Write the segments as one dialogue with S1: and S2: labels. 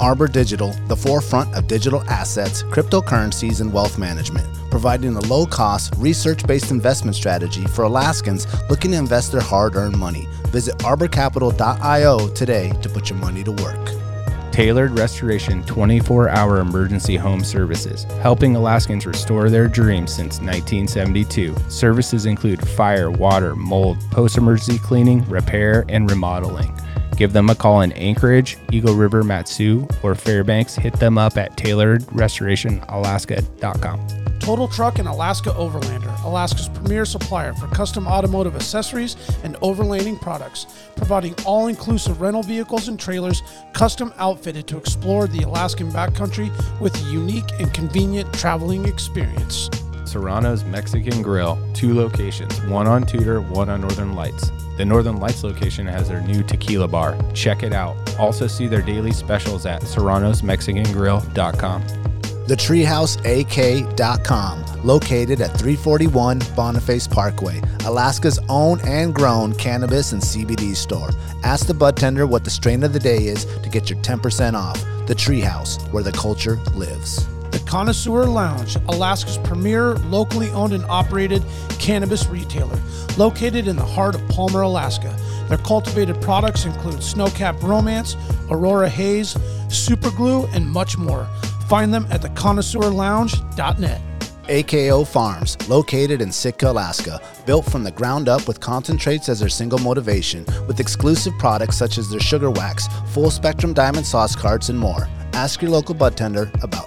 S1: Arbor Digital, the forefront of digital assets, cryptocurrencies, and wealth management, providing a low cost, research based investment strategy for Alaskans looking to invest their hard earned money. Visit arborcapital.io today to put your money to work.
S2: Tailored Restoration 24 hour emergency home services, helping Alaskans restore their dreams since 1972. Services include fire, water, mold, post emergency cleaning, repair, and remodeling. Give them a call in Anchorage, Eagle River, Matsu, or Fairbanks. Hit them up at tailoredrestorationalaska.com.
S3: Total Truck and Alaska Overlander, Alaska's premier supplier for custom automotive accessories and overlanding products, providing all inclusive rental vehicles and trailers custom outfitted to explore the Alaskan backcountry with a unique and convenient traveling experience.
S2: Serrano's Mexican Grill, two locations, one on Tudor, one on Northern Lights. The Northern Lights location has their new tequila bar. Check it out. Also, see their daily specials at serranosmexicangrill.com.
S1: TheTreehouseAK.com, located at 341 Boniface Parkway, Alaska's own and grown cannabis and CBD store. Ask the bud tender what the strain of the day is to get your 10% off. The Treehouse, where the culture lives.
S3: The Connoisseur Lounge, Alaska's premier locally owned and operated cannabis retailer, located in the heart of Palmer, Alaska. Their cultivated products include Snowcap Romance, Aurora Haze, Superglue, and much more. Find them at theconnoisseurlounge.net.
S1: AKO Farms, located in Sitka, Alaska, built from the ground up with concentrates as their single motivation, with exclusive products such as their sugar wax, full spectrum diamond sauce cards, and more. Ask your local bud tender about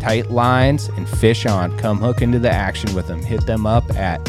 S2: Tight lines and fish on. Come hook into the action with them. Hit them up at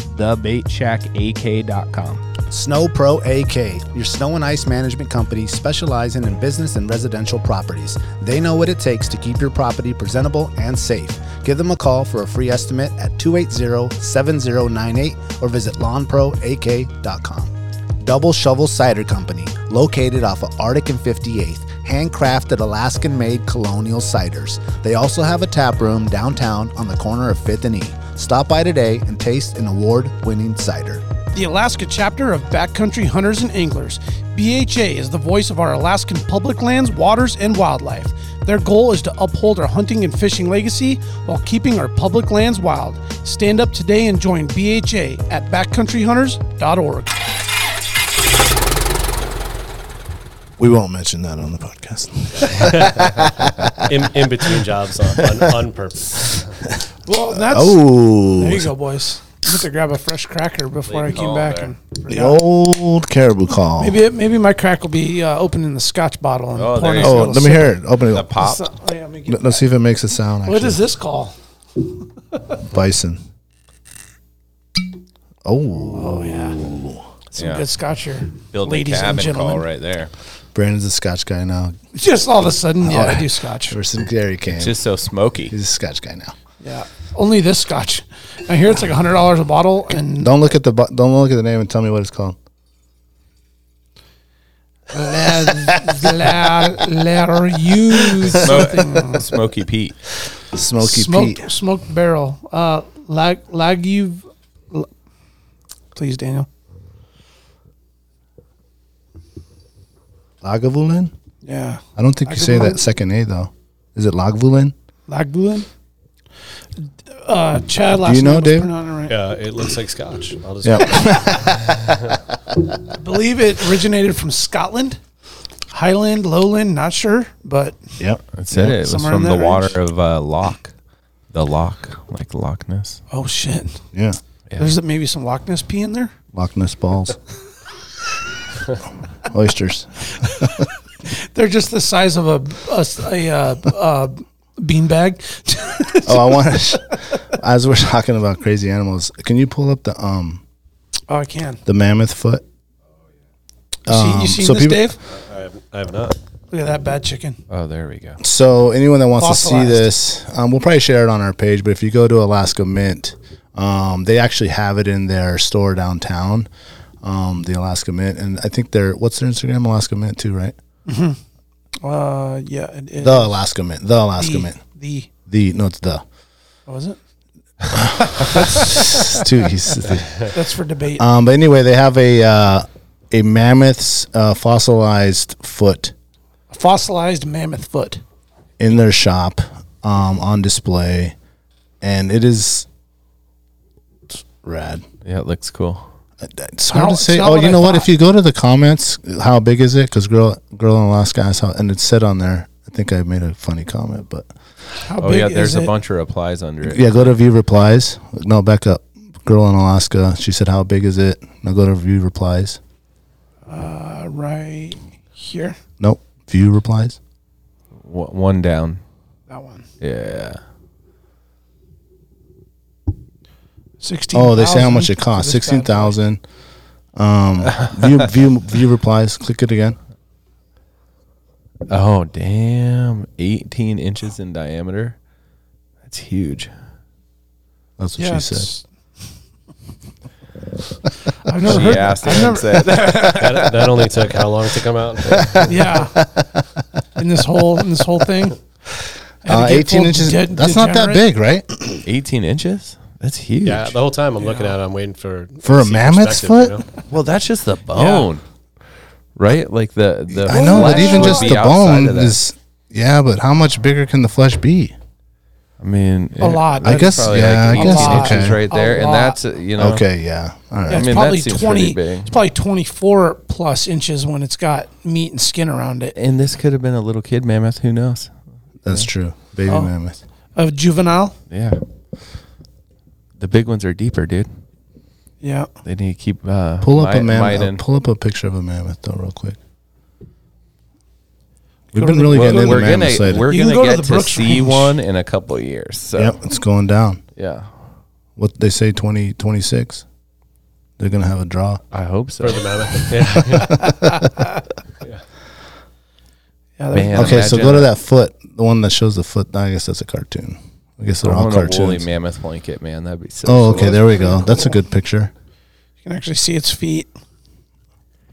S2: thebaitshackak.com.
S1: Snow Pro AK, your snow and ice management company specializing in business and residential properties. They know what it takes to keep your property presentable and safe. Give them a call for a free estimate at 280 7098 or visit lawnproak.com. Double Shovel Cider Company, located off of Arctic and 58th, handcrafted Alaskan made colonial ciders. They also have a tap room downtown on the corner of 5th and E. Stop by today and taste an award winning cider.
S3: The Alaska chapter of Backcountry Hunters and Anglers, BHA is the voice of our Alaskan public lands, waters, and wildlife. Their goal is to uphold our hunting and fishing legacy while keeping our public lands wild. Stand up today and join BHA at backcountryhunters.org.
S1: We won't mention that on the podcast.
S4: in, in between jobs uh, on, on, on purpose.
S3: Well, that's
S1: Oh,
S3: there you go, boys. I went to grab a fresh cracker before I
S4: Leave it
S3: came
S4: all
S3: back,
S4: there.
S3: and
S1: the old caribou call.
S3: maybe it, maybe my crack will be uh, opening the Scotch bottle and
S2: Oh,
S3: pouring
S2: there
S3: us a
S2: you
S1: oh,
S3: little
S1: let me
S3: sip.
S1: hear it. Open it. up.
S2: pop.
S3: So- oh, yeah, let me get-
S1: Let- Let's see if it makes a sound. Actually.
S3: what is this call?
S1: Bison. Oh,
S3: Some good Scotch here,
S2: Building
S3: ladies and gentlemen.
S2: right there.
S1: Brandon's a Scotch guy now.
S3: Just all of a sudden, yeah, I do Scotch.
S1: Versus Gary Kane.
S2: Just so smoky.
S1: He's a Scotch guy now.
S3: Yeah, only this Scotch. I hear it's like hundred dollars a bottle, and
S1: Don't look at the bu- don't look at the name and tell me what it's called.
S3: Blair use something. uh,
S2: Smoky Pete.
S1: Smoky
S3: smoked,
S1: Pete.
S3: smoked barrel. Uh, lag, lag you. Please, Daniel.
S1: Lagavulin.
S3: Yeah,
S1: I don't think you say
S3: Lagavulin?
S1: that second A though. Is it Lagavulin?
S3: Lagavulin. Uh, Chad last
S1: you know,
S3: name was
S1: Dave?
S3: pronounced right.
S4: Yeah, uh, it looks like scotch. I'll just
S3: I believe it originated from Scotland, Highland, Lowland, not sure, but
S1: Yep.
S2: That's it. It was
S3: somewhere in
S2: from the
S3: that
S2: water of uh, Loch, the Loch, like Loch Ness.
S3: oh shit,
S1: Yeah.
S3: there's maybe some Loch Ness pee in there.
S1: Loch Ness balls. Oysters.
S3: They're just the size of a a, s- a, uh, uh, beanbag.
S1: Oh, I want to. As we're talking about crazy animals, can you pull up the um
S3: oh, I can.
S1: the mammoth foot?
S3: You see, you seen
S1: Um, so
S3: this,
S1: people- Uh,
S3: Dave?
S4: I have, I have not.
S3: Look at that bad chicken.
S2: Oh, there we go.
S1: So anyone that wants
S3: Fossilized.
S1: to see this, um, we'll probably share it on our page. But if you go to Alaska Mint, um, they actually have it in their store downtown, um, the Alaska Mint, and I think they're what's their Instagram, Alaska Mint too, right?
S3: Uh, yeah, it is.
S1: The Alaska Mint, the Alaska
S3: the,
S1: Mint,
S3: the
S1: the no, it's the
S3: what was it?
S1: it's two. He's, the-
S3: That's for debate.
S1: um, but anyway, they have a uh, a mammoth's uh, fossilized foot.
S3: Fossilized mammoth foot.
S1: in their shop um, on display, and it is it's rad.
S2: Yeah, it looks cool.
S1: It's hard
S3: No,
S1: to say.
S3: it's not
S1: Oh,
S3: what
S1: you
S3: I
S1: know what? If
S3: thought.
S1: you go to the comments, how big is it? Because girl, girl in Alaska asked how, and it said on there. I think I made a funny comment, but
S3: How
S2: Oh
S3: big
S2: yeah,
S3: is
S2: there's a
S3: it?
S2: bunch of replies under it.
S1: yeah, go to view replies. No, back up. Girl in Alaska. She said, "How big is it?" Now go to view replies.
S3: Uh, right here,
S1: Nope. View replies.
S2: Wa- one down.
S3: that one.
S2: Yeah.
S3: Sixteen.
S1: Oh, they say how much it costs. Sixteen thousand. Um, view view view replies. Click it again.
S2: Oh damn! 18 inches in diameter. That's huge.
S1: That's what
S3: Yeah,
S1: she said.
S3: it's- I've never heard.
S2: asked
S3: I've never-
S4: That, that only took how long to come out?
S3: Yeah, in this whole in this whole thing. I had to
S1: Uh,
S3: get
S1: 18
S3: full
S1: Uh, inches.
S3: de-
S1: that's not that
S3: degenerate.
S1: big, right?
S2: 18 inches? That's huge.
S4: Yeah, the whole time I'm looking at it, I'm waiting for
S1: For a
S4: see
S1: mammoth's
S4: perspective,
S1: foot?
S4: you know?
S2: Well, that's just the bone, right? Like the the.
S1: I know, but
S2: flesh
S1: even
S2: would
S1: just
S2: be
S1: the
S2: outside
S1: bone
S2: of that.
S1: is. Yeah, but how much bigger can the flesh be?
S2: I mean,
S3: A
S2: it-
S3: lot.
S1: I
S3: That's
S1: guess.
S2: Probably
S1: Yeah,
S2: like
S1: I
S2: 18
S1: guess.
S3: lot.
S1: Okay.
S2: inches right
S3: A
S2: there, and
S3: lot.
S2: that's uh, you know.
S1: Okay. Yeah. All right.
S3: Yeah, it's
S2: mean, that
S3: probably
S2: seems
S3: twenty.
S2: pretty big.
S3: It's probably twenty-four plus inches when it's got meat and skin around it.
S2: And this could have been a little kid mammoth. Who knows?
S1: That's true. Baby
S2: oh.
S1: mammoth.
S3: Of juvenile.
S2: Yeah. The big ones are deeper, dude.
S3: Yeah.
S2: They need to keep uh,
S1: Pull up a
S2: mi-
S1: mammoth.
S2: mining.
S1: Pull up a picture of a mammoth though, real quick. We've
S3: Go
S1: been
S3: to the-
S1: really
S2: Well,
S1: getting into
S2: we're gonna
S1: mammoths lately.
S2: we're
S3: You can go
S2: gonna
S3: to
S2: get
S3: the
S2: to,
S3: Brooks
S2: see
S3: Ranch.
S2: one in a couple of years. So
S1: Yep, it's going down.
S2: yeah,
S1: What they say, twenty twenty six. They're gonna have a draw.
S2: I hope so.
S4: For the mammoth. Yeah.
S3: Yeah. that-
S2: Man,
S1: Okay, so go to
S2: imagine
S1: that foot, the one that shows the foot. I guess that's a cartoon. I guess they're
S2: I
S1: all
S2: want a woolly
S1: cartoons.
S2: mammoth blanket, man. That'd be so.
S1: Oh,
S2: cool.
S1: okay. There we go. That's a good picture.
S3: You can actually see its feet.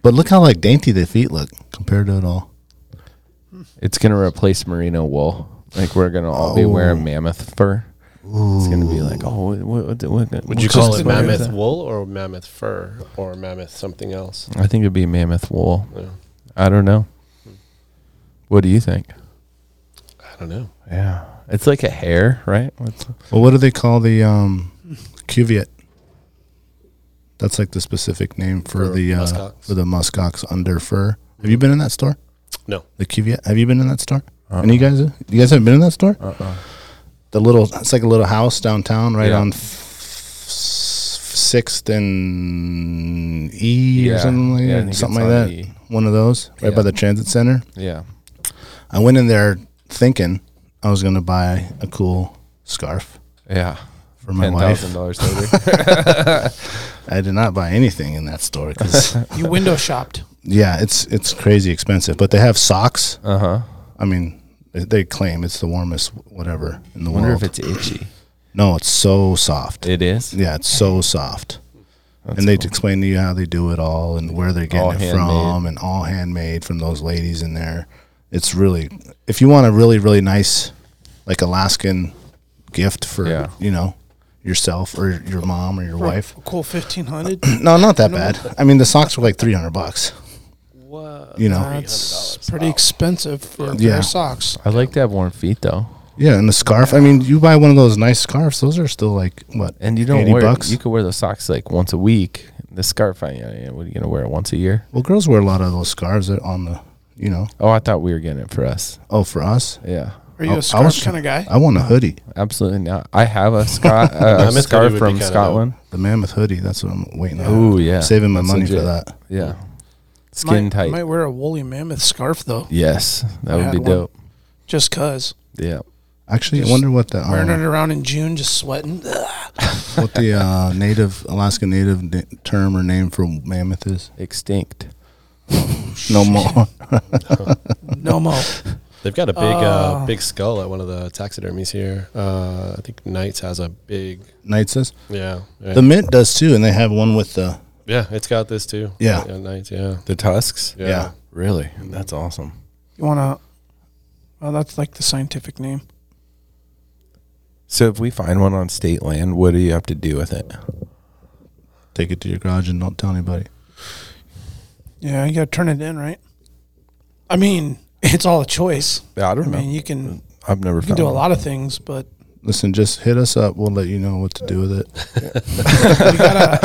S1: But look how like dainty the feet look compared to it all.
S2: It's gonna replace merino wool. Like we're gonna all be wearing mammoth fur. It's gonna be like, oh, what, what, what, what-
S4: Would you
S2: what's
S4: call
S2: this
S4: it
S2: fur?
S4: mammoth wool or mammoth fur or mammoth something else?
S2: I think it'd be mammoth wool.
S4: Yeah.
S2: I don't know. What do you think?
S4: I don't know.
S2: Yeah, it's like a hair, right? What's-
S1: Well, what do they call the um, cuvette? That's like the specific name for,
S4: For
S1: the uh,
S4: muskox.
S1: for the muskox under fur. Have you been in that store?
S4: No.
S1: The cuvette. Have you been in that store?
S2: Uh-uh.
S1: Any guys? You guys haven't been in that store? The little. It's like a little house downtown, right
S2: Yeah.
S1: on Sixth and E or
S2: Yeah.
S1: something like
S2: Yeah, I think
S1: that.
S2: it's
S1: Something like
S2: on
S1: that.
S2: E.
S1: One of those, right by
S2: Yeah.
S1: the transit center.
S2: Yeah,
S1: I went in there thinking I was going to buy a cool scarf
S2: yeah.
S1: for my
S2: Ten
S1: wife.
S2: thousand dollars later.
S1: I did not buy anything in that store because
S3: You window shopped.
S1: yeah, it's it's crazy expensive. But they have socks.
S2: Uh huh.
S1: I mean, they, they claim it's the warmest whatever in the
S2: Wonder
S1: world.
S2: if it's itchy.
S1: no, it's so soft.
S2: It is.
S1: yeah, it's so soft. and they explain to you how they do it all and where they're getting
S2: All
S1: it
S2: handmade.
S1: from and all handmade from those ladies in there. It's really if you want a really really nice like Alaskan gift for
S2: Yeah.
S1: you know yourself or your mom or your wife.
S3: A cool fifteen hundred.
S1: No, not that bad. I mean, the socks were like 300 bucks. You know.
S3: That's pretty expensive for a pair
S1: Yeah.
S3: of socks.
S2: I like to have warm feet though.
S5: Yeah, and the scarf. I mean, you buy one of those nice scarves; those are still like what?
S2: And you don't
S5: 80
S2: wear
S5: bucks.
S2: you could wear those socks like once a week. The scarf I yeah, yeah, what are you gonna wear it once a year?
S5: well, girls wear a lot of those scarves that on the, you know.
S2: Oh, I thought we were getting it for us.
S5: Oh, for us,
S2: Yeah.
S3: Are
S1: Oh,
S3: you
S5: I- I
S3: a scarf
S5: was-
S3: kind of guy?
S5: I want a hoodie,
S2: Absolutely not. I have a, Scot- uh,
S4: Mammoth
S2: a
S4: hoodie would
S2: scarf
S4: be
S2: from
S4: kinda dope.
S2: Scotland.
S5: the mammoth hoodie. That's what I'm waiting on.
S2: Ooh, yeah.
S5: saving my
S2: That's
S5: money for
S2: legit.
S5: that.
S2: Yeah.
S3: Might-
S2: Skin tight.
S3: Might wear a woolly mammoth scarf though,
S2: yes. That would
S3: had
S2: be
S3: one.
S2: dope.
S3: just cause
S2: Yeah.
S5: Actually, I
S3: Just
S5: wonder what the uh,
S3: wearing it around in June, just sweating. Ugh.
S5: what the uh, native Alaska native na- term or name for mammoth is.
S2: Extinct.
S5: No more.
S3: No mo.
S4: They've got a big uh, big skull at one of the taxidermies here. Uh, I think Knights has a big
S5: Knight says
S4: yeah. yeah.
S5: the mint does too, and they have one with the
S4: Yeah, it's got this too.
S5: Yeah.
S4: yeah Knights. Yeah.
S2: The tusks?
S4: yeah,
S5: yeah.
S2: Really? That's awesome.
S3: You wanna? Oh, that's like the scientific name.
S2: So if we find one on state land, what do you have to do with it?
S5: Take it to your garage and don't tell anybody.
S3: Yeah, you gotta turn it in, right? I mean, it's all a choice.
S2: Yeah, I don't
S3: I
S2: know.
S3: mean, you can
S2: I've never
S3: you can do a lot of things, but
S5: Listen, just hit us up. We'll let you know what to do with it.
S3: we gotta.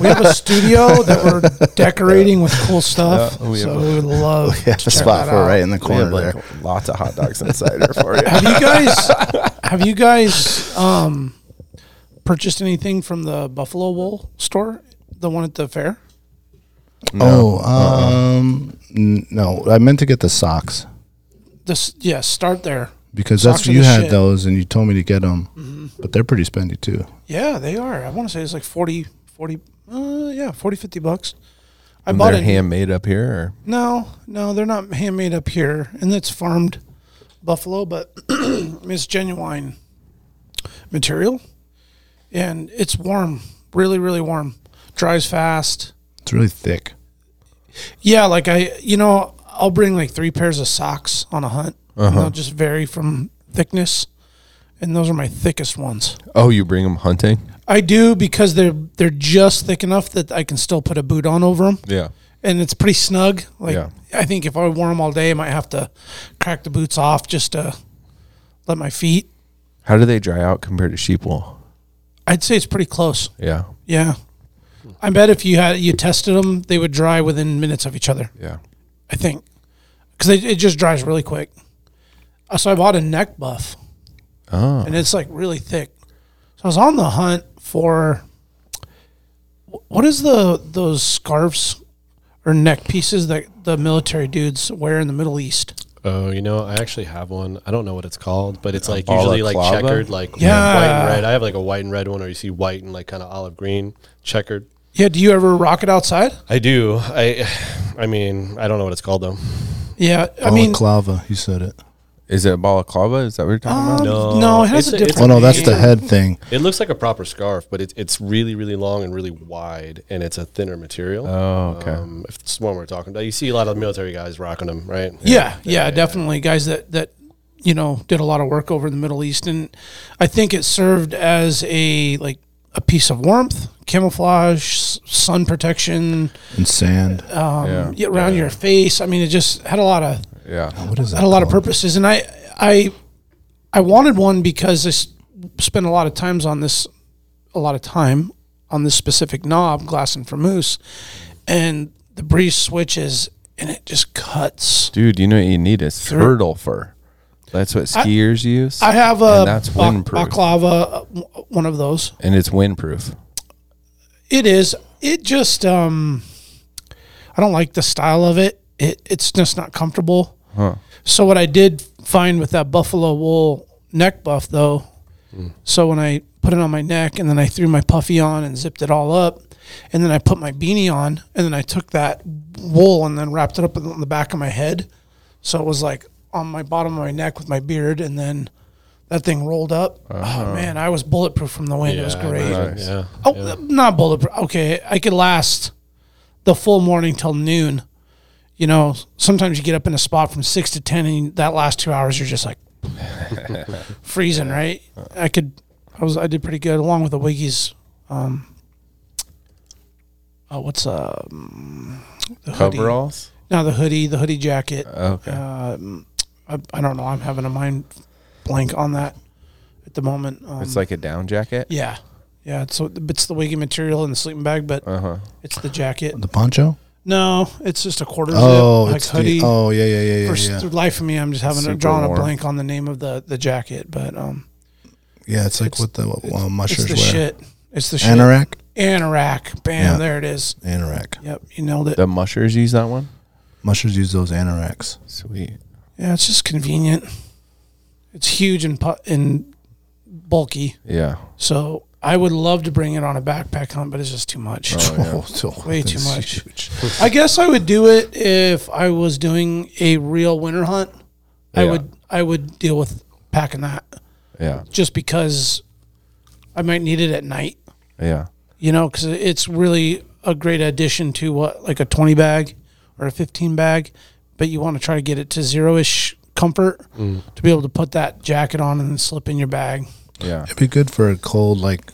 S3: we have a studio that we're decorating with cool stuff,
S2: Yeah, we
S3: so
S2: have
S3: we would love
S5: Yeah,
S3: to
S5: the
S3: check
S5: spot
S3: that
S5: for it
S3: out.
S5: right in the
S2: We
S5: corner
S2: have like
S5: there.
S2: lots of hot dogs and cider for you.
S3: Have you guys? have you guys um, purchased anything from the Buffalo Wool store, the one at the fair?
S5: Oh,
S2: uh-uh.
S5: um, n- no, I meant to get the socks
S3: This yeah, start there.
S5: because
S3: Socks
S5: that's
S3: are
S5: you
S3: the
S5: had
S3: shit. Mm-hmm.
S5: those and you told me to get them, but they're pretty spendy too.
S3: Yeah, they are. I want to say it's like 40, 40 uh, yeah, 40, 50 bucks. I
S2: And
S3: bought
S2: they're
S3: it.
S2: handmade up here. Or?
S3: no, no, they're not handmade up here, and it's farmed buffalo, but it's genuine material, and it's warm, really, really warm. Dries fast.
S5: It's really thick.
S3: Yeah, like I, you know, I'll bring like three pairs of socks on a hunt.
S2: Uh-huh.
S3: And they'll just vary from thickness, and those are my thickest ones.
S2: Oh, you bring them hunting?
S3: I do because they're they're just thick enough that I can still put a boot on over them,
S2: Yeah.
S3: and it's pretty snug. Like
S2: Yeah.
S3: I think if I wore them all day, I might have to crack the boots off just to let my feet.
S2: How do they dry out compared to sheep wool?
S3: I'd say it's pretty close.
S2: Yeah.
S3: Yeah, I bet if you had you tested them, they would dry within minutes of each other.
S2: Yeah.
S3: I think, because it, it just dries really quick. Uh, So I bought a neck buff,
S2: Oh.
S3: and it's like really thick. So I was on the hunt for wh- what is the those scarves or neck pieces that the military dudes wear in the Middle East?
S4: Oh, you know, I actually have one. I don't know what it's called, but it's like
S2: balaclava?
S4: usually like checkered, like
S3: Yeah.
S4: white and red. I have like a white and red one, or you see white and like kind of olive green, checkered.
S3: Yeah, do you ever rock it outside?
S4: I do. I, I mean, I don't know what it's called though.
S3: Yeah,
S5: Oh,
S3: I mean,
S5: Balaclava, you said it.
S2: Is it balaclava? Is that what you're talking about?
S3: no,
S4: No.
S3: it has
S4: It's
S3: a
S4: a- it's
S3: different.
S5: Oh no, that's the
S3: name.
S5: head thing.
S4: It looks like a proper scarf, but it's it's really really long and really wide, and it's a thinner material.
S2: Oh, okay.
S4: Um, if it's the one we're talking about, you see a lot of military guys rocking them, right?
S3: Yeah, yeah, definitely. Guys that that you know did a lot of work over in the Middle East, and I think it served as a like a piece of warmth, camouflage, s- sun protection,
S5: And sand.
S3: um,
S2: Yeah.
S3: yeah, around your face. I mean, it just had a lot of
S2: Yeah.
S5: what is that?
S3: had a lot of
S5: called?
S3: purposes, and I I I wanted one because I s- spent a lot of times on this, a lot of time on this specific knob, glass and vermouth, and the breeze switches, and it just cuts.
S2: Dude, you know what you need is turtle fur. That's what skiers use.
S3: I have a
S2: And that's
S3: bak-
S2: windproof.
S3: baklava, uh, w- one of those.
S2: and it's windproof.
S3: It is. It just. Um, I don't like the style of it. It it's just not comfortable. So what I did find with that buffalo wool neck buff though,
S4: Hmm.
S3: so when I put it on my neck and then I threw my puffy on and zipped it all up, and then I put my beanie on and then I took that wool and then wrapped it up on the back of my head, so it was like on my bottom of my neck with my beard and then. That thing rolled up. Oh man, I was bulletproof from the wind. it was
S4: Uh-huh. Yeah, I
S3: great.
S4: imagine, Yeah.
S3: Oh, not bulletproof. Okay, I could last the full morning till noon. You know, sometimes you get up in a spot from six to ten, and that last two hours you're just like freezing, right? I could, I was, I did pretty good along with the Wiggies. Um, oh, what's um, the hoodie?
S2: Coveralls?
S3: No, the hoodie, the hoodie jacket.
S2: Okay.
S3: Um, I, I don't know. I'm having a mind blank on that at the moment. Um,
S2: It's like a down jacket.
S3: yeah, yeah. It's so it's the wiggy material in the sleeping bag, but
S2: Uh huh.
S3: it's the jacket.
S5: The poncho?
S3: No, it's just a quarter zip
S5: Oh,
S3: like
S5: it's
S3: hoodie.
S5: the, oh yeah, yeah, yeah, yeah,
S3: For
S5: yeah.
S3: s- the life of me, I'm just having
S2: Super
S3: a, drawn a
S2: warm.
S3: blank on the name of the the jacket, but um,
S5: Yeah, it's like
S3: It's-
S5: what the uh,
S3: it's
S5: mushers
S3: the
S5: wear.
S3: shit. It's the shit.
S5: Anorak.
S3: Anorak. Bam,
S5: Yeah.
S3: there it is.
S5: Anorak.
S3: Yep, you nailed it.
S2: The mushers use that one.
S5: Mushers use those anoraks.
S2: Sweet.
S3: Yeah, it's just convenient. It's huge and pu- and bulky.
S2: Yeah.
S3: So I would love to bring it on a backpack hunt, but it's just too much. Oh,
S2: Oh,
S5: Oh,
S3: Way too
S5: that's
S3: much.
S5: huge.
S3: I guess I would do it if I was doing a real winter hunt. I
S2: Yeah.
S3: would I would deal with packing that
S2: Yeah.
S3: just because I might need it at night.
S2: Yeah.
S3: You know, because it's really a great addition to what like a twenty bag or a fifteen bag, but you want to try to get it to zero ish comfort
S4: Mm.
S3: to be able to put that jacket on and then slip in your bag.
S2: Yeah.
S5: It'd be good for a cold like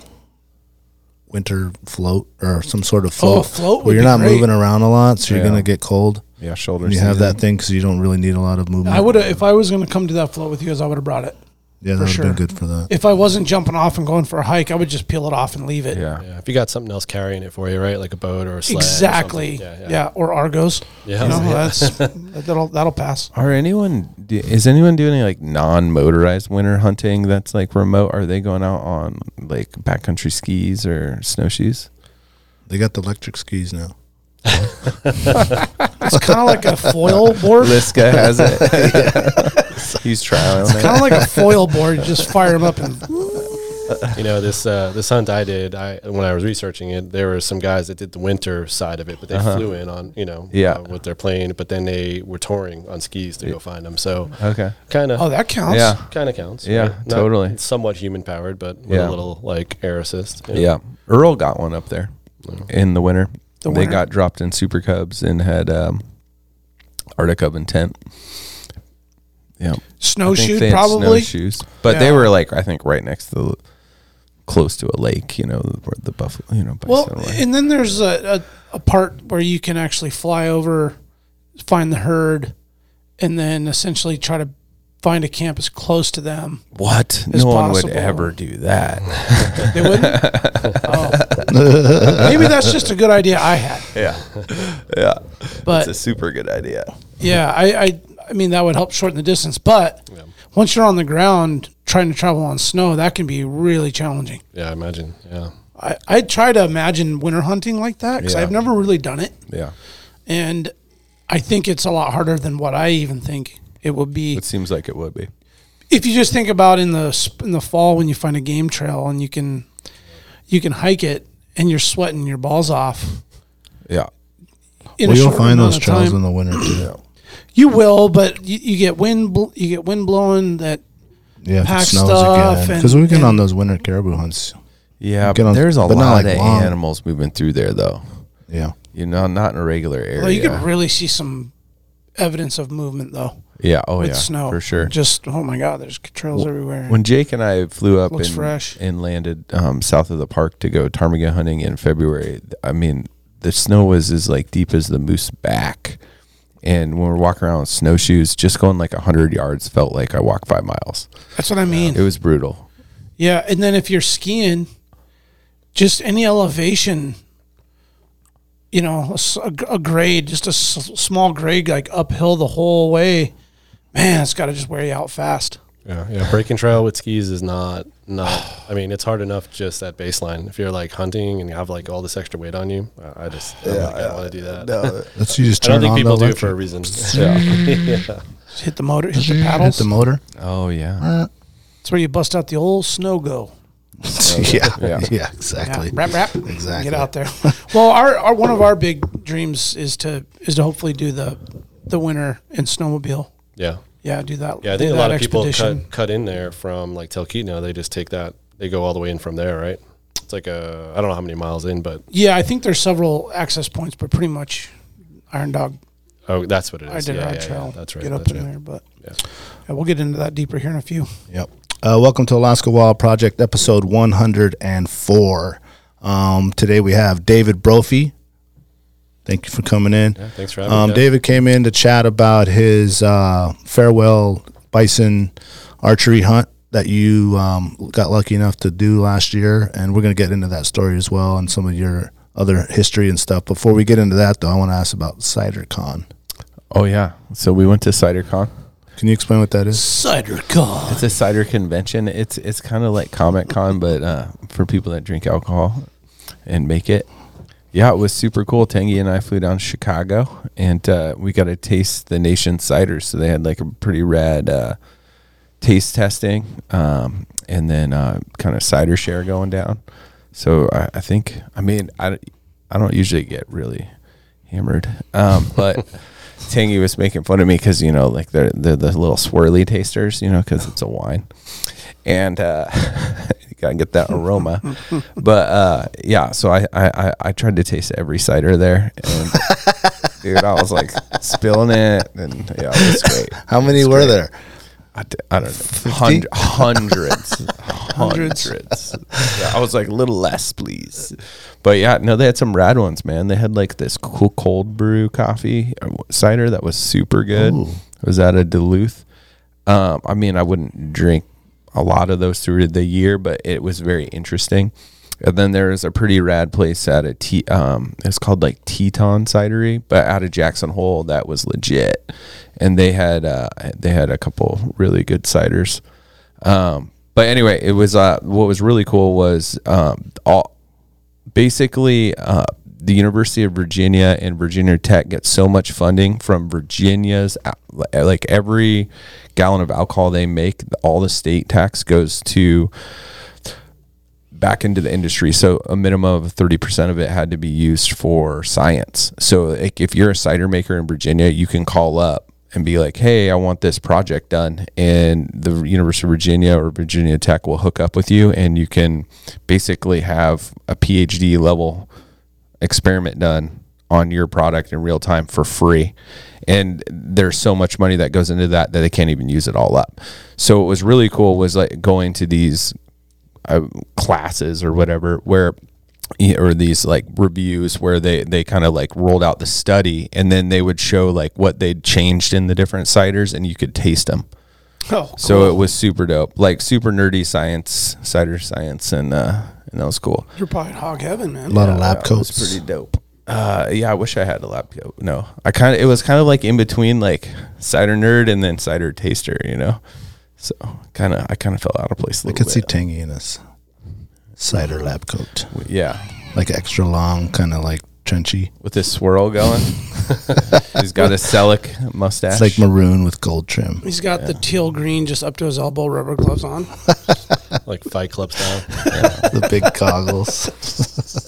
S5: winter float or some sort of float.
S3: Oh, a float would
S5: where you're
S3: be
S5: not
S3: great.
S5: moving around a lot, so you're
S2: Yeah.
S5: gonna get cold.
S2: Yeah. Shoulders.
S5: And you have that thing because you don't really need a lot of movement.
S3: I would have if I was going to come to that float with you guys, I would have brought it.
S5: yeah, that would have
S3: sure.
S5: been good for that.
S3: If I wasn't jumping off and going for a hike, I would just peel it off and leave it.
S2: Yeah.
S4: Yeah, if you got something else carrying it for you, right? Like a boat or a sled. or
S3: Exactly.
S4: something.
S3: yeah, Or Argos.
S4: Yeah.
S3: You know,
S4: Yeah.
S3: that's that'll that'll pass.
S2: Are anyone do- is anyone doing any like non-motorized winter hunting that's like remote? Are they going out on like backcountry skis or snowshoes?
S5: They got the electric skis now.
S3: It's kind of like a foil board.
S2: Liska has it. He's trialing it.
S3: Kind of like a foil board. You just fire them up and
S4: You know this uh, this hunt I did. I when I was researching it, there were some guys that did the winter side of it, but they flew in on you know
S2: Uh-huh. Yeah.
S4: uh, with their plane, but then they were touring on skis to go find them. So
S2: Okay.
S4: kind of
S3: oh, that counts.
S2: Yeah.
S4: kind of counts.
S2: Yeah,
S4: Not-
S2: totally.
S4: it's somewhat human powered, but with
S2: Yeah.
S4: a little like air assist. you know?
S2: Yeah. Earl got one up there in the winter.
S3: The
S2: they
S3: winter.
S2: got dropped in Super Cubs and had um, Arctic Oven tent. Yeah. I think
S3: Snowshoe
S2: they had
S3: probably.
S2: snowshoes. But they
S3: Yeah.
S2: were like I think right next to the close to a lake, you know, where the buffalo, you know,
S3: Well,
S2: bison were.
S3: and then there's a, a, a part where you can actually fly over, find the herd, and then essentially try to find a camp as close to them.
S2: What?
S3: is
S2: No one would
S3: possible.
S2: ever do that.
S3: They wouldn't. oh. Maybe that's just a good idea I had.
S2: Yeah. Yeah.
S3: But
S2: It's a super good idea.
S3: Yeah, I, I I mean that would help shorten the distance, but once you're on the ground trying to travel on snow, that can be really challenging.
S4: yeah. I imagine. Yeah,
S3: I, I try to imagine winter hunting like that because
S2: Yeah.
S3: I've never really done it,
S2: Yeah.
S3: and I think it's a lot harder than what I even think it would be.
S2: It seems like it would be.
S3: if you just think about in the sp- in the fall when you find a game trail and you can you can hike it and you're sweating your balls off.
S2: Yeah.
S3: In
S5: Well,
S3: a
S5: you'll
S3: short
S5: find
S3: amount
S5: those
S3: of
S5: trails
S3: time.
S5: in the winter too.
S3: You will, but you, you get wind bl- you get wind blowing that
S5: Yeah, if it
S3: Pack
S5: snows
S3: stuff
S5: again.
S3: and-
S5: Because we get
S3: and-
S5: on those winter caribou hunts.
S2: Yeah,
S5: Get
S2: but
S5: on-
S2: there's a
S5: but not,
S2: lot
S5: like,
S2: of
S5: long.
S2: animals moving through there though.
S5: Yeah.
S2: You know, not in a regular area.
S3: Well, you could really see some evidence of movement though
S2: yeah, oh
S3: with
S2: yeah,
S3: snow
S2: for sure.
S3: Just oh my god, there's trails everywhere.
S2: when Jake and I flew up
S3: Looks
S2: and,
S3: fresh.
S2: and landed um, south of the park to go ptarmigan hunting in February, th- I mean, the snow was as like deep as the moose back. And when we we're walking around with snowshoes, just going like 100 yards felt like I walked five miles.
S3: That's what I mean.
S2: It was brutal.
S3: Yeah, and then if you're skiing, just any elevation, you know, a s- a, g- a grade, just a s- small grade like uphill the whole way. Man, it's got to just wear you out fast.
S4: yeah, yeah. Breaking trail with skis is not not. I mean, it's hard enough just that baseline. If you're like hunting and you have like all this extra weight on you, I- I just I don't, want to do that.
S5: That's you just
S4: I
S5: turn
S4: don't think
S5: on
S4: people
S5: the
S4: do it for a
S5: electric-
S4: reason. Yeah.
S3: Just hit the motor, hit the
S5: Hit
S3: paddles.
S5: the motor.
S2: Oh, yeah.
S5: Uh,
S3: That's where you bust out the old snow go.
S5: yeah, yeah,
S2: Yeah.
S5: exactly.
S3: Yeah, rap, rap.
S5: Exactly.
S3: Get out there. Well, our, our one of our big dreams is to is to hopefully do the the winter in snowmobile.
S4: yeah,
S3: Yeah, do that.
S4: yeah. I
S3: do
S4: think a
S3: that
S4: lot of people cut, cut in there from like Talkeetna. Now they just take that. They go all the way in from there, right? It's like a I don't know how many miles in, but
S3: Yeah, I think there's several access points, but pretty much Iron Dog
S4: oh, that's what it is.
S3: I did
S4: yeah,
S3: our
S4: yeah, yeah,
S3: trail.
S4: That's right.
S3: Get up
S4: that's
S3: in
S4: right.
S3: there, but
S4: Yeah.
S3: yeah, we'll get into that deeper here in a few.
S5: Yep. Uh, welcome to Alaska Wild Project, episode 104. Um, today we have David Brophy. Thank you for coming in.
S4: Thanks for having
S5: Um,
S4: me. Dave.
S5: David came in to chat about his uh, farewell bison archery hunt that you um, got lucky enough to do last year, and we're going to get into that story as well and some of your other history and stuff. Before we get into that, though, I want to ask about CiderCon.
S2: Oh yeah. So we went to CiderCon.
S5: Can you explain what that is?
S3: CiderCon.
S2: It's a cider convention. It's it's kind of like Comic Con, but uh, for people that drink alcohol and make it. Yeah, it was super cool. Tangy and I flew down to Chicago, and uh, we got to taste the nation's ciders. So they had like a pretty rad uh, taste testing, um, and then uh, kind of cider share going down. So I, I think, I mean, I, I don't usually get really hammered, um, but Tangy was making fun of me because you know, like they're they're the little swirly tasters, you know, because it's a wine, and uh, you gotta get that aroma. but uh, yeah, so I, I I I tried to taste every cider there, and dude, I was like spilling it, and yeah, it was great.
S5: How many were there?
S2: I, d- I don't know. Hundred, hundreds. hundreds. Yeah, I was like, a little less, please. But yeah, no, they had some rad ones, man. They had like this cool cold brew coffee uh, cider that was super good. It was out of Duluth. Um, I mean, I wouldn't drink a lot of those through the year, but it was very interesting. And then there is a pretty rad place at a T. Um, it's called like Teton Cidery, but out of Jackson Hole, that was legit. And they had uh, they had a couple really good ciders. Um, but anyway, it was uh, what was really cool was um, all basically uh, the University of Virginia and Virginia Tech get so much funding from Virginia's al- like every gallon of alcohol they make, all the state tax goes to back into the industry. So a minimum of 30% of it had to be used for science. So like if you're a cider maker in Virginia, you can call up and be like, "Hey, I want this project done." And the University of Virginia or Virginia Tech will hook up with you and you can basically have a PhD level experiment done on your product in real time for free. And there's so much money that goes into that that they can't even use it all up. So what was really cool was like going to these uh, classes or whatever where yeah, or these like reviews where they they kind of like rolled out the study and then they would show like what they'd changed in the different ciders and you could taste them
S3: Oh,
S2: so it was super dope like super nerdy science cider science and uh and that was cool
S3: you're probably at hog heaven, man.
S5: A lot of lab
S2: That was
S5: coats.
S2: pretty dope uh yeah i wish i had a lab coat no i kind of it was kind of like in between like cider nerd and then cider taster you know so kind of i kind of fell out of place
S5: I
S2: a little
S5: could see
S2: bit
S5: tangy in this cider lab coat,
S2: yeah
S5: like extra long, kind of like trenchy.
S2: with this swirl going. He's got a Selleck mustache.
S5: It's like maroon with gold trim.
S3: He's got the teal green just up to his elbow, rubber gloves on.
S4: like Fight Club style.
S5: The big goggles.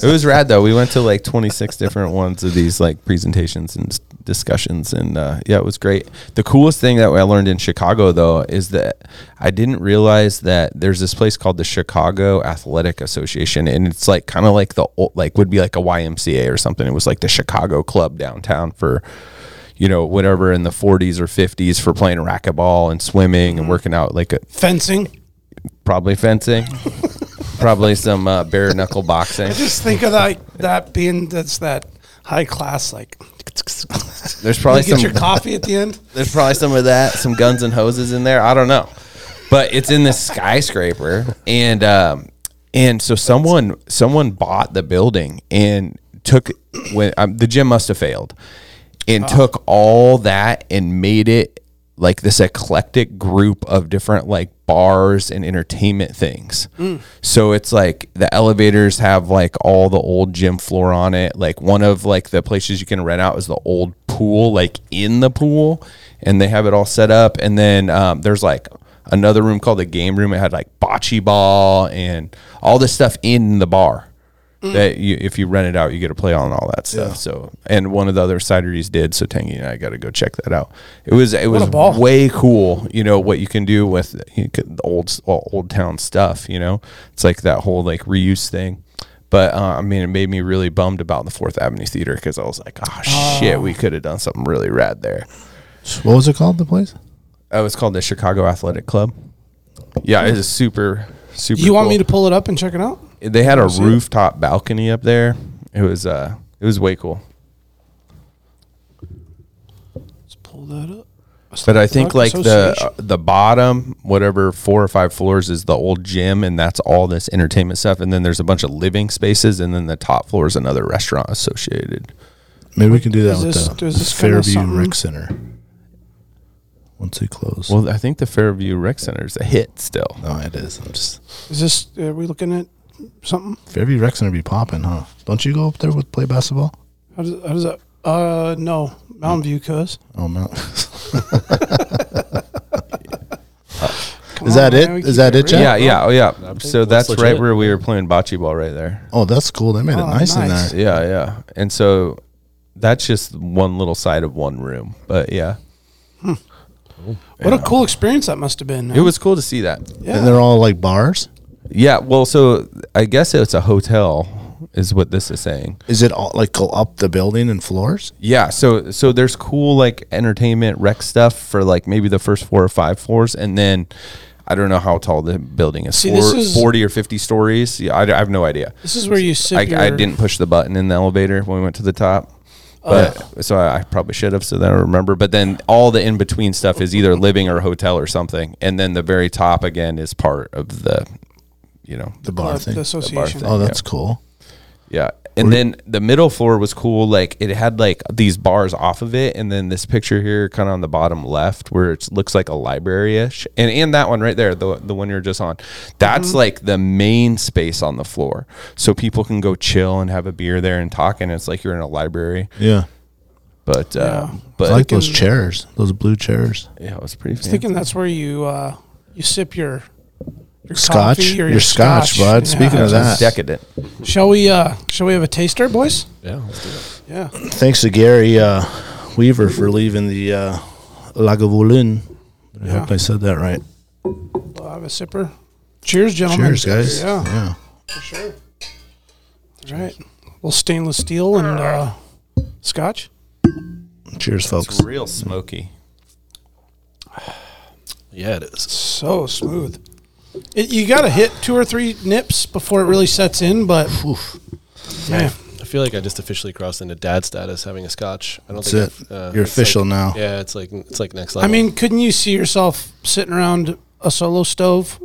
S2: it was rad though. We went to like 26 different ones of these like presentations and s- discussions, and uh, yeah, it was great. The coolest thing that I learned in Chicago though is that I didn't realize that there's this place called the Chicago Athletic Association, and it's like kind of like the old, like would be like a YMCA or something. It was like the Chicago club downtown for you know whatever in the 40s or 50s for playing racquetball and swimming and working out like a,
S3: Fencing.
S2: probably fencing, probably some uh, bare knuckle boxing.
S3: Just think of like that being that's that high class like.
S2: There's probably
S3: you get
S2: some
S3: your coffee at the end.
S2: there's probably some of that, some guns and hoses in there. I don't know, but it's in this skyscraper, and um, and so someone someone bought the building and took when um, the gym must have failed, and took all that and made it like this eclectic group of different like bars and entertainment things. So it's like the elevators have like all the old gym floor on it. Like one of like the places you can rent out is the old pool, like in the pool, and they have it all set up. And then um, there's like another room called the game room. It had like bocce ball and all this stuff in the bar
S3: Mm.
S2: that you, if you rent it out, you get to play on all that stuff. So, and one of the other cideries did. So Tangy and I got to go check that out. It was it was
S3: ball.
S2: way cool. You know what you can do with you could, the old s- well, old town stuff. You know, it's like that whole like reuse thing. But uh, I mean, it made me really bummed about the Fourth Avenue Theater because I was like, oh,
S3: Ah.
S2: shit, we could have done something really rad there.
S5: What was it called? The place?
S2: Oh, it's called the Chicago Athletic Club. Yeah, it is super super.
S3: You want
S2: cool
S3: me to pull it up and check it out?
S2: they had a rooftop balcony up there. It was uh it was way cool.
S3: Let's pull that up.
S2: But I think like
S3: Stock
S2: the uh,
S3: Association.
S2: the bottom, whatever four or five floors is the old gym, and that's all this entertainment stuff. And then there's a bunch of living spaces, and then the top floor is another restaurant associated.
S1: Maybe we can do that
S3: Is
S1: with
S3: this-
S1: the
S3: is this kinda
S1: Fairview
S3: something-
S1: Rec Center. Once they close.
S2: Well, I think the Fairview Rec Center is a hit still.
S1: no, it is. I'm just
S3: Is this? Are we looking at something?
S1: Fairview Rec Center be popping, huh? Don't you go up there with play basketball?
S3: How does, how does that? Uh, no, Mountain View, cuz.
S1: Oh no. Is that it? Is that it, Jack?
S2: Yeah, yeah, oh yeah.
S4: think
S2: So
S4: that's
S2: that's right
S4: legit.
S2: where we were playing bocce ball right there.
S1: Oh, that's cool. They made it
S3: Oh,
S1: nice, in
S3: nice.
S1: there.
S2: Yeah, yeah. And so that's just one little side of one room, but yeah,
S3: What a cool experience that must have been.
S2: it was cool to see that.
S1: And they're all like bars.
S2: Yeah, well, so I guess it's a hotel, is what this is saying.
S1: Is it all like go up the building and floors?
S2: Yeah, so so there's cool like entertainment rec stuff for like maybe the first four or five floors, and then I don't know how tall the building is,
S3: See,
S2: Four-
S3: this is-
S2: forty or fifty stories. Yeah, I, I have no idea.
S3: This is where you sip
S2: I,
S3: your.
S2: I didn't push the button in the elevator when we went to the top.
S3: Oh.
S2: But so I, I probably should have, so that I remember. But then all the in between stuff is either living or hotel or something, and then the very top again is part of the, you know,
S1: The bar
S3: uh,
S1: thing.
S3: the association.
S2: thing.
S1: oh, that's cool.
S2: yeah. And then the middle floor was cool. Like it had like these bars off of it, and then this picture here, kind of on the bottom left, where it looks like a library ish, and and that one right there, the the one you're just on, that's
S3: Mm-hmm.
S2: like the main space on the floor, so people can go chill and have a beer there and talk, and it's like you're in a library.
S1: Yeah.
S2: But uh, but
S1: I like those chairs, those blue chairs.
S2: yeah, it was pretty.
S3: I was
S2: Fancy.
S3: thinking that's where you uh, you sip your. Your
S1: Scotch?
S3: coffee or
S1: Your scotch, bud. Speaking of
S2: It was
S1: that.
S2: decadent.
S3: shall we uh, shall we have a taster, boys?
S4: Yeah, let's do that.
S3: Yeah,
S1: Thanks to Gary uh, Weaver for leaving the uh, Lagavulin. I hope I said that right.
S3: we'll have a sipper. Cheers, gentlemen.
S1: Cheers, guys.
S3: Oh Yeah,
S1: yeah.
S3: for sure. All right, a little stainless steel and uh, scotch.
S1: Cheers, folks.
S2: It's real smoky.
S4: Yeah, it is.
S3: so smooth. It, you got to hit two or three nips before it really sets in, but yeah,
S4: I feel like I just officially crossed into dad status having a scotch. I don't
S1: That's
S4: think
S1: it.
S4: I've, uh,
S1: You're
S4: it's
S1: official
S4: like-
S1: now.
S4: Yeah, it's like it's like next level.
S3: I mean, couldn't you see yourself sitting around a solo stove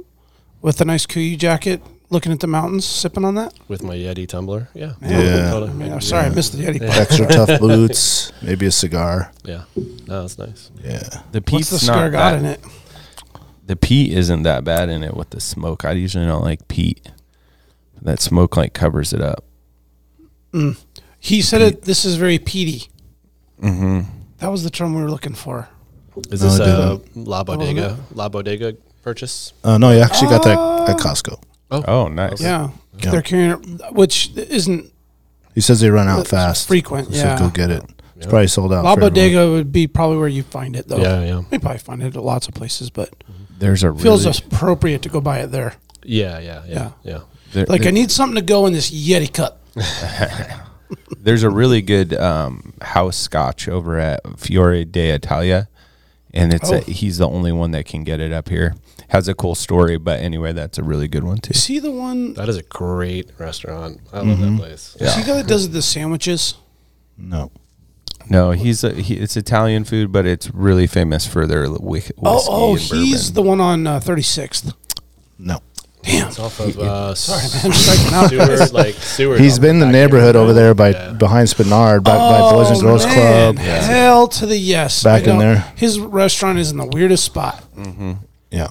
S3: with a nice kuyu jacket, looking at the mountains, sipping on that?
S4: with my Yeti tumbler. Yeah.
S1: Yeah.
S4: Totally.
S3: I mean, I'm sorry, I missed the Yeti. part.
S1: Extra tough boots, maybe a cigar.
S4: Yeah. No, that's nice.
S1: Yeah.
S2: The
S3: What's
S2: peat's
S3: the cigar
S2: not
S3: got
S2: that,
S3: in it?
S2: the peat isn't that bad in it with the smoke. I usually don't like peat. That smoke like covers it up.
S3: He said it. This is very peaty. Mm-hmm. That was the term we were looking for.
S4: Is
S1: No,
S4: this
S1: I
S4: a La
S3: wasn't
S4: Bodega? La Bodega purchase?
S1: Uh, no, you actually got
S3: Uh,
S1: that at Costco.
S2: Oh, nice.
S3: Yeah, they're carrying, it, which isn't
S1: He says they run out fast.
S3: frequent,
S1: So
S3: yeah.
S1: go get it. It's probably sold out.
S3: La
S1: for everyone.
S3: Bodega would be probably where you find it though.
S1: Oh.
S4: Yeah, yeah.
S3: You probably find it at lots of places, but
S2: There's a
S3: feels
S2: really,
S3: appropriate to go buy it there.
S4: Yeah, yeah, yeah, yeah.
S2: there-
S3: Like I need something to go in this Yeti cup.
S2: there's a really good um, house scotch over at Fiore de Italia, and it's a,
S3: Oh.
S2: he's the only one that can get it up here. Has a cool story, but anyway, that's a really good one too.
S3: Is he the one?
S4: That is a great restaurant. I love
S1: Mm-hmm.
S4: that place.
S3: Is he the guy that does the sandwiches?
S1: No.
S2: No, he's a, he, it's Italian food, but it's really famous for their whiskey.
S3: Oh, oh,
S2: and
S3: he's
S2: bourbon.
S3: the one on uh, 36th.
S1: No.
S3: Damn,
S4: It's off of uh,
S3: man, striking out.
S4: Seward, like Seward.
S1: He's
S4: off
S1: been in the
S4: back here,
S1: neighborhood over
S4: right?
S1: there by
S4: Yeah.
S1: behind Spinard, by, by Boys and
S3: Oh,
S1: Girls
S3: man.
S1: Club.
S3: Hell to the yes.
S1: Back
S3: I know.
S1: in there.
S3: His restaurant is in the weirdest spot.
S1: Yeah.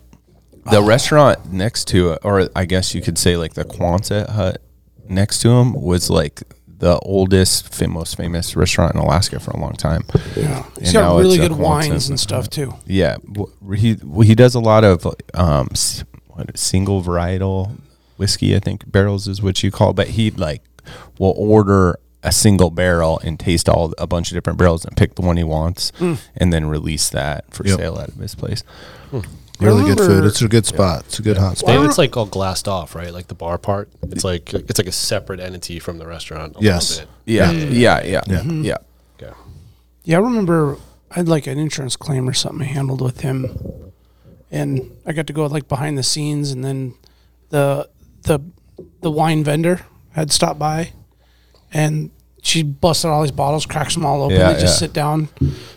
S2: The restaurant next to it, or I guess you could say like the Quonset hut next to him, was like the oldest, fam- most famous restaurant in Alaska for a long time.
S3: Yeah. He's
S2: And
S3: got
S2: now
S3: really
S2: it's a
S3: good wines
S2: Quonset.
S3: and stuff too.
S2: Yeah, wh- he well, he does a lot of um, s- what, single varietal whiskey. I think barrels is what you call, but he like will order a single barrel and taste all a bunch of different barrels and pick the one he wants,
S3: Mm.
S2: and then release that for
S1: Yep.
S2: sale out of his place.
S1: Really good food.
S3: remember-
S1: It's a good spot. It's a good hot spot.
S4: They- it's like all glassed off, right? Like the bar part. It's like it's like a separate entity from the restaurant. a little
S1: Yes.
S4: bit.
S2: Yeah,
S3: Mm.
S2: yeah, yeah, yeah.
S4: Okay.
S3: Yeah, I remember I had like an insurance claim or something I handled with him, and I got to go like behind the scenes, and then the the the wine vendor had stopped by, and she busts out all these bottles, cracks them all open.
S2: Yeah,
S3: they just
S2: yeah.
S3: sit down,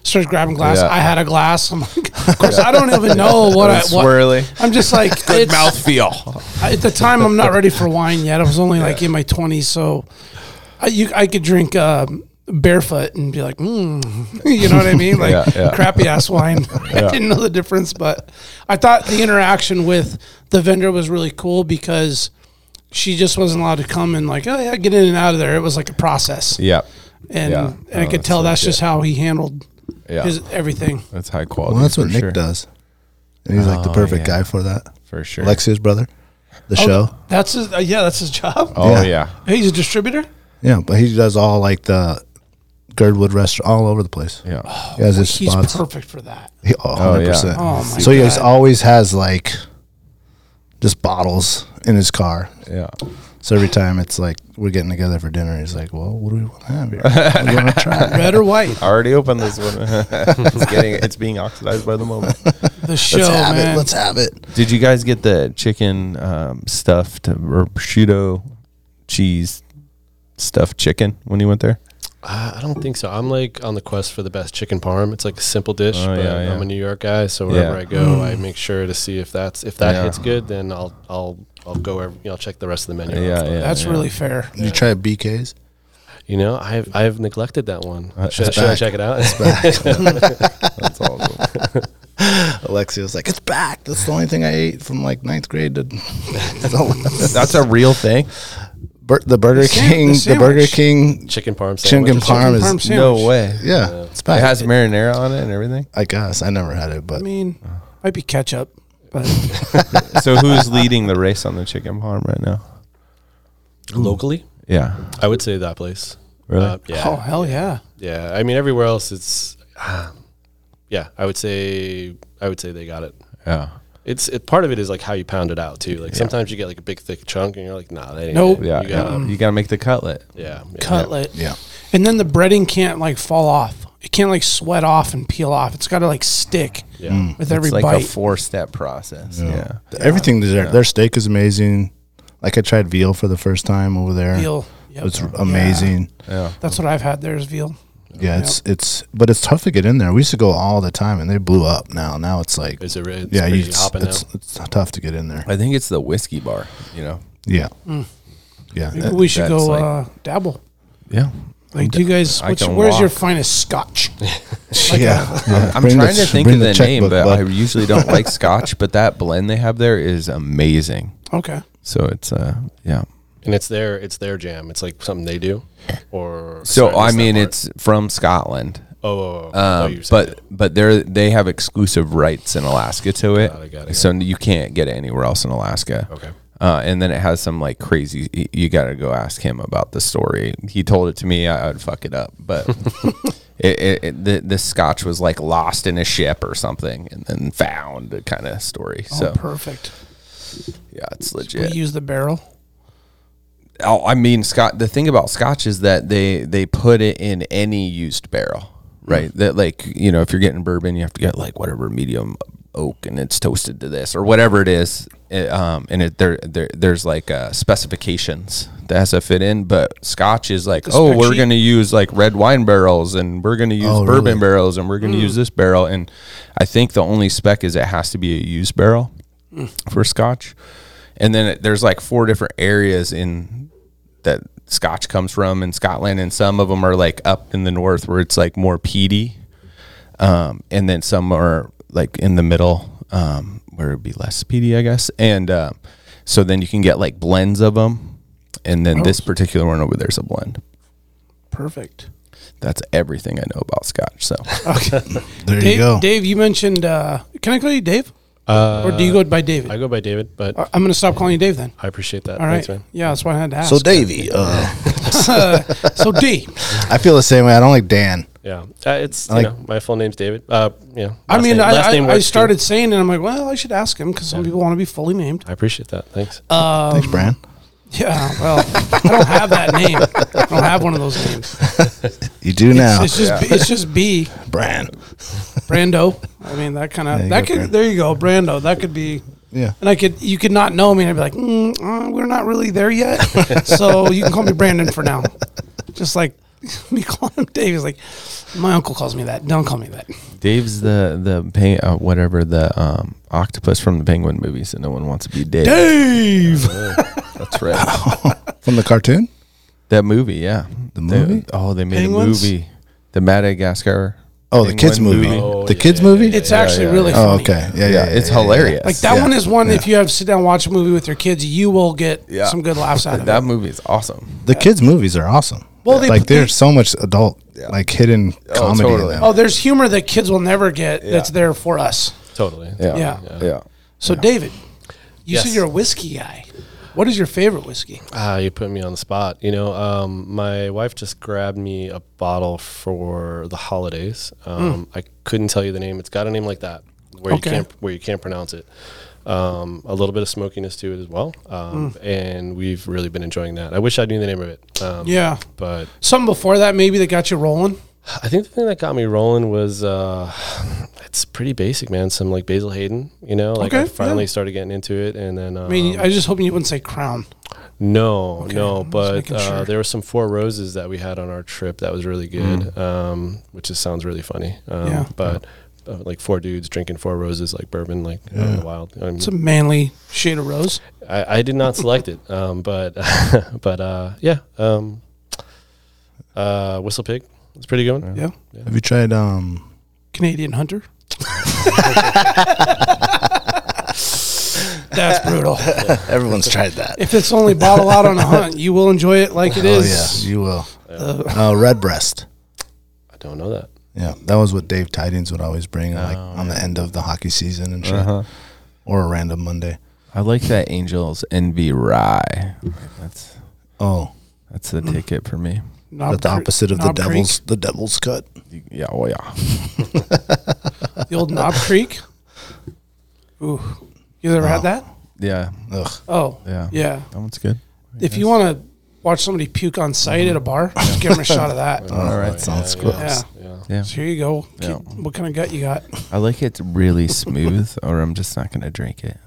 S3: starts grabbing glass.
S2: Yeah.
S3: I had a glass. I'm like, of course, I don't even know what I. What,
S2: Swirly.
S3: I'm just like it's,
S2: mouthfeel.
S3: at the time. I'm not ready for wine yet. I was only like in my 20s, so I you, I could drink um barefoot and be like, mm. you know what I mean, like
S2: Yeah, yeah.
S3: crappy ass wine. I didn't know the difference, but I thought the interaction with the vendor was really cool because she just wasn't allowed to come and like, oh yeah, get in and out of there. It was like a process
S2: Yep.
S3: and,
S2: Yeah.
S3: and I
S2: Oh,
S3: could tell that's just how he handled
S2: Yeah.
S3: his everything.
S2: That's high quality.
S1: Well, that's what
S2: for
S1: Nick
S2: sure.
S1: does. And he's like the
S2: Oh,
S1: perfect
S2: yeah.
S1: guy for that.
S2: For sure.
S1: Alexia's brother, the show.
S3: That's his, uh, yeah, that's his job.
S2: Oh,
S1: Yeah.
S2: yeah.
S3: He's a distributor.
S1: Yeah, but he does all like the Girdwood restaurant all over the place.
S2: Yeah.
S1: He has his
S3: He's
S1: spots.
S3: perfect for that.
S1: He, oh, 100%.
S3: Oh my
S1: so he
S3: god!
S1: always has like just bottles in his car.
S2: Yeah.
S1: So every time it's like we're getting together for dinner, he's like, "Well, what do we want to have here? What do you want to try?"
S3: Red or white,
S2: I already opened this one. it's getting it's being oxidized by the moment.
S3: the show,
S1: Let's have
S3: man.
S1: it. Let's have it.
S2: Did you guys get the chicken um, stuffed or prosciutto cheese stuffed chicken when you went there?
S4: I I don't think so. I'm like on the quest for the best chicken parm. It's like a simple dish,
S2: Oh,
S4: but
S2: yeah, yeah.
S4: I'm a New York guy, so wherever
S2: Yeah.
S4: I go, I make sure to see if that's if that
S2: Yeah.
S4: hits good, then I'll I'll I'll go where, you know, check the rest of the menu.
S2: Yeah, yeah.
S3: that's
S2: yeah.
S3: really fair.
S1: You try BK's?
S4: You know, I've I've neglected that one. should
S1: Uh, it's
S4: should I
S1: back.
S4: check it out?
S2: That's awesome.
S1: Alexia was like, "It's back. That's the only thing I ate from like ninth grade to
S2: That's a real thing.
S1: Bur- the Burger
S3: sam- the
S1: King. The, Burger
S3: sandwich.
S1: King
S4: chicken parm.
S1: chicken
S4: sandwich.
S1: parm is
S3: Parm sandwich.
S2: No way.
S1: yeah, it's back.
S2: It has marinara on it and everything.
S1: I guess I never had it, but
S3: I mean, might be ketchup, but
S2: So who's leading the race on the chicken parm right now?
S4: locally.
S2: Yeah.
S4: I would say that place.
S2: Really?
S4: Uh, yeah.
S3: oh hell yeah!
S4: Yeah, I mean everywhere else it's ah, yeah, I would say I would say they got it.
S2: yeah.
S4: It's it, part of it is like how you pound it out too. Like sometimes you get like a big thick chunk and you're like, nah, that ain't
S3: Nope.
S4: it.
S2: Yeah.
S4: you
S2: You
S4: got
S2: gotta, you gotta make the cutlet.
S4: yeah, yeah.
S3: Cutlet,
S1: yeah,
S3: and then the breading can't like fall off. It can't like sweat off and peel off. It's got to like stick
S4: Yeah.
S1: Mm.
S3: with every
S2: it's like a
S3: bite.
S2: four step process. Yeah.
S1: everything there. Their steak is amazing. Like I tried veal for the first time over there.
S3: veal. Yep.
S1: It's amazing.
S2: Yeah.
S3: That's what I've had. There's veal.
S1: Yeah, it's it's but it's tough to get in there. We used to go all the time, and they blew up. Now, now it's like
S4: Is it re- it's
S1: yeah, you,
S4: pretty
S1: it's,
S4: hopping
S1: it's,
S4: out.
S1: it's tough to get in there.
S2: I think it's the whiskey bar, you know?
S1: Yeah, yeah.
S3: Maybe we should go
S2: that's like-
S3: uh, dabble.
S2: Yeah.
S3: Like, do you guys?
S2: I
S3: What's,
S2: can
S3: where's your
S2: walk.
S3: finest scotch?
S1: yeah. yeah.
S2: I'm
S1: Bring the-
S2: trying to think
S1: bring
S2: of the, name,
S1: checkbook,
S2: but
S1: bud.
S2: I usually don't like scotch, but that blend they have there is amazing.
S3: Okay.
S2: So it's uh yeah.
S4: And it's their it's their jam. It's like something they do. Or
S2: So
S4: sorry,
S2: I
S4: missed that
S2: mean
S4: part.
S2: it's from Scotland.
S4: oh, oh, oh, I thought
S2: Um,
S4: you said
S2: but
S4: it.
S2: but they they have exclusive rights in Alaska to it,
S4: Got it, got it,
S2: so you can't get it anywhere else in Alaska.
S4: Okay.
S2: Uh, and then it has some like crazy. y- You got to go ask him about the story. He told it to me. I, I'd fuck it up, but it, it, it, the the Scotch was like lost in a ship or something, and then found kind of story.
S3: Oh,
S2: so
S3: perfect.
S2: yeah, it's
S3: We
S2: legit.
S3: use the barrel.
S2: Oh, I mean, Scott. The thing about Scotch is that they they put it in any used barrel, right? That like you know, if you're getting bourbon, you have to get like whatever medium oak, and it's toasted to this or whatever it is. It, um, and it there there there's like uh, specifications that has to fit in. But Scotch is like, oh,
S3: spec
S2: we're
S3: sheet?
S2: gonna use like red wine barrels, and we're gonna use
S1: Oh,
S2: bourbon
S1: really?
S2: barrels, and we're gonna use this barrel. And I think the only spec is it has to be a used barrel for Scotch. And then it, there's like four different areas in that Scotch comes from in Scotland, and some of them are like up in the north where it's like more peaty, um, and then some are like in the middle um, where it'd be less peaty, I guess. And um, so then you can get like blends of them, and then this particular one over there's a blend.
S3: Perfect.
S2: That's everything I know about Scotch. So
S1: There
S3: Dave,
S1: you go.
S3: Dave, you mentioned. Uh, can I call you Dave,
S4: Uh,
S3: or do you go by David?
S4: I go by David, but
S3: I- I'm gonna stop calling you Dave then.
S4: I appreciate that.
S3: All right.
S4: Thanks, man.
S3: yeah, that's why I had to ask.
S1: so Davey, uh,
S3: so D.
S1: I feel the same way. I don't like Dan.
S4: Yeah. Uh, it's
S1: like-
S4: you know, my full name's David. Uh yeah.
S3: I
S4: last
S3: mean,
S4: name-
S3: I,
S4: last
S3: I,
S4: name
S3: I
S4: works, too.
S3: started saying, and I'm like, well, I should ask him because some people want to be fully named.
S4: I appreciate that. Thanks.
S3: Uh,
S1: Thanks, Bran.
S3: Yeah. Well, I don't have that name. I don't have one of those names.
S1: You do now,
S3: It's just it's just B.
S1: Bran.
S3: Brando. I mean, that kind
S1: There
S3: of
S1: you
S3: that
S1: go,
S3: could
S1: Brando.
S3: there you go, Brando. That could be.
S1: Yeah.
S3: And I could, you could not know me, and I'd be like, mm, uh, we're not really there yet. so you can call me Brandon for now. Just like me calling him Dave. He's like, my uncle calls me that. Don't call me that.
S2: Dave's the the peng- uh, whatever the um, octopus from the Penguin movies, so no one wants to be Dave.
S3: Dave.
S2: That's right.
S1: From the cartoon?
S2: that movie, yeah. The
S1: movie?
S2: oh, they made
S3: Penguins?
S2: a movie. The Madagascar.
S1: Oh, the kids
S2: Penguin
S1: movie.
S4: Oh,
S1: the
S4: yeah,
S1: kids
S4: yeah,
S1: movie?
S3: It's actually
S2: yeah.
S3: really
S1: oh,
S3: funny.
S1: okay. Yeah, yeah.
S2: Yeah,
S1: yeah,
S2: it's
S1: yeah, yeah.
S2: hilarious.
S3: Like that
S2: Yeah.
S3: one is one. If you have sit down and watch a movie with your kids, you will get
S2: Yeah.
S3: some good laughs out of
S2: That
S3: it.
S2: movie is awesome.
S1: The kids movies are awesome.
S3: Well, they-
S1: like there's so much adult like hidden comedy in
S2: totally.
S1: them.
S3: Oh, there's humor that kids will never get. That's there for us.
S4: Totally.
S2: Yeah,
S3: Yeah.
S2: yeah.
S3: So, David, you
S4: Yes.
S3: said you're a whiskey guy. What is your favorite whiskey?
S4: Ah, you put me on the spot. You know, um, my wife just grabbed me a bottle for the holidays. Um, I couldn't tell you the name. It's got a name like that where
S3: Hmm. Okay.
S4: you can't where you can't pronounce it. Um, a little bit of smokiness to it as well, um,
S3: Hmm.
S4: and we've really been enjoying that. I wish I knew the name of it. Um,
S3: Yeah.
S4: but
S3: Something before that, maybe that got you rolling.
S4: I think the thing that got me rolling was uh, it's pretty basic, man. Some like Basil Hayden, you know, like I
S3: Okay,
S4: finally
S3: yeah.
S4: started getting into it, and then um,
S3: I mean, I was just hoping you wouldn't say Crown.
S4: No, no,
S3: just
S4: but
S3: making
S4: uh,
S3: sure.
S4: there were some four roses that we had on our trip that was really good, um, which just sounds really funny. Um,
S3: Mm. Yeah.
S4: But uh, like four dudes drinking four roses, like bourbon, like out in the wild. I, mean,
S3: It's a manly shade of rose.
S4: I, I did not select it, um, but but uh, yeah, um, uh, whistle pig. It's a pretty good one.
S3: Yeah.
S1: Have you tried um
S3: Canadian Hunter. That's brutal.
S1: everyone's tried that.
S3: If it's only bottle out on a hunt, you will enjoy it like it
S1: Oh
S3: is.
S1: yeah, you will. Uh, Redbreast.
S4: I don't know that.
S1: Yeah, that was what Dave Tidings would always bring,
S3: Oh,
S1: like on the end of the hockey season and shit,
S3: Uh-huh.
S1: or a random Monday.
S2: I like that Angels Envy Rye. That's
S1: Oh,
S2: that's the ticket for me.
S3: Knob
S1: that's the
S3: Cre-
S1: opposite of the
S3: Knob Creek,
S1: Devils. The Devils cut.
S2: Yeah, well, yeah.
S3: The old Knob Creek. Ooh, you ever had that?
S2: Yeah,
S1: Ugh.
S3: Oh,
S2: yeah.
S3: yeah.
S2: That one's good.
S3: If you want to watch somebody puke on site at a bar, just give them a shot of that.
S1: All right, sounds gross.
S3: Yeah.
S4: Yeah.
S2: Yeah.
S3: So here you go.
S2: Yeah.
S3: Keep- What kind of gut you got?
S2: I like it really smooth, or I'm just not going to drink it.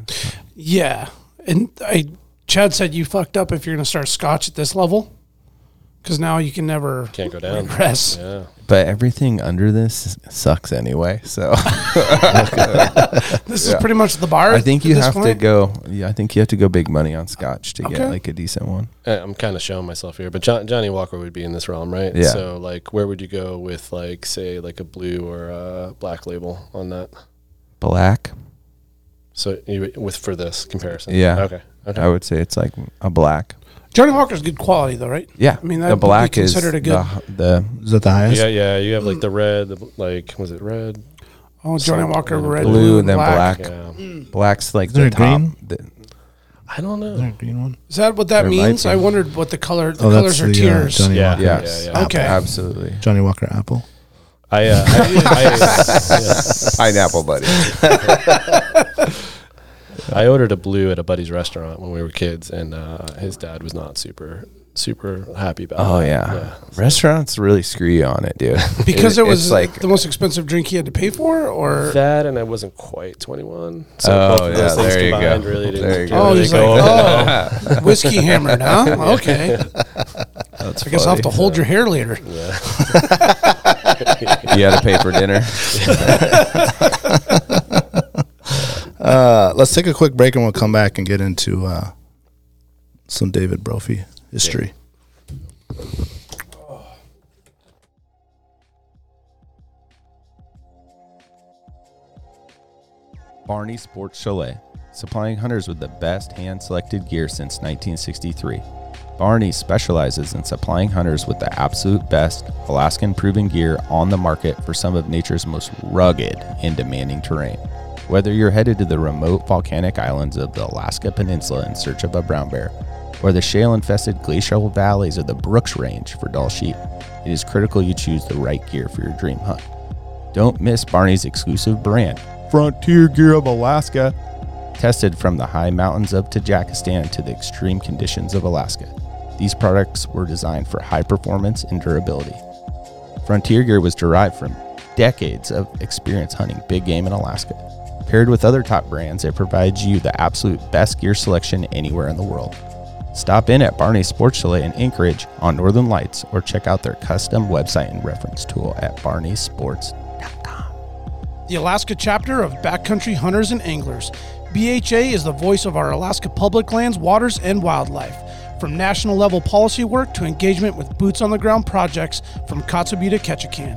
S3: Yeah. And I, Chad said you fucked up if you're going to start scotch at this level because now you can never
S4: Can't go down.
S3: regress.
S4: Yeah.
S2: But everything under this sucks anyway. So
S3: This is pretty much the bar.
S2: I think
S3: at
S2: you
S3: this
S2: have to
S3: point.
S2: go. Yeah, I think you have to go big money on scotch to
S3: Okay.
S2: get like a decent one.
S4: Eh, I'm kind of showing myself here, but John, Johnny Walker would be in this realm, right?
S2: Yeah.
S4: So, like, where would you go with, like, say, like a blue or a black label on that?
S2: Black.
S4: So, you, with for this comparison,
S2: Yeah. Uh,
S4: Okay. Okay.
S2: I would say it's like a black.
S3: Johnny Walker's good quality, though, right?
S2: Yeah,
S3: I mean, that
S2: the
S3: would be
S2: black is
S3: considered a good-
S2: the, the
S1: Is that the highest?
S4: yeah, yeah. You have like the red, the, bl- like was it red?
S3: Oh, Johnny
S4: Some-
S3: Walker,
S4: and
S3: red,
S2: blue, and then black.
S4: Yeah.
S2: Black's like
S1: Is there
S2: the
S1: a
S2: top.
S1: green?
S2: The-
S4: I don't
S1: Is there
S4: know.
S1: a green one?
S3: Is that what that
S2: There might
S3: means?
S2: be.
S3: I wondered what the color. The
S1: Oh, that's
S3: colors are
S1: the uh,
S3: tears.
S1: Johnny,
S4: Yeah.
S1: Walker.
S2: yeah.
S4: yeah,
S2: ab-
S3: Okay.
S2: Absolutely.
S1: Johnny Walker apple.
S4: I, uh, I, I,
S2: Pineapple, buddy.
S4: yeah. I ordered a blue at a buddy's restaurant when we were kids, and uh, his dad was not super super happy about.
S2: Oh
S4: it.
S2: yeah. Restaurants really screw you on it, dude.
S3: Because it, was
S2: it's
S3: like
S2: like
S3: the most expensive drink he had to pay for, or
S4: That and I wasn't quite 21. So
S2: Oh,
S4: both of
S2: yeah,
S4: those things
S2: there you go.
S4: combined really didn't
S2: There you go.
S3: oh,
S4: really
S3: he's like,
S4: go over
S3: oh, whiskey hammered, huh? Okay, I guess I'll have to hold your hair later.
S2: you had to pay for dinner.
S1: Uh, let's take a quick break and we'll come back and get into uh, some David Brophy history.
S2: Barney Sports Chalet, supplying hunters with the best hand selected gear since 1963. Barney specializes in supplying hunters with the absolute best Alaskan proven gear on the market for some of nature's most rugged and demanding terrain. Whether you're headed to the remote volcanic islands of the Alaska Peninsula in search of a brown bear, or the shale infested glacial valleys of the Brooks Range for dull sheep, it is critical you choose the right gear for your dream hunt. Don't miss Barney's exclusive brand, Frontier Gear of Alaska, tested from the high mountains of Tajikistan to the extreme conditions of Alaska. These products were designed for high performance and durability. Frontier Gear was derived from decades of experience hunting big game in Alaska. Paired with other top brands, it provides you the absolute best gear selection anywhere in the world.
S6: Stop in at Barney's Sports Chalet in Anchorage on Northern Lights or check out their custom website and reference tool at barneysports.com.
S3: the Alaska chapter of Backcountry Hunters and Anglers. BHA is the voice of our Alaska public lands, waters, and wildlife. From national level policy work to engagement with boots on the ground projects from Kotzebue to Ketchikan,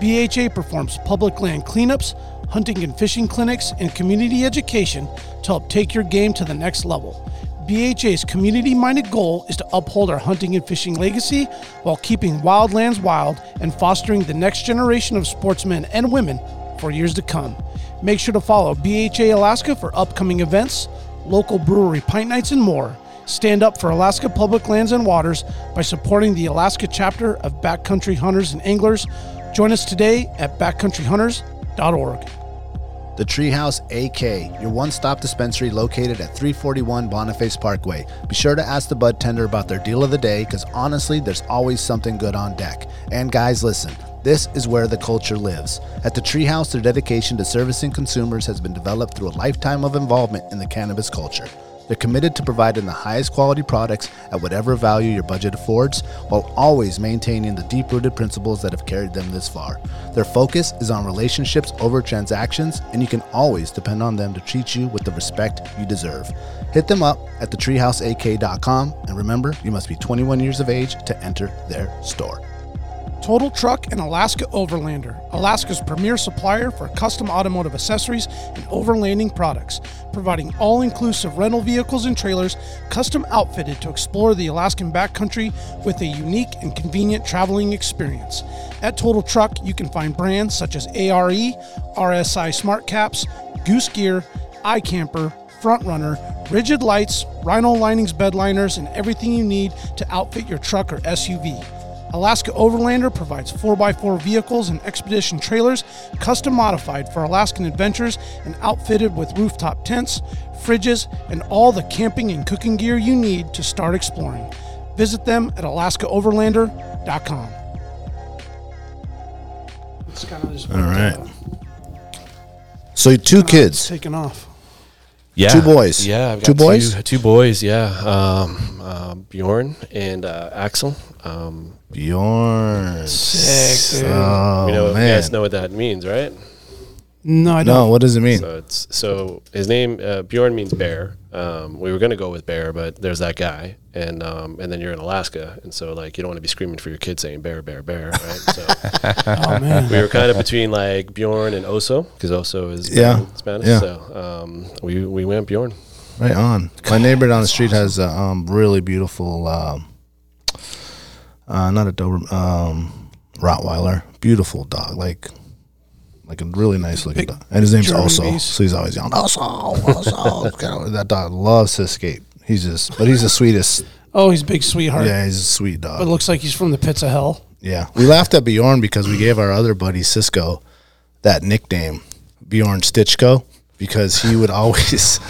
S3: BHA performs public land cleanups, hunting and fishing clinics, and community education to help take your game to the next level. BHA's community minded goal is to uphold our hunting and fishing legacy while keeping wildlands wild and fostering the next generation of sportsmen and women for years to come. Make sure to follow BHA Alaska for upcoming events, local brewery pint nights, and more. Stand up for Alaska public lands and waters by supporting the Alaska chapter of Backcountry Hunters and Anglers. Join us today at backcountryhunters.org.
S5: The Treehouse AK, your one stop dispensary located at 341 Boniface Parkway. Be sure to ask the bud tender about their deal of the day because honestly, there's always something good on deck. And guys, listen. This is where the culture lives. At the Treehouse, their dedication to servicing consumers has been developed through a lifetime of involvement in the cannabis culture. They're committed to providing the highest quality products at whatever value your budget affords, while always maintaining the deep rooted principles that have carried them this far. Their focus is on relationships over transactions, and you can always depend on them to treat you with the respect you deserve. Hit them up at thetreehouseak.com, and remember, you must be 21 years of age to enter their store.
S3: Total Truck and Alaska Overlander, Alaska's premier supplier for custom automotive accessories and overlanding products, providing all inclusive rental vehicles and trailers custom outfitted to explore the Alaskan backcountry with a unique and convenient traveling experience. At Total Truck, you can find brands such as E, ARE, RSI Smart Caps, Goose Gear, iCamper, front runner, rigid lights, rhino linings, bed liners, and everything you need to outfit your truck or SUV. Alaska Overlander provides 4x4 vehicles and expedition trailers custom modified for Alaskan adventures and outfitted with rooftop tents, fridges, and all the camping and cooking gear you need to start exploring. Visit them at alaskaoverlander.com. It's kind of just all
S1: right.
S5: So, two kids,
S3: taking off.
S4: Yeah.
S5: two boys,
S4: Yeah, I've got
S5: two boys.
S4: Two, boys. Yeah, um, uh, Bjorn and uh, Axel. Um,
S1: Bjorn.
S3: Sick, dude.
S1: Oh
S4: you know, you
S1: man.
S4: guys know what that means, right?
S3: No, I don't.
S1: No, what does it mean?
S4: So it's so his name uh, Bjorn means bear. Um, we were gonna go with bear, but there's that guy, and um, and then you're in Alaska, and so like you don't want to be screaming for your kid saying bear, bear, bear, right? So
S3: Oh, man.
S4: we were kind of between like Bjorn and Oso because Oso is
S1: Yeah,
S4: in Spanish.
S1: yeah.
S4: So um, we we went Bjorn.
S1: Right on. My neighbor down the street has a um, really beautiful, um, uh, not a Dober, um, Rottweiler. Beautiful dog, like like a really nice looking dog. And his name's
S3: German
S1: Oso,
S3: beast.
S1: so he's always yelling Oso, Oso. God, that dog loves to escape. He's just, but he's the sweetest.
S3: Oh, he's a big sweetheart.
S1: Yeah, he's a sweet
S3: But
S1: dog.
S3: looks like he's from the pits of hell.
S1: Yeah, we laughed at Bjorn because we gave our other buddy Cisco that nickname, Bjorn Stitchko, because he would always,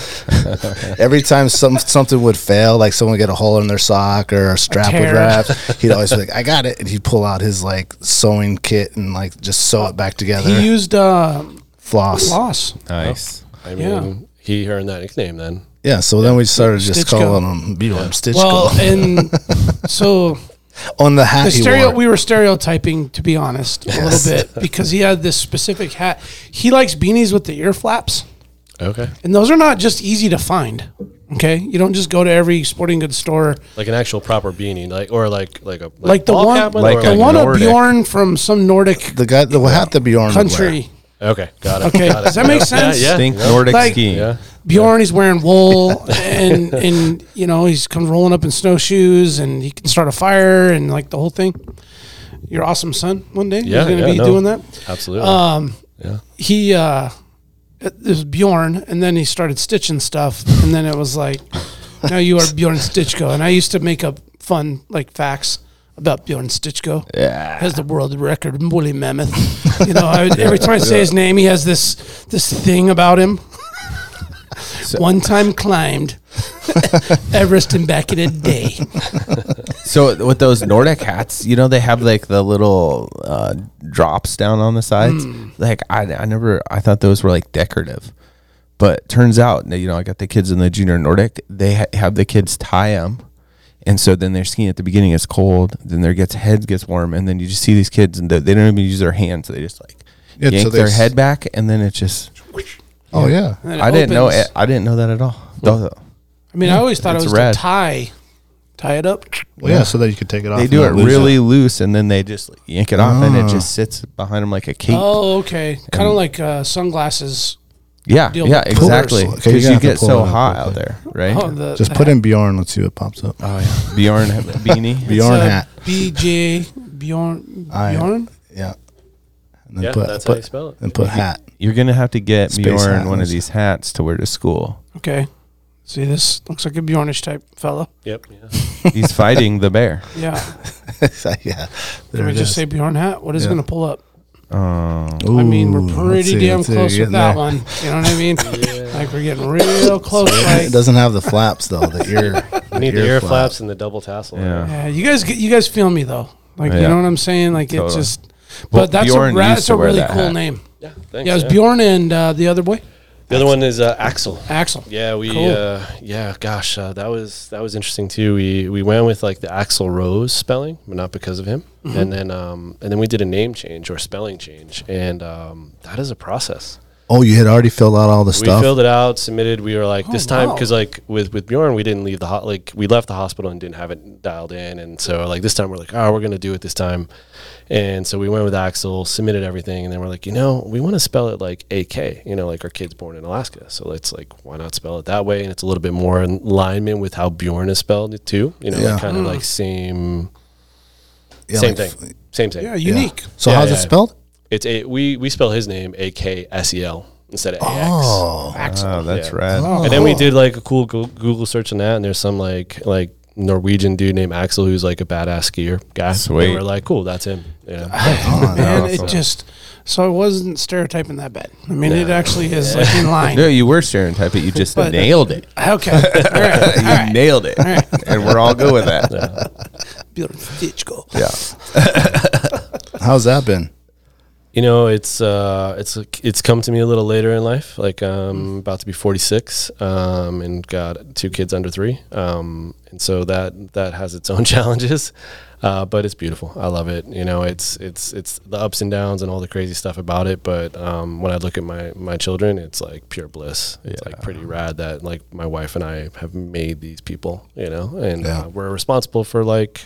S1: every time some something would fail, like someone get a hole in their sock or a strap would
S3: tear.
S1: wrap, he'd always be like, "I got it," and he'd pull out his like sewing kit and like just sew it back together.
S3: He used uh,
S1: floss.
S3: floss.
S6: Nice.
S4: I
S3: Yeah.
S4: mean, he earned that nickname then.
S1: Yeah, so then we started just
S3: Stitchko.
S1: calling him Bjorn Stitchko
S3: Well, and so
S1: on the hat
S3: the
S1: he
S3: stereo
S1: wore.
S3: we were stereotyping to be honest a little bit because he had this specific hat. He likes beanies with the ear flaps,
S4: Okay,
S3: and those are not just easy to find. Okay, you don't just go to every sporting goods store
S4: like an actual proper beanie, like or like like a like,
S3: like the
S4: ball
S3: one,
S4: cap
S3: like
S4: or
S3: the
S4: like-
S3: one
S6: Nordic.
S3: of Bjorn from some Nordic
S1: the guy, the hat that Bjorn would wear.
S3: country.
S4: Okay, got it.
S3: Okay,
S4: got it.
S3: does that make sense?
S4: Yeah,
S6: Think Nordic
S3: Like-
S6: skiing.
S4: yeah.
S3: Bjorn, he's wearing wool, and and you know he's comes rolling up in snowshoes, and he can start a fire, and like the whole thing. Your awesome son, one day,
S4: Yeah,
S3: he's going to
S4: yeah,
S3: be
S4: no.
S3: doing that.
S4: Absolutely.
S3: Uh, He uh, it was Bjorn, and then he started stitching stuff, and then it was like, now you are Bjorn Stitchko, and I used to make up fun like facts about Bjorn Stitchko. Yeah, has the world record woolly mammoth. you know, I, would- every time I say his name, he has this this thing about him. One time climbed Everest and back in a day.
S6: So with those Nordic hats, you know they have like the little uh, drops down on the sides. Like I, I never, I thought those were like decorative, but turns out you know I got the kids in the junior Nordic. They ha- have the kids tie them
S2: And so then they're skiing at the beginning, it's cold. Then their gets head gets warm, and then you just see these kids, and they they don't even use their hands. They just like
S1: Yeah, so
S2: yank
S1: they
S2: their
S1: s-
S2: head back, and then it just.
S1: Oh yeah.
S3: And then it
S2: I didn't know.
S3: opens.
S2: It, I didn't know that at all. Though-
S3: I mean, I always thought it
S2: It's
S3: was
S2: rad.
S3: to tie, tie it up.
S1: Well, yeah, so that you could take it off.
S2: They
S1: and
S2: do it
S1: not lose
S2: really loose, and then they just like, yank it off, and
S1: Ah.
S2: it just sits behind them like a cape.
S3: Oh, okay. Kind of like uh, sunglasses.
S2: yeah,
S3: deal
S2: yeah,
S3: with pullers.
S2: exactly.
S1: Okay, you're
S2: Because
S1: gonna
S2: you
S1: have to
S2: get
S1: pull it
S2: so
S1: up
S2: hot
S1: real
S2: out there, right?
S3: Oh, the,
S1: Just put in Bjorn. Let's see what pops up.
S2: Oh yeah, Bjorn had a beanie.
S1: Bjorn
S3: uh,
S1: hat.
S3: BJ Bjorn
S1: I-
S3: Bjorn.
S1: Yeah. And then
S4: Yeah,
S1: put,
S4: that's
S1: put,
S4: how you spell it.
S1: And put hat.
S2: You're gonna have to get
S1: Space
S2: Bjorn
S1: hat
S2: one of
S1: was-
S2: these hats to wear to school.
S3: Okay. See, this looks like a Bjornish type fella.
S4: Yep. Yeah.
S2: He's fighting the bear.
S3: Yeah.
S1: yeah. There
S3: Can we
S1: it
S3: just
S1: is.
S3: say Bjorn hat? What is
S1: Yeah.
S3: going to pull up?
S2: Oh,
S1: Ooh,
S3: I mean, we're
S1: let's
S3: pretty
S1: see,
S3: damn
S1: let's see,
S3: close
S1: you're getting
S3: with that
S1: there.
S3: one. You know what I mean? Like we're getting real close.
S1: It
S3: like,
S1: doesn't have the flaps though. The ear.
S4: You need the ear flaps and the double tassel.
S2: yeah.
S3: yeah, you guys, get, you guys feel me though. Like you
S2: Yeah.
S3: know what I'm saying? Like it's
S2: Totally.
S3: just. But
S2: Well,
S3: that's
S2: Bjorn
S3: a ra-
S2: used
S3: that's
S2: to
S3: a
S2: wear
S3: really
S2: that
S3: cool
S2: hat.
S3: name.
S4: Yeah. Thanks.
S3: Yeah, it was Bjorn and uh, the other boy,
S4: The other one is uh, Axel.
S3: Axel.
S4: Yeah, we
S3: Cool.
S4: uh, yeah, gosh, uh, that was that was interesting too. We we went with like the Axel Rose spelling, but not because of him.
S3: Mm-hmm.
S4: And then um, and then we did a name change or spelling change, and um, that is a process.
S1: Oh, you had already filled out all the
S4: We
S1: stuff.
S4: filled it out, submitted. We were like this
S3: Oh,
S4: time
S3: wow.
S4: because like with with Bjorn, we didn't leave the hot like we left the hospital and didn't have it dialed in, and so like this time we're like, oh, we're gonna do it this time, and so we went with Axel, submitted everything, and then we're like, you know, we want to spell it like AK, you know, like our kids born in Alaska, so it's like why not spell it that way, and it's a little bit more in alignment with how Bjorn is spelled too, you know,
S1: Yeah.
S4: like kind of like same
S1: Yeah,
S4: same
S1: like-
S4: thing, same thing.
S3: Yeah,
S1: yeah.
S3: unique.
S1: So
S4: Yeah,
S1: how's
S4: yeah.
S1: it spelled?
S4: It's a we we spell his name A K S E L instead of A X.
S1: Oh,
S2: Oh, that's
S4: Yeah.
S2: rad.
S1: Oh.
S4: And then we did like a cool Goo- Google search on that, and there's some like like Norwegian dude named Axel who's like a badass skier guy.
S2: Sweet.
S4: And we're like, cool, that's him. Yeah.
S1: Oh,
S3: Man,
S2: Awesome.
S3: it just so it wasn't stereotyping that bad. I mean, it actually is like in line.
S2: No, you were stereotyping. You just
S3: But-
S2: nailed it.
S3: Okay, all right, all
S2: You
S3: right.
S2: nailed it, and we're all good with that.
S3: Bjorn Ditchko.
S2: Yeah,
S1: how's that been?
S4: You know, it's uh, it's it's come to me a little later in life. Like I'm about to be 46, um, and got two kids under three, um, and so that that has its own challenges, uh, but it's beautiful. I love it. You know, it's it's it's the ups and downs and all the crazy stuff about it. But um, when I look at my my children, it's like pure bliss. It's like pretty rad that like my wife and I have made these people. You know, and uh, we're responsible for like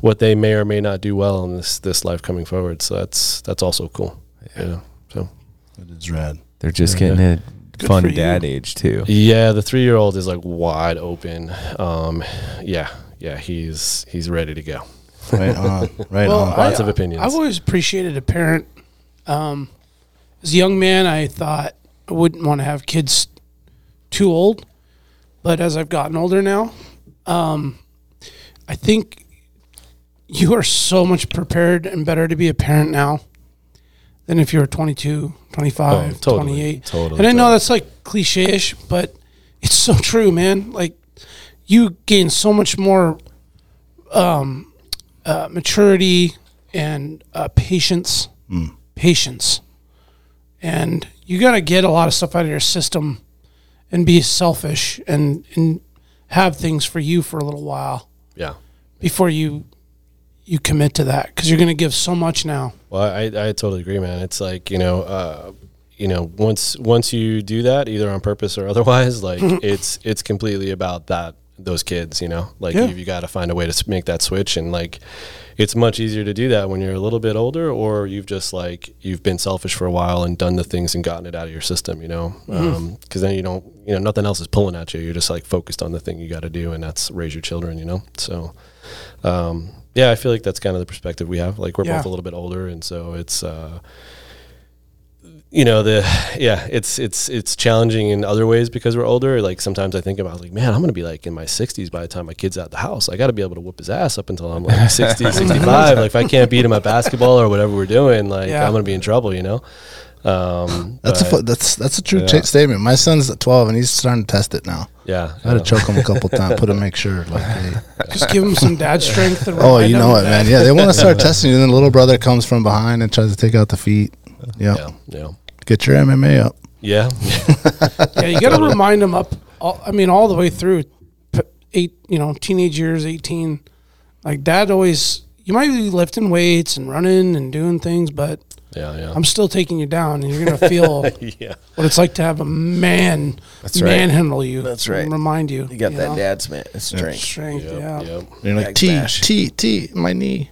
S4: what they may or may not do well in this this life coming forward. So that's that's also cool. Yeah. So
S1: It's red.
S2: they're just getting a fun
S3: for you.
S2: dad age too.
S4: yeah, the three year old is like wide open. Um, yeah, yeah, he's he's ready to go.
S1: Right on. Right
S3: Well,
S1: on.
S3: I-
S4: Lots of opinions.
S3: I've always appreciated a parent. Um, as a young man, I thought I wouldn't want to have kids too old, but as I've gotten older now, um, I think you are so much prepared and better to be a parent now than if you were 22, 25,
S4: Oh, totally,
S3: 28.
S4: totally,
S3: and I know
S4: totally.
S3: that's like cliche-ish, but it's so true, man. Like you gain so much more uh, maturity and uh, patience.
S4: Hmm.
S3: Patience. And you got to get a lot of stuff out of your system and be selfish and, and have things for you for a little while
S4: yeah.
S3: before you you commit to that because you're going to give so much now.
S4: Well, I, I totally agree, man. It's like you know, uh, you know, once once you do that, either on purpose or otherwise, like it's it's completely about that those kids. You know, like
S3: Yeah.
S4: you, you got to find a way to s- make that switch, and like it's much easier to do that when you're a little bit older, or you've just like you've been selfish for a while and done the things and gotten it out of your system. You know, because
S3: Mm-hmm.
S4: then you don't, you know, nothing else is pulling at you. You're just like focused on the thing you got to do, and that's raise your children. You know, so um, yeah, I feel like that's kind of the perspective we have. Like we're
S3: Yeah.
S4: both a little bit older, and so it's uh, you know the yeah, it's it's it's challenging in other ways because we're older. Like sometimes I think about like, man, I'm gonna be like in my 60s by the time my kid's out the house. I got to be able to whoop his ass up until I'm like 60, 65. Like if I can't beat him at basketball or whatever we're doing, like
S3: Yeah.
S4: I'm gonna be in trouble. You know. Um,
S1: That's a
S4: but,
S1: fu- that's that's a true cha- statement. My son's 12 and he's starting to test it now.
S4: yeah.
S1: I had to
S4: yeah.
S1: choke him a couple times, put to make sure. Like, hey.
S3: Just give them some dad strength. and
S1: oh,
S3: remind
S1: you know
S3: them
S1: it,
S3: that-
S1: man. Yeah, they want to start testing you. And then the little brother comes from behind and tries to take out the feet. Yeah,
S4: yeah, yeah,
S1: get your MMA up.
S4: yeah,
S3: Yeah, you got to remind them up. All, I mean, all the way through. P- eight, you know, teenage years, 18, like dad always, you might be lifting weights and running and doing things, but
S4: Yeah, yeah.
S3: I'm still taking you down and you're going to feel
S4: yeah.
S3: what it's like to have a man
S2: That's right.
S3: manhandle you.
S2: That's right.
S3: and Remind you.
S2: You got that
S3: know?
S2: dad's man strength.
S3: Strength,
S4: Yep,
S3: yeah.
S4: yep.
S1: And you're like,
S2: Back
S1: T,
S2: bash.
S1: T, T, my knee.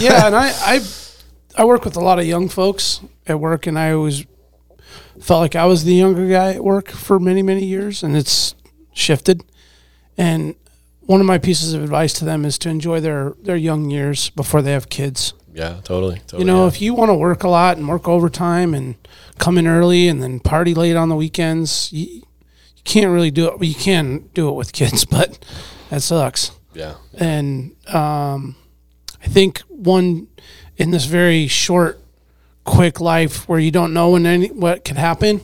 S3: yeah, and I, I I work with a lot of young folks at work, and I always felt like I was the younger guy at work for many many years, and it's shifted. And one of my pieces of advice to them is to enjoy their their young years before they have kids.
S4: Yeah, totally. totally
S3: You know,
S4: Oh, yeah.
S3: if you want to work a lot and work overtime and come in early and then party late on the weekends, you, you can't really do it. Well, You can do it with kids, but that sucks
S4: yeah.
S3: and um, I think one in this very short, quick life where you don't know when any what could happen,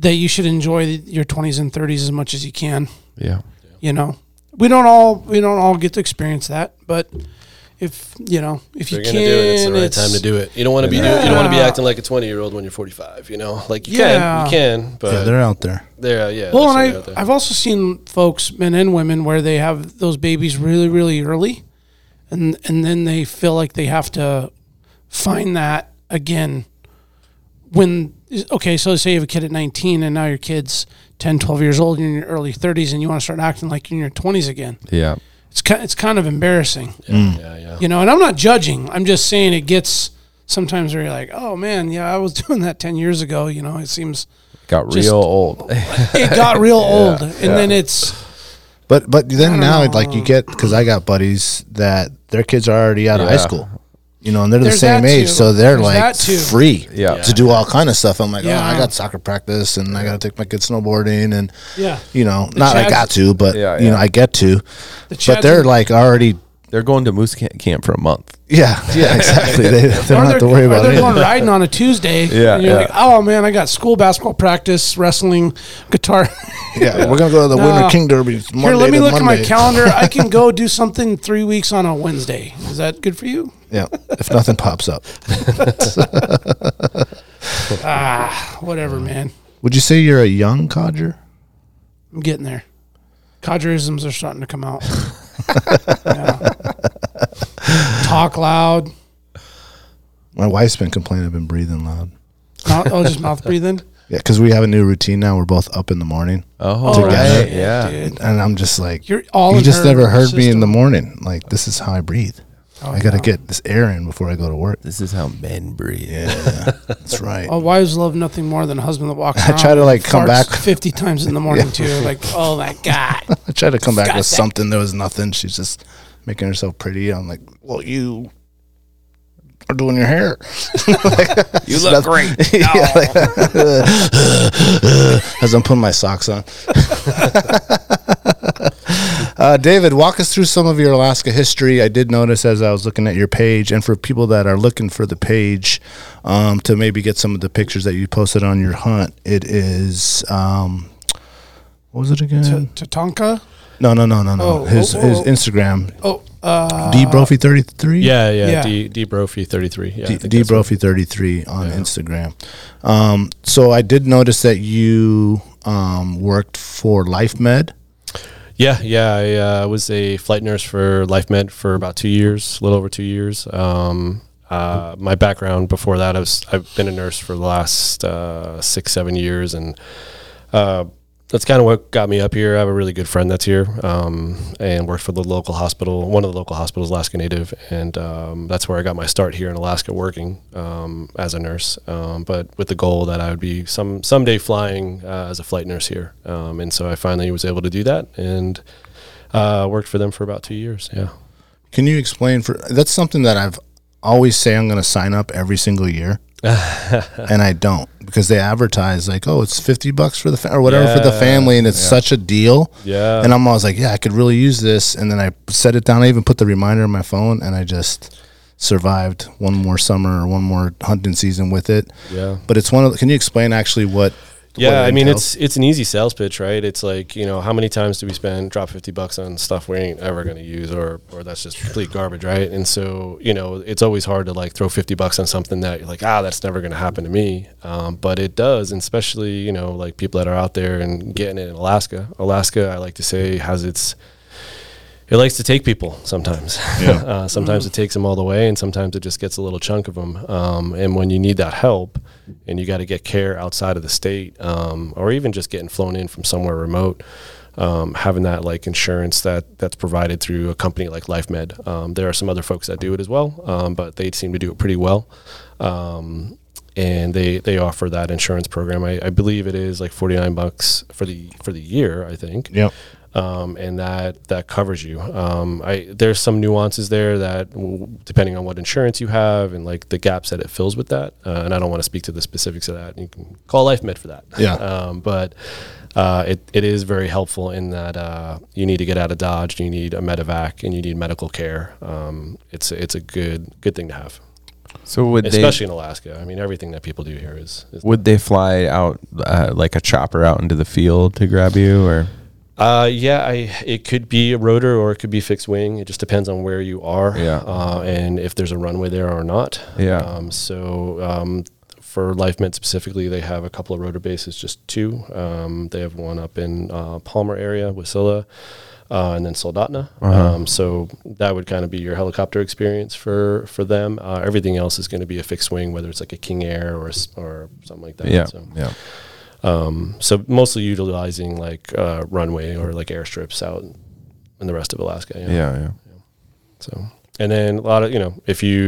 S3: that you should enjoy your twenties and thirties as much as you can.
S2: Yeah.
S3: You know, we don't all we don't all get to experience that, but if you know if
S4: If
S3: you
S4: you're
S3: can,
S4: gonna do it. It's the right time to do it. You don't want to be doing, you don't want to be
S3: Yeah.
S4: acting like a 20 year old when you're 45. You know, like you
S3: Yeah.
S4: can, you can, but
S1: Yeah,
S4: they're,
S1: they're out there.
S4: yeah.
S3: Well,
S4: they're
S3: and
S4: certainly out
S3: I,
S4: there.
S3: I've also seen folks, men and women, where they have those babies really, really early, and and then they feel like they have to find that again. When okay, so say you have a kid at 19, and now your kid's 10, 12 years old, and you're in your early 30s, and you want to start acting like you're in your 20s again.
S2: Yeah.
S3: It's kind, it's kind of embarrassing,
S4: yeah, yeah.
S3: you know. And I'm not judging. I'm just saying it gets sometimes where you're like, oh man, yeah, I was doing that 10 years ago. You know, it seems
S2: Got
S3: Just-
S2: real old.
S3: it got real old, and then it's.
S1: But but then now like you get because I got buddies that their kids are already out of high
S2: Yeah.
S1: school, you know, and they're
S3: There's
S1: the same
S3: that
S1: age,
S3: too.
S1: so they're
S3: There's
S1: like
S3: that too.
S1: free
S2: Yeah.
S1: to do all kind of stuff. I'm like, oh,
S3: Yeah.
S1: I got soccer practice, and I got to take my kids snowboarding, and
S3: Yeah.
S1: you know, not I
S3: Chads-
S1: got to, but
S2: Yeah,
S1: you know,
S2: yeah.
S1: I get to.
S3: The
S1: But they're like already,
S2: They're going to moose ca- camp for a month.
S1: yeah, yeah, exactly. They, they don't have to worry
S3: or
S1: about
S3: they're going
S1: it.
S3: riding on a Tuesday.
S2: Yeah,
S3: and you're
S2: yeah.
S3: like, oh man, I got school basketball practice, wrestling, guitar.
S1: Yeah, we're gonna go to the Winter
S3: No.
S1: King Derby Monday
S3: Here, let me
S1: to
S3: look at my
S1: Monday.
S3: calendar. I can go do something three weeks on a Wednesday. Is that good for you?
S1: Yeah, if nothing pops up.
S3: Whatever, man.
S1: Would you say you're a young codger?
S3: I'm getting there. Codgerisms are starting to come out. Yeah. Talk loud.
S1: My wife's been complaining I've been breathing loud.
S3: Mouth, oh, just mouth breathing.
S1: Yeah, because we have a new routine now. We're both up in the morning,
S2: Oh,
S1: right.
S2: Yeah.
S3: Dude,
S1: and I'm just like,
S3: you're all.
S1: you
S3: in
S1: just
S3: her
S1: never heard me in the
S3: system. Oh,
S1: morning. Like this is how I breathe. I gotta
S3: yeah.
S1: get this air in before I go to work.
S2: This is how men breathe.
S1: Yeah, that's right.
S3: Oh, wives love nothing more than a husband that walks.
S1: I
S3: around
S1: try to,
S3: and
S1: like, come back-
S3: farts fifty times in the morning too. Like, oh my god.
S1: I tried to come back with
S3: Disgusting.
S1: something. There was nothing. She's just making herself pretty. I'm like, well, you are doing your hair.
S2: You look great.
S1: Yeah, like- as I'm putting my socks on. uh, David, walk us through some of your Alaska history. I did notice as I was looking at your page, and for people that are looking for the page um, to maybe get some of the pictures that you posted on your hunt, it is. Um, what was it again?
S3: Tatanka.
S1: No, no, no, no, no.
S3: Oh,
S1: his
S3: oh,
S1: his
S3: oh.
S1: Instagram,
S3: Oh, uh,
S1: D Brophy thirty three.
S4: yeah, yeah,
S3: Yeah.
S4: D D Brophy 33. Yeah, I
S1: D,
S4: think
S1: D
S4: that's right.
S1: Brophy thirty three on Instagram. Um, so I did notice that you um, worked for Life Med.
S4: Yeah, yeah. I uh, was a flight nurse for LifeMed for about two years, a little over two years. Um, uh, my background before that, I was I've been a nurse for the last uh, six, seven years, and uh, that's kind of what got me up here. I have a really good friend that's here um, and worked for the local hospital, one of the local hospitals, Alaska Native, and um, that's where I got my start here in Alaska, working um, as a nurse, um, but with the goal that I would be some someday flying uh, as a flight nurse here. Um, and so I finally was able to do that and uh, worked for them for about two years. Yeah.
S1: Can you explain for that's something that I've always say I'm going to sign up every single year, and I don't because they advertise like oh it's fifty bucks for the fa- or whatever for the
S4: Yeah,
S1: family, and it's such a deal.
S4: Yeah.
S1: and I'm always like yeah I could really use this, and then I set it down. I even put the reminder on my phone, and I just survived one more summer or one more hunting season with it.
S4: Yeah.
S1: But it's one of. Can you explain actually what
S4: Yeah,
S1: it
S4: I mean
S1: entails.
S4: it's it's an easy sales pitch, right? It's like you know how many times do we spend drop fifty bucks on stuff we ain't ever going to use, or or that's just complete garbage, right? And so you know it's always hard to like throw fifty bucks on something that you're like ah that's never going to happen to me, um, but it does, and especially you know like people that are out there and getting it in Alaska. Alaska, I like to say, has its it likes to take people sometimes. uh, sometimes it takes them all the way, and sometimes it just gets a little chunk of them. Um, and when you need that help, and you got to get care outside of the state, um, or even just getting flown in from somewhere remote, um, having that like insurance that that's provided through a company like LifeMed. Um, there are some other folks that do it as well, um, but they seem to do it pretty well. Um, and they, they offer that insurance program. I, I believe it is like forty nine bucks for the for the year. I think
S1: Yep.
S4: um, and that that covers you. Um, I there's some nuances there that w- depending on what insurance you have and like the gaps that it fills with that. Uh, and I don't want to speak to the specifics of that. You can call Life Med for that.
S1: Yeah.
S4: um, but uh, it it is very helpful in that uh, you need to get out of Dodge, you need a medevac, and you need medical care. Um, it's it's a good good thing to have,
S2: So would
S4: especially in Alaska. I mean, everything that people do here is. is
S2: they would they fly out uh, like a chopper out into the field to grab you or
S4: Uh, yeah, I, it could be a rotor or it could be fixed wing. It just depends on where you are
S2: Yeah.
S4: uh, and if there's a runway there or not.
S2: Yeah.
S4: Um, so um, for LifeMed specifically, they have a couple of rotor bases, just two. Um, they have one up in uh, Palmer area, Wasilla, uh, and then Soldatna.
S2: Uh-huh.
S4: Um, so that would kind of be your helicopter experience for for them. Uh, everything else is going to be a fixed wing, whether it's like a King Air or a s or something like that.
S2: yeah
S4: So-
S2: yeah
S4: so mostly utilizing like uh, runway or like airstrips out in the rest of Alaska. you know.
S2: yeah yeah
S4: So and then a lot of you know if you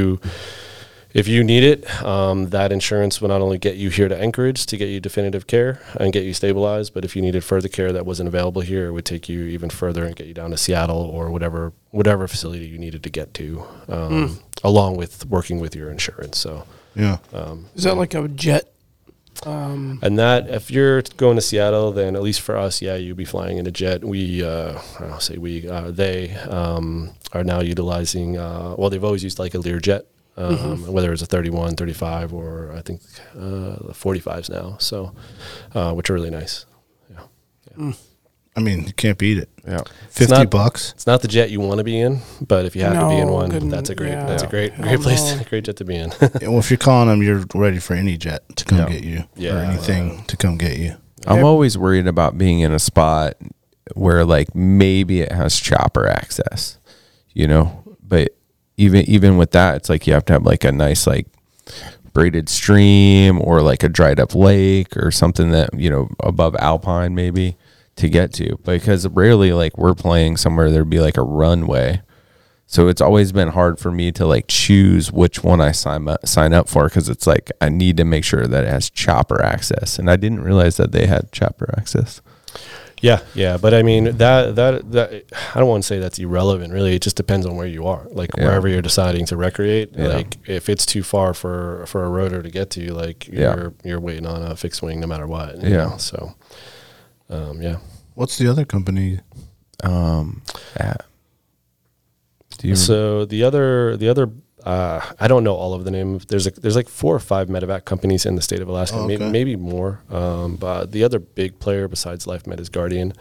S4: if you need it, um, that insurance will not only get you here to Anchorage to get you definitive care and get you stabilized, but if you needed further care that wasn't available here, it would take you even further and get you down to Seattle or whatever whatever facility you needed to get to, um, along with working with your insurance. So.
S1: Yeah.
S3: Is that like a jet? um,
S4: And that, if you're going to Seattle, then at least for us, yeah, you'd be flying in a jet. We, uh, I'll say we, uh, they um, are now utilizing, uh, well, they've always used like a Learjet, um,
S3: Mm-hmm.
S4: whether it's a 31, 35, or I think uh, the 45s now, so, uh, which are really nice.
S1: I mean, you can't beat it.
S2: yeah
S1: Fifty
S4: not-
S1: bucks.
S4: It's not the jet you want to be in, but if you have to be in
S3: No,
S4: one,
S3: good-
S4: that's a great,
S3: yeah.
S4: that's a great,
S3: Hell
S4: great place,
S3: no.
S4: to, great jet to be in.
S1: Yeah, Well, if you're calling them, you're ready for any jet to come
S2: Yeah.
S1: get you, or
S4: Yeah.
S1: anything to come get you.
S2: I'm always worried about being in a spot where like maybe it has chopper access, you know. But even even with that, it's like you have to have like a nice like braided stream or like a dried up lake or something that you know above alpine maybe to get to because rarely like we're playing somewhere there'd be like a runway so it's always been hard for me to like choose which one I sign up, sign up for because it's like I need to make sure that it has chopper access, and I didn't realize that they had chopper access.
S4: Yeah, yeah, but I mean that that that I don't want to say that's irrelevant. Really, it just depends on where you are, like
S2: Yeah.
S4: wherever you're deciding to recreate.
S2: Yeah.
S4: Like if it's too far for for a rotor to get to, like
S2: Yeah.
S4: you're you're waiting on a fixed wing no matter what.
S2: Yeah.
S4: know, So, um, yeah,
S1: What's the other company?
S2: Um, uh, do you
S4: So the other the other uh, I don't know all of the name. of- There's a, there's like four or five medevac companies in the state of Alaska,
S1: Oh,
S4: may-
S1: okay.
S4: maybe, more. Um, but the other big player besides LifeMed is Guardian.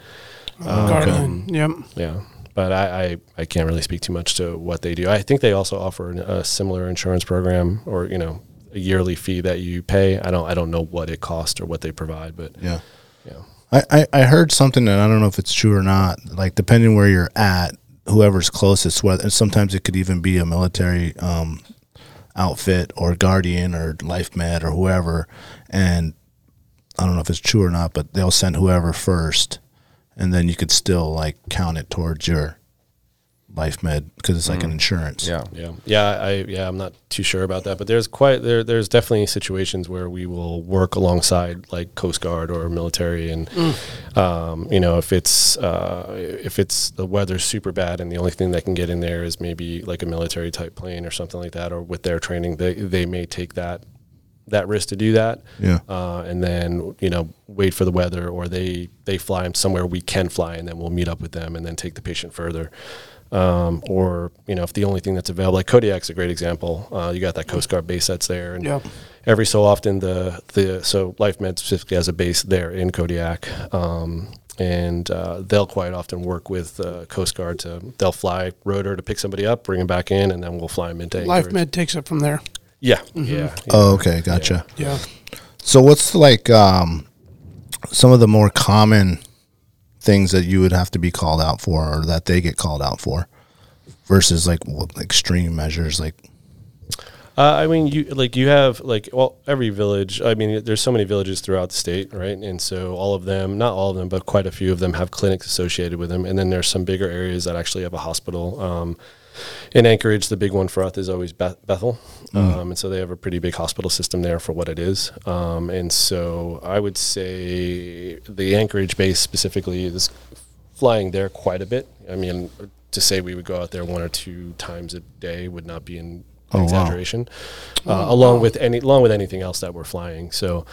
S2: Oh,
S3: Guardian. Yep.
S4: Yeah, but I, I I can't really speak too much to what they do. I think they also offer an- a similar insurance program, or you know, a yearly fee that you pay. I don't I don't know what it costs or what they provide, but
S1: Yeah.
S4: yeah,
S1: I, I, I heard something and I don't know if it's true or not. Like depending where you're at, whoever's closest, whether sometimes it could even be a military um, outfit or guardian or life med or whoever. And I don't know if it's true or not, but they'll send whoever first, and then you could still like count it towards your life med because it's like an insurance.
S2: yeah,
S4: yeah, yeah. I yeah, I'm not too sure about that, but there's quite there there's definitely situations where we will work alongside like Coast Guard or military, and um, you know if it's uh, if it's the weather's super bad and the only thing that can get in there is maybe like a military type plane or something like that, or with their training they they may take that that risk to do that.
S1: Yeah.
S4: Uh, and then you know wait for the weather, or they they fly 'em somewhere we can fly, and then we'll meet up with them and then take the patient further. Um, or you know if the only thing that's available, like Kodiak's a great example. Uh, you got that Coast Guard base that's there, and
S3: Yep.
S4: every so often the the so Life Med specifically has a base there in Kodiak. Um, and uh, they'll quite often work with uh, Coast Guard to they'll fly rotor to pick somebody up, bring them back in, and then we'll fly them into
S3: Life
S4: Anchorage.
S3: Med Mm-hmm. takes it from there.
S4: Yeah, yeah, yeah.
S1: Oh, okay, gotcha.
S3: Yeah.
S1: So what's like um, some of the more common things that you would have to be called out for, or that they get called out for, versus like what, like extreme measures, like
S4: Uh, I mean, you like you have like well every village. I mean, there's so many villages throughout the state, right? And so all of them, not all of them, but quite a few of them have clinics associated with them. And then there's some bigger areas that actually have a hospital. Um, in Anchorage, the big one for us is always Beth- Bethel, um, and so they have a pretty big hospital system there for what it is. Um, and so I would say the Anchorage base specifically is flying there quite a bit. I mean, to say we would go out there one or two times a day would not be an
S1: wow.
S4: exaggeration. Uh, along with any, along with anything else that we're flying. So,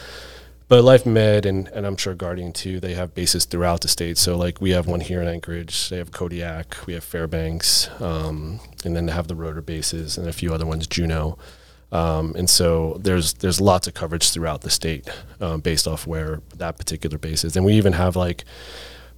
S4: but Life Med and and I'm sure Guardian too. They have bases throughout the state. So like we have one here in Anchorage. They have Kodiak. We have Fairbanks, um, and then they have the rotor bases and a few other ones, Juneau. Um, and so there's there's lots of coverage throughout the state um, based off where that particular base is. And we even have like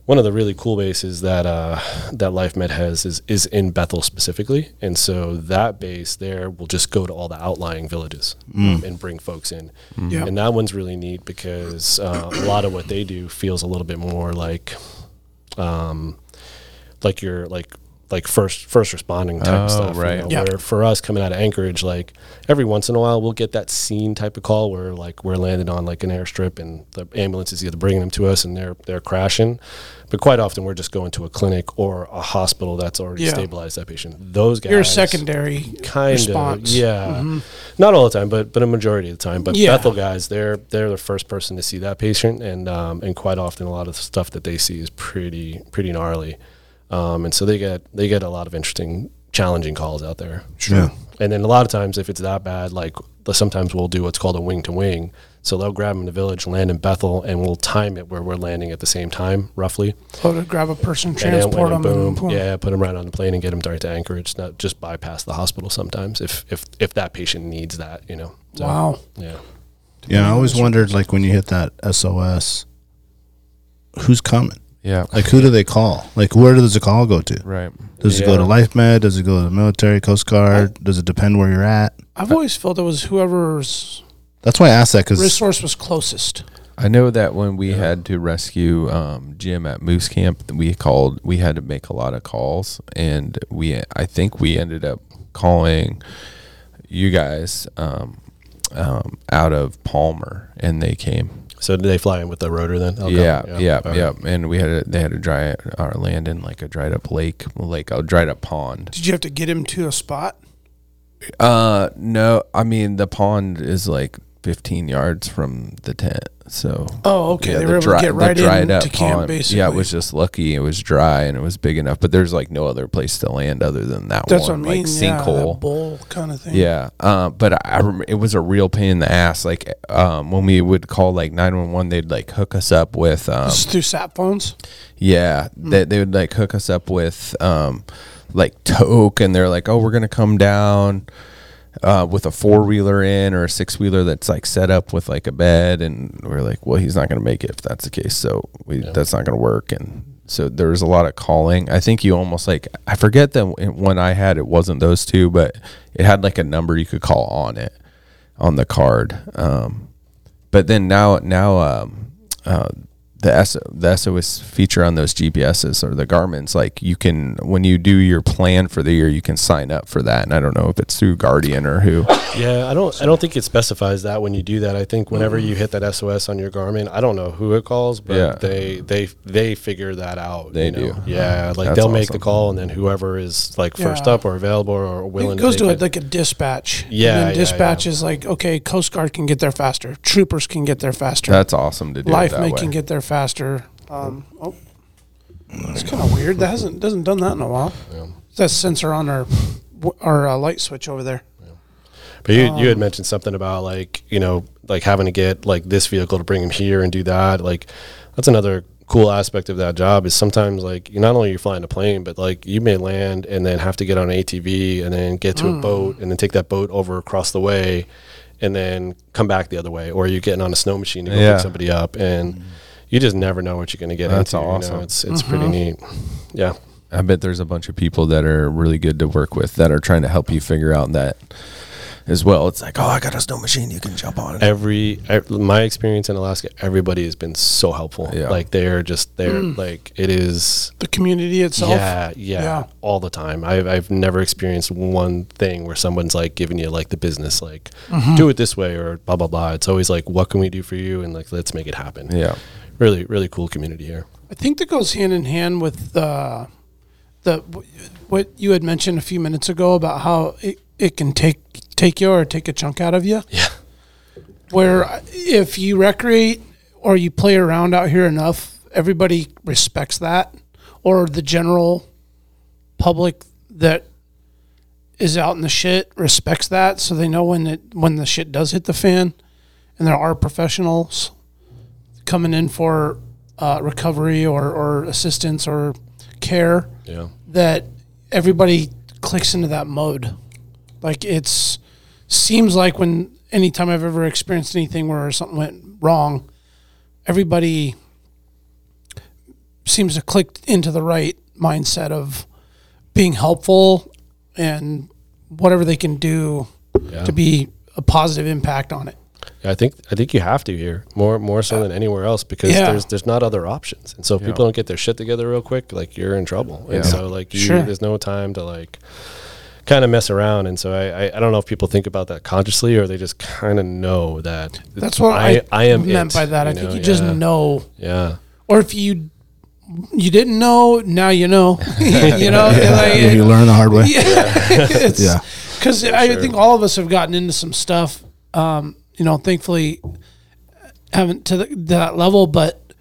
S4: one of the really cool bases that uh, that Life Med has is is in Bethel specifically, and so that base there will just go to all the outlying villages
S2: Mm.
S4: um, and bring folks in.
S3: Yeah.
S4: And that one's really neat because uh, a lot of what they do feels a little bit more like, um, like your like like first first responding type
S2: Oh,
S4: stuff.
S2: right.
S4: know,
S3: Yeah.
S4: Where for us coming out of Anchorage, like every once in a while we'll get that scene type of call where like we're landed on like an airstrip and the ambulance is either bringing them to us and they're they're crashing, but quite often we're just going to a clinic or a hospital that's already
S3: Yeah.
S4: stabilized that patient. Those guys
S3: Your secondary
S4: kind
S3: response. Mm-hmm.
S4: of yeah not all the time but but a majority of the time but
S3: Yeah.
S4: bethel guys they're they're the first person to see that patient and um and quite often a lot of the stuff that they see is pretty pretty gnarly um and so they get they get a lot of interesting challenging calls out there
S1: Sure.
S4: and then a lot of times if it's that bad like the- sometimes we'll do what's called a wing to wing so they'll grab them in the village land in bethel and we'll time it where we're landing at the same time roughly
S3: Go Oh, to grab a person,
S4: and then
S3: transport them,
S4: when boom,
S3: and boom.
S4: yeah, put them right on the plane and get them right to Anchorage. Not just bypass the hospital sometimes if if if that patient needs that, you know. So,
S3: Wow.
S4: Yeah.
S1: yeah. I always wondered like when you hit that SOS, who's coming?
S2: Yeah.
S1: Like who do they call? Like where does the call go to?
S2: right.
S1: Does it go
S4: Yeah.
S1: to Life Med? Does it go to the military, Coast Guard? Does it depend where you're at?
S3: I've
S2: Uh,
S3: always felt it was whoever's
S1: That's why I asked that because
S3: resource was closest.
S2: I know that when we had to rescue um, Jim at Moose Camp, we called. We had to make a lot of calls, and we. I think we ended up calling you guys um, um, out of Palmer, and they came.
S4: So did they fly in with the rotor then? Okay.
S2: Yeah, yeah,
S4: All right.
S2: yeah. And we had a, they had to dry our land in like a dried up lake, like a dried up pond.
S3: Did you have to get him to a spot?
S2: Uh, no, I mean the pond is like 15 yards from the tent, so
S3: Oh, okay.
S2: Yeah,
S3: they were able
S2: dry-
S3: to get
S2: the
S3: right
S2: dried
S3: into
S2: up
S3: camp,
S2: pond.
S3: basically.
S2: Yeah, it was just lucky. It was dry and it was big enough, but there's like no other place to land other than that
S3: That's
S2: one,
S3: what I mean.
S2: like
S3: yeah,
S2: sinkhole.
S3: that bowl kind of thing.
S2: Yeah, uh, but I, I rem- it was a real pain in the ass. Like um, when we would call like nine one one, they'd like hook us up with um,
S3: It's through sat phones.
S2: yeah, they, they would like hook us up with um, like toke, and they're like, oh, we're gonna come down uh, with a four wheeler in or a six wheeler that's like set up with like a bed, and we're like, well, he's not gonna make it if that's the case, so we that's not gonna work, and so there was a lot of calling. I think you almost like I forget that when I had it wasn't those two, but it had like a number you could call on it on the card. Um, but then now now um, uh, the S the SOS feature on those GPSs or the Garmin's like you can when you do your plan for the year you can sign up for that and I don't know if it's through Guardian or who
S4: Yeah, I don't I don't think it specifies that when you do that. I think whenever you hit that SOS on your Garmin, I don't know who it calls, but
S2: Yeah.
S4: they they they figure that out.
S2: They
S4: you know?
S2: do.
S4: Yeah, like
S2: That's
S4: they'll make the
S2: awesome.
S4: call and then whoever is like first
S3: Yeah.
S4: up or available or willing
S3: It goes
S4: to,
S3: to
S4: take
S3: a, like a dispatch.
S4: Yeah,
S3: And
S4: yeah,
S3: then
S4: yeah.
S3: dispatch is like, okay, Coast Guard can get there faster. Troopers can get there faster.
S2: that's awesome to do
S3: Life
S2: it that
S3: Med
S2: way.
S3: can get there faster. Um, oh, it's kind of weird. That hasn't doesn't done that in a while. That sensor on our our uh, light switch over there.
S4: But you,
S2: Um,
S4: you had mentioned something about like you know like having to get like this vehicle to bring him here and do that. Like that's another cool aspect of that job is sometimes like you not only you're flying a plane, but like you may land
S2: Mm.
S4: and then have to get on an ATV and then get to a boat and then take that boat over across the way. and then come back the other way, or you're getting on a snow machine to go
S2: Yeah.
S4: pick somebody up, and you just never know what you're going to get
S2: That's
S4: into. You
S2: awesome. Mm-hmm.
S4: know? It's it's pretty neat. Yeah.
S2: I bet there's a bunch of people that are really good to work with that are trying to help you figure out that as well. It's like, oh, I got a snow machine you can jump on.
S4: every ev- my experience in Alaska, everybody has been so helpful.
S2: Yeah.
S4: Like they're just they're like it is.
S3: The community itself.
S4: Yeah, yeah,
S3: Yeah.
S4: all the time. I've I've never experienced one thing where someone's like giving you like the business, like do it this way or blah blah blah. It's always like, what can we do for you, and like let's make it happen.
S2: Yeah.
S4: really, really cool community here.
S3: I think that goes hand in hand with uh, the what you had mentioned a few minutes ago about how it, it can take take you or take a chunk out of you.
S4: Yeah,
S3: Where if you recreate or you play around out here enough, everybody respects that, or the general public that is out in the shit respects that, so they know when it when the shit does hit the fan, and there are professionals coming in for uh, recovery or, or assistance or care
S4: yeah,
S3: that everybody clicks into that mode. Like it's seems like when anytime I've ever experienced anything where something went wrong, everybody seems to click into the right mindset of being helpful and whatever they can do to be a positive impact on it.
S4: Yeah, I think I think you have to here more more so than anywhere else because
S3: Uh, Yeah.
S4: there's there's not other options, and so if people don't get their shit together real quick, like you're in trouble, and so like you,
S3: Sure.
S4: there's no time to like kind of mess around, and so I, I I don't know if people think about that consciously or they just kind of know that
S3: That's what I,
S4: I I am
S3: meant
S4: it,
S3: by that. I
S4: know?
S3: think you just
S4: Yeah.
S3: know
S4: yeah
S3: or if you you didn't know, now you know. you know,
S1: Yeah,
S3: like,
S1: you learn the hard way.
S3: yeah,
S1: Yeah.
S3: because I think all of us have gotten into some stuff. Um, you know, thankfully, haven't to, the, to that level, but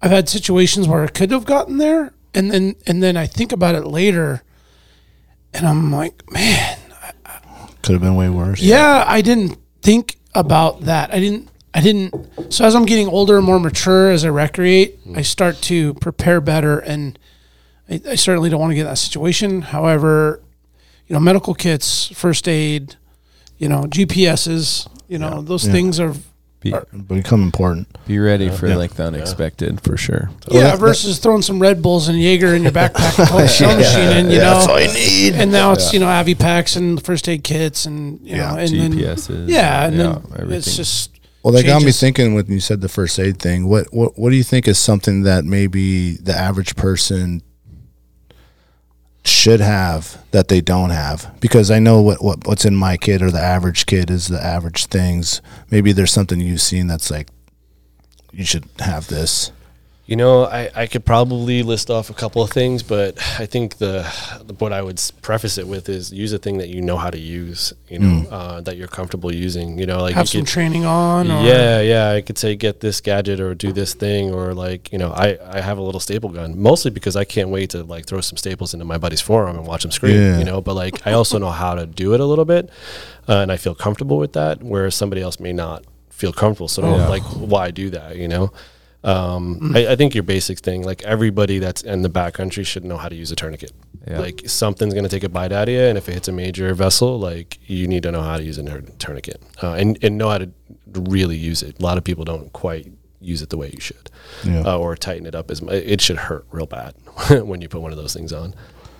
S3: I've had situations where I could have gotten there, and then and then I think about it later, and I'm like, man,
S1: Could have been way worse.
S3: yeah, I didn't think about that. I didn't. I didn't. So as I'm getting older and more mature, as I recreate, I start to prepare better, and I, I certainly don't want to get in that situation. However, you know, medical kits, first aid, you know, GPSs, you know, those things are.
S2: Be,
S1: Become important.
S2: be ready for like the unexpected for sure.
S3: Yeah, versus throwing some Red Bulls and Jaeger in your backpack and pulling a snow machine in, you know.
S1: need.
S3: and now it's, you know, Avi packs and first aid kits and, you know, and then.
S2: GPSs,
S3: Yeah, and
S2: yeah,
S3: then
S2: everything.
S3: it's just.
S1: Well, that got me
S3: changes.
S1: thinking when you said the first aid thing. What what what do you think is something that maybe the average person should have that they don't have? Because I know what, what what's in my kid or the average kid is the average things. Maybe there's something you've seen that's like you should have this.
S4: You know, I, I could probably list off a couple of things, but I think the what I would s- preface it with is use a thing that you know how to use, you know, uh, that you're comfortable using. You know, like
S3: Mm. have some
S4: you could-
S3: training on. Or,
S4: Yeah, yeah. I could say get this gadget or do this thing or like you know I I have a little staple gun mostly because I can't wait to like throw some staples into my buddy's forearm and watch him scream.
S1: Yeah.
S4: You know, but like I also know how to do it a little bit, uh, and I feel comfortable with that, whereas somebody else may not feel comfortable. So like why do that? You know. Um, I, I think your basic thing, like everybody that's in the backcountry should know how to use a tourniquet. Like something's going to take a bite out of you. And if it hits a major vessel, like you need to know how to use a tur- tourniquet uh, and, and know how to really use it. A lot of people don't quite use it the way you should uh, or tighten it up as much. It should hurt real bad when you put one of those things on.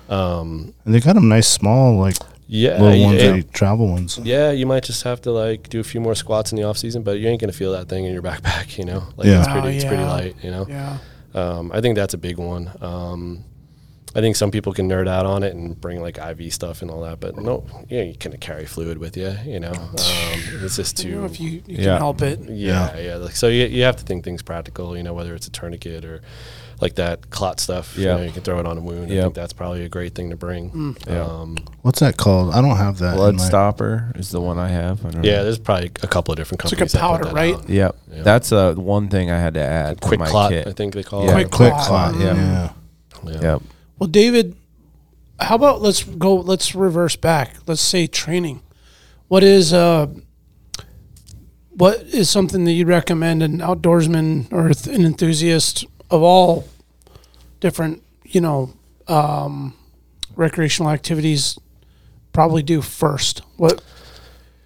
S1: And they got them nice, small, like
S4: Uh, Yeah.
S1: little ones,
S4: yeah,
S1: like travel ones.
S4: yeah, you might just have to like do a few more squats in the off season, but you ain't gonna feel that thing in your backpack, you know. Like
S1: Yeah.
S4: it's pretty,
S3: Oh,
S4: it's pretty
S3: yeah.
S4: light, you know.
S3: Yeah.
S4: Um, I think that's a big one. Um, I think some people can nerd out on it and bring like IV stuff and all that, but no, you, know, you can carry fluid with you. You know, um, it's
S3: You
S4: just too.
S3: know, if you, you
S2: Yeah.
S3: can help it.
S4: yeah, yeah. Like, so you, you have to think things practical. You know, whether it's a tourniquet or like that clot stuff.
S2: Yeah.
S4: you, know, you can throw it on a wound. I
S2: Yeah.
S4: think that's probably a great thing to bring.
S3: Mm.
S4: Um,
S1: What's that called? I don't have that. in
S2: Blood
S1: my-
S2: stopper is the one I have. I don't
S4: yeah,
S2: know.
S4: there's probably a couple of different
S3: It's like
S4: companies.
S3: a
S4: that put
S3: powder,
S4: that
S3: right?
S4: out.
S2: Yeah. That's uh, one thing I had to add. to
S4: Quick
S2: my
S4: clot,
S2: kit.
S4: I think they call
S2: Yeah.
S4: it.
S3: Quick
S1: Quick
S3: clot.
S1: clot.
S2: Yeah.
S1: yeah.
S2: Yep.
S3: Well, David, how about let's go, let's reverse back. Let's say training. What is, uh, what is something that you'd recommend an outdoorsman or th- an enthusiast of all different, you know, um, recreational activities probably do first? What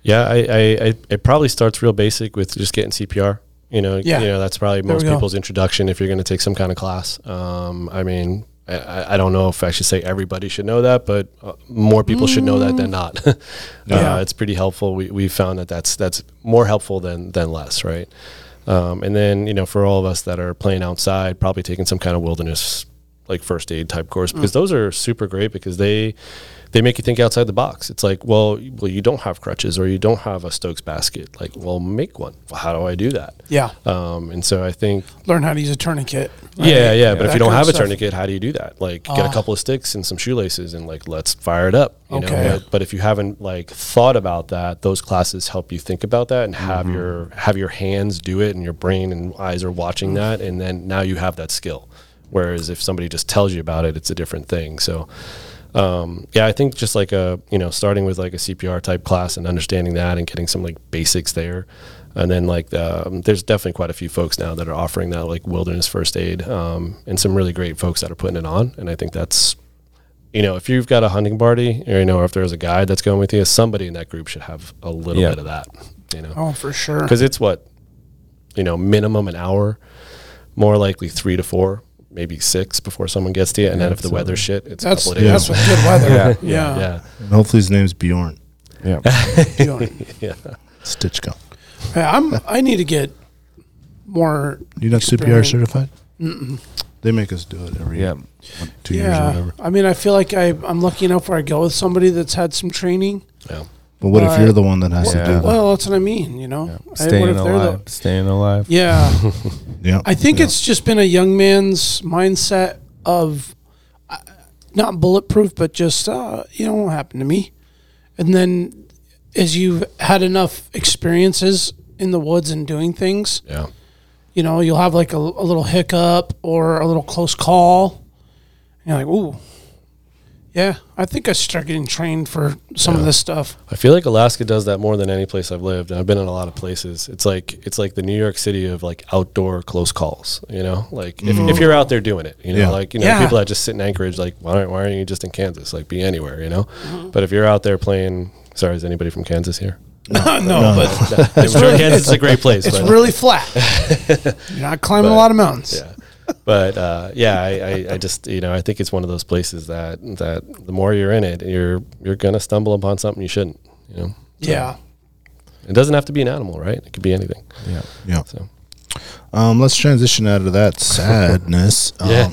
S4: Yeah, I, I, I it probably starts real basic with just getting CPR. You know,
S3: Yeah.
S4: you know that's probably
S3: There we
S4: most
S3: go.
S4: people's introduction if you're going to take some kind of class. Um, I mean, I- I, I don't know if I should say everybody should know that, but uh, more people should know that than not.
S3: Yeah.
S4: uh, it's pretty helpful. We we found that that's that's more helpful than than less, right? Um, and then you know, for all of us that are playing outside, probably taking some kind of wilderness like first aid type course because those are super great because they they make you think outside the box. It's like, well, y- well, you don't have crutches or you don't have a Stokes basket. Like, well, make one. Well, how do I do that?
S3: Yeah.
S4: Um, and so I think,
S3: Learn how to use a tourniquet.
S4: yeah, yeah. But
S3: That
S4: if you don't
S3: kind of
S4: have a
S3: stuff. Ah.
S4: tourniquet, how do you do that? Like, get a couple of sticks and some shoelaces and like, let's fire it up. You
S3: Okay.
S4: know. But, but if you haven't like thought about that, those classes help you think about that and have
S3: Mm-hmm.
S4: your have your hands do it and your brain and eyes are
S3: Mm.
S4: watching that, and then now you have that skill. Whereas if somebody just tells you about it, it's a different thing. So um, yeah, I think just like a you know starting with like a CPR type class and understanding that and getting some like basics there, and then like um, there's definitely quite a few folks now that are offering that like wilderness first aid um, and some really great folks that are putting it on, and I think that's you know if you've got a hunting party or you know if there's a guide that's going with you, somebody in that group should have a little
S2: Yeah.
S4: bit of that, you know
S3: Oh, for sure.
S4: because it's what you know minimum an hour more likely three to four maybe six before someone gets to you and then if the weather shit it's
S3: That's
S4: a couple of days
S3: that's with good weather. yeah.
S4: yeah
S1: And hopefully his name's Bjorn
S2: Yeah.
S3: Doing.
S1: Stitchko.
S3: Hey, I'm. I need to get more.
S1: You not
S3: CPR
S1: CPR certified? They make us do it every
S2: yeah.
S1: two years or
S3: Yeah.
S1: whatever.
S3: I mean, I feel like I, I'm lucky enough where I go with somebody that's had some training.
S4: yeah
S1: But what if
S3: But-
S1: you're the one that has to do
S2: Yeah.
S1: that?
S3: Well, that's what I mean. You know, I-
S2: Staying
S3: they're the-
S2: alive. Staying alive.
S3: yeah.
S1: Yeah.
S3: I think it's just been a young man's mindset of uh, not bulletproof, but just uh, you know what happened to me. And then, as you've had enough experiences in the woods and doing things,
S4: yeah
S3: you know you'll have like a, a little hiccup or a little close call. And you're like, ooh, yeah. I think I start getting trained for some of this stuff.
S4: i feel like alaska does that more than any place i've lived and i've been in a lot of places it's like it's like the new york city of like outdoor close calls you know like if, if you're out there doing it you know
S1: Yeah.
S4: like you know
S3: Mm. Yeah.
S4: people that just sit in anchorage like why aren't, why aren't you just in kansas like be anywhere you know
S3: Mm-hmm.
S4: but if you're out there playing sorry is anybody from kansas here
S3: no, but
S4: No, I'm sure kansas is a great place
S3: it's
S4: but-
S3: really flat. you're not climbing a
S4: But-
S3: lot of mountains.
S4: yeah but uh, yeah I, I, I just you know i think it's one of those places that that the more you're in it you're you're gonna stumble upon something you shouldn't you know
S3: yeah.
S4: it doesn't have to be an animal right it could be anything
S2: Yeah.
S1: yeah.
S4: so
S1: Um, let's transition out of that sadness. Um,
S4: Yeah.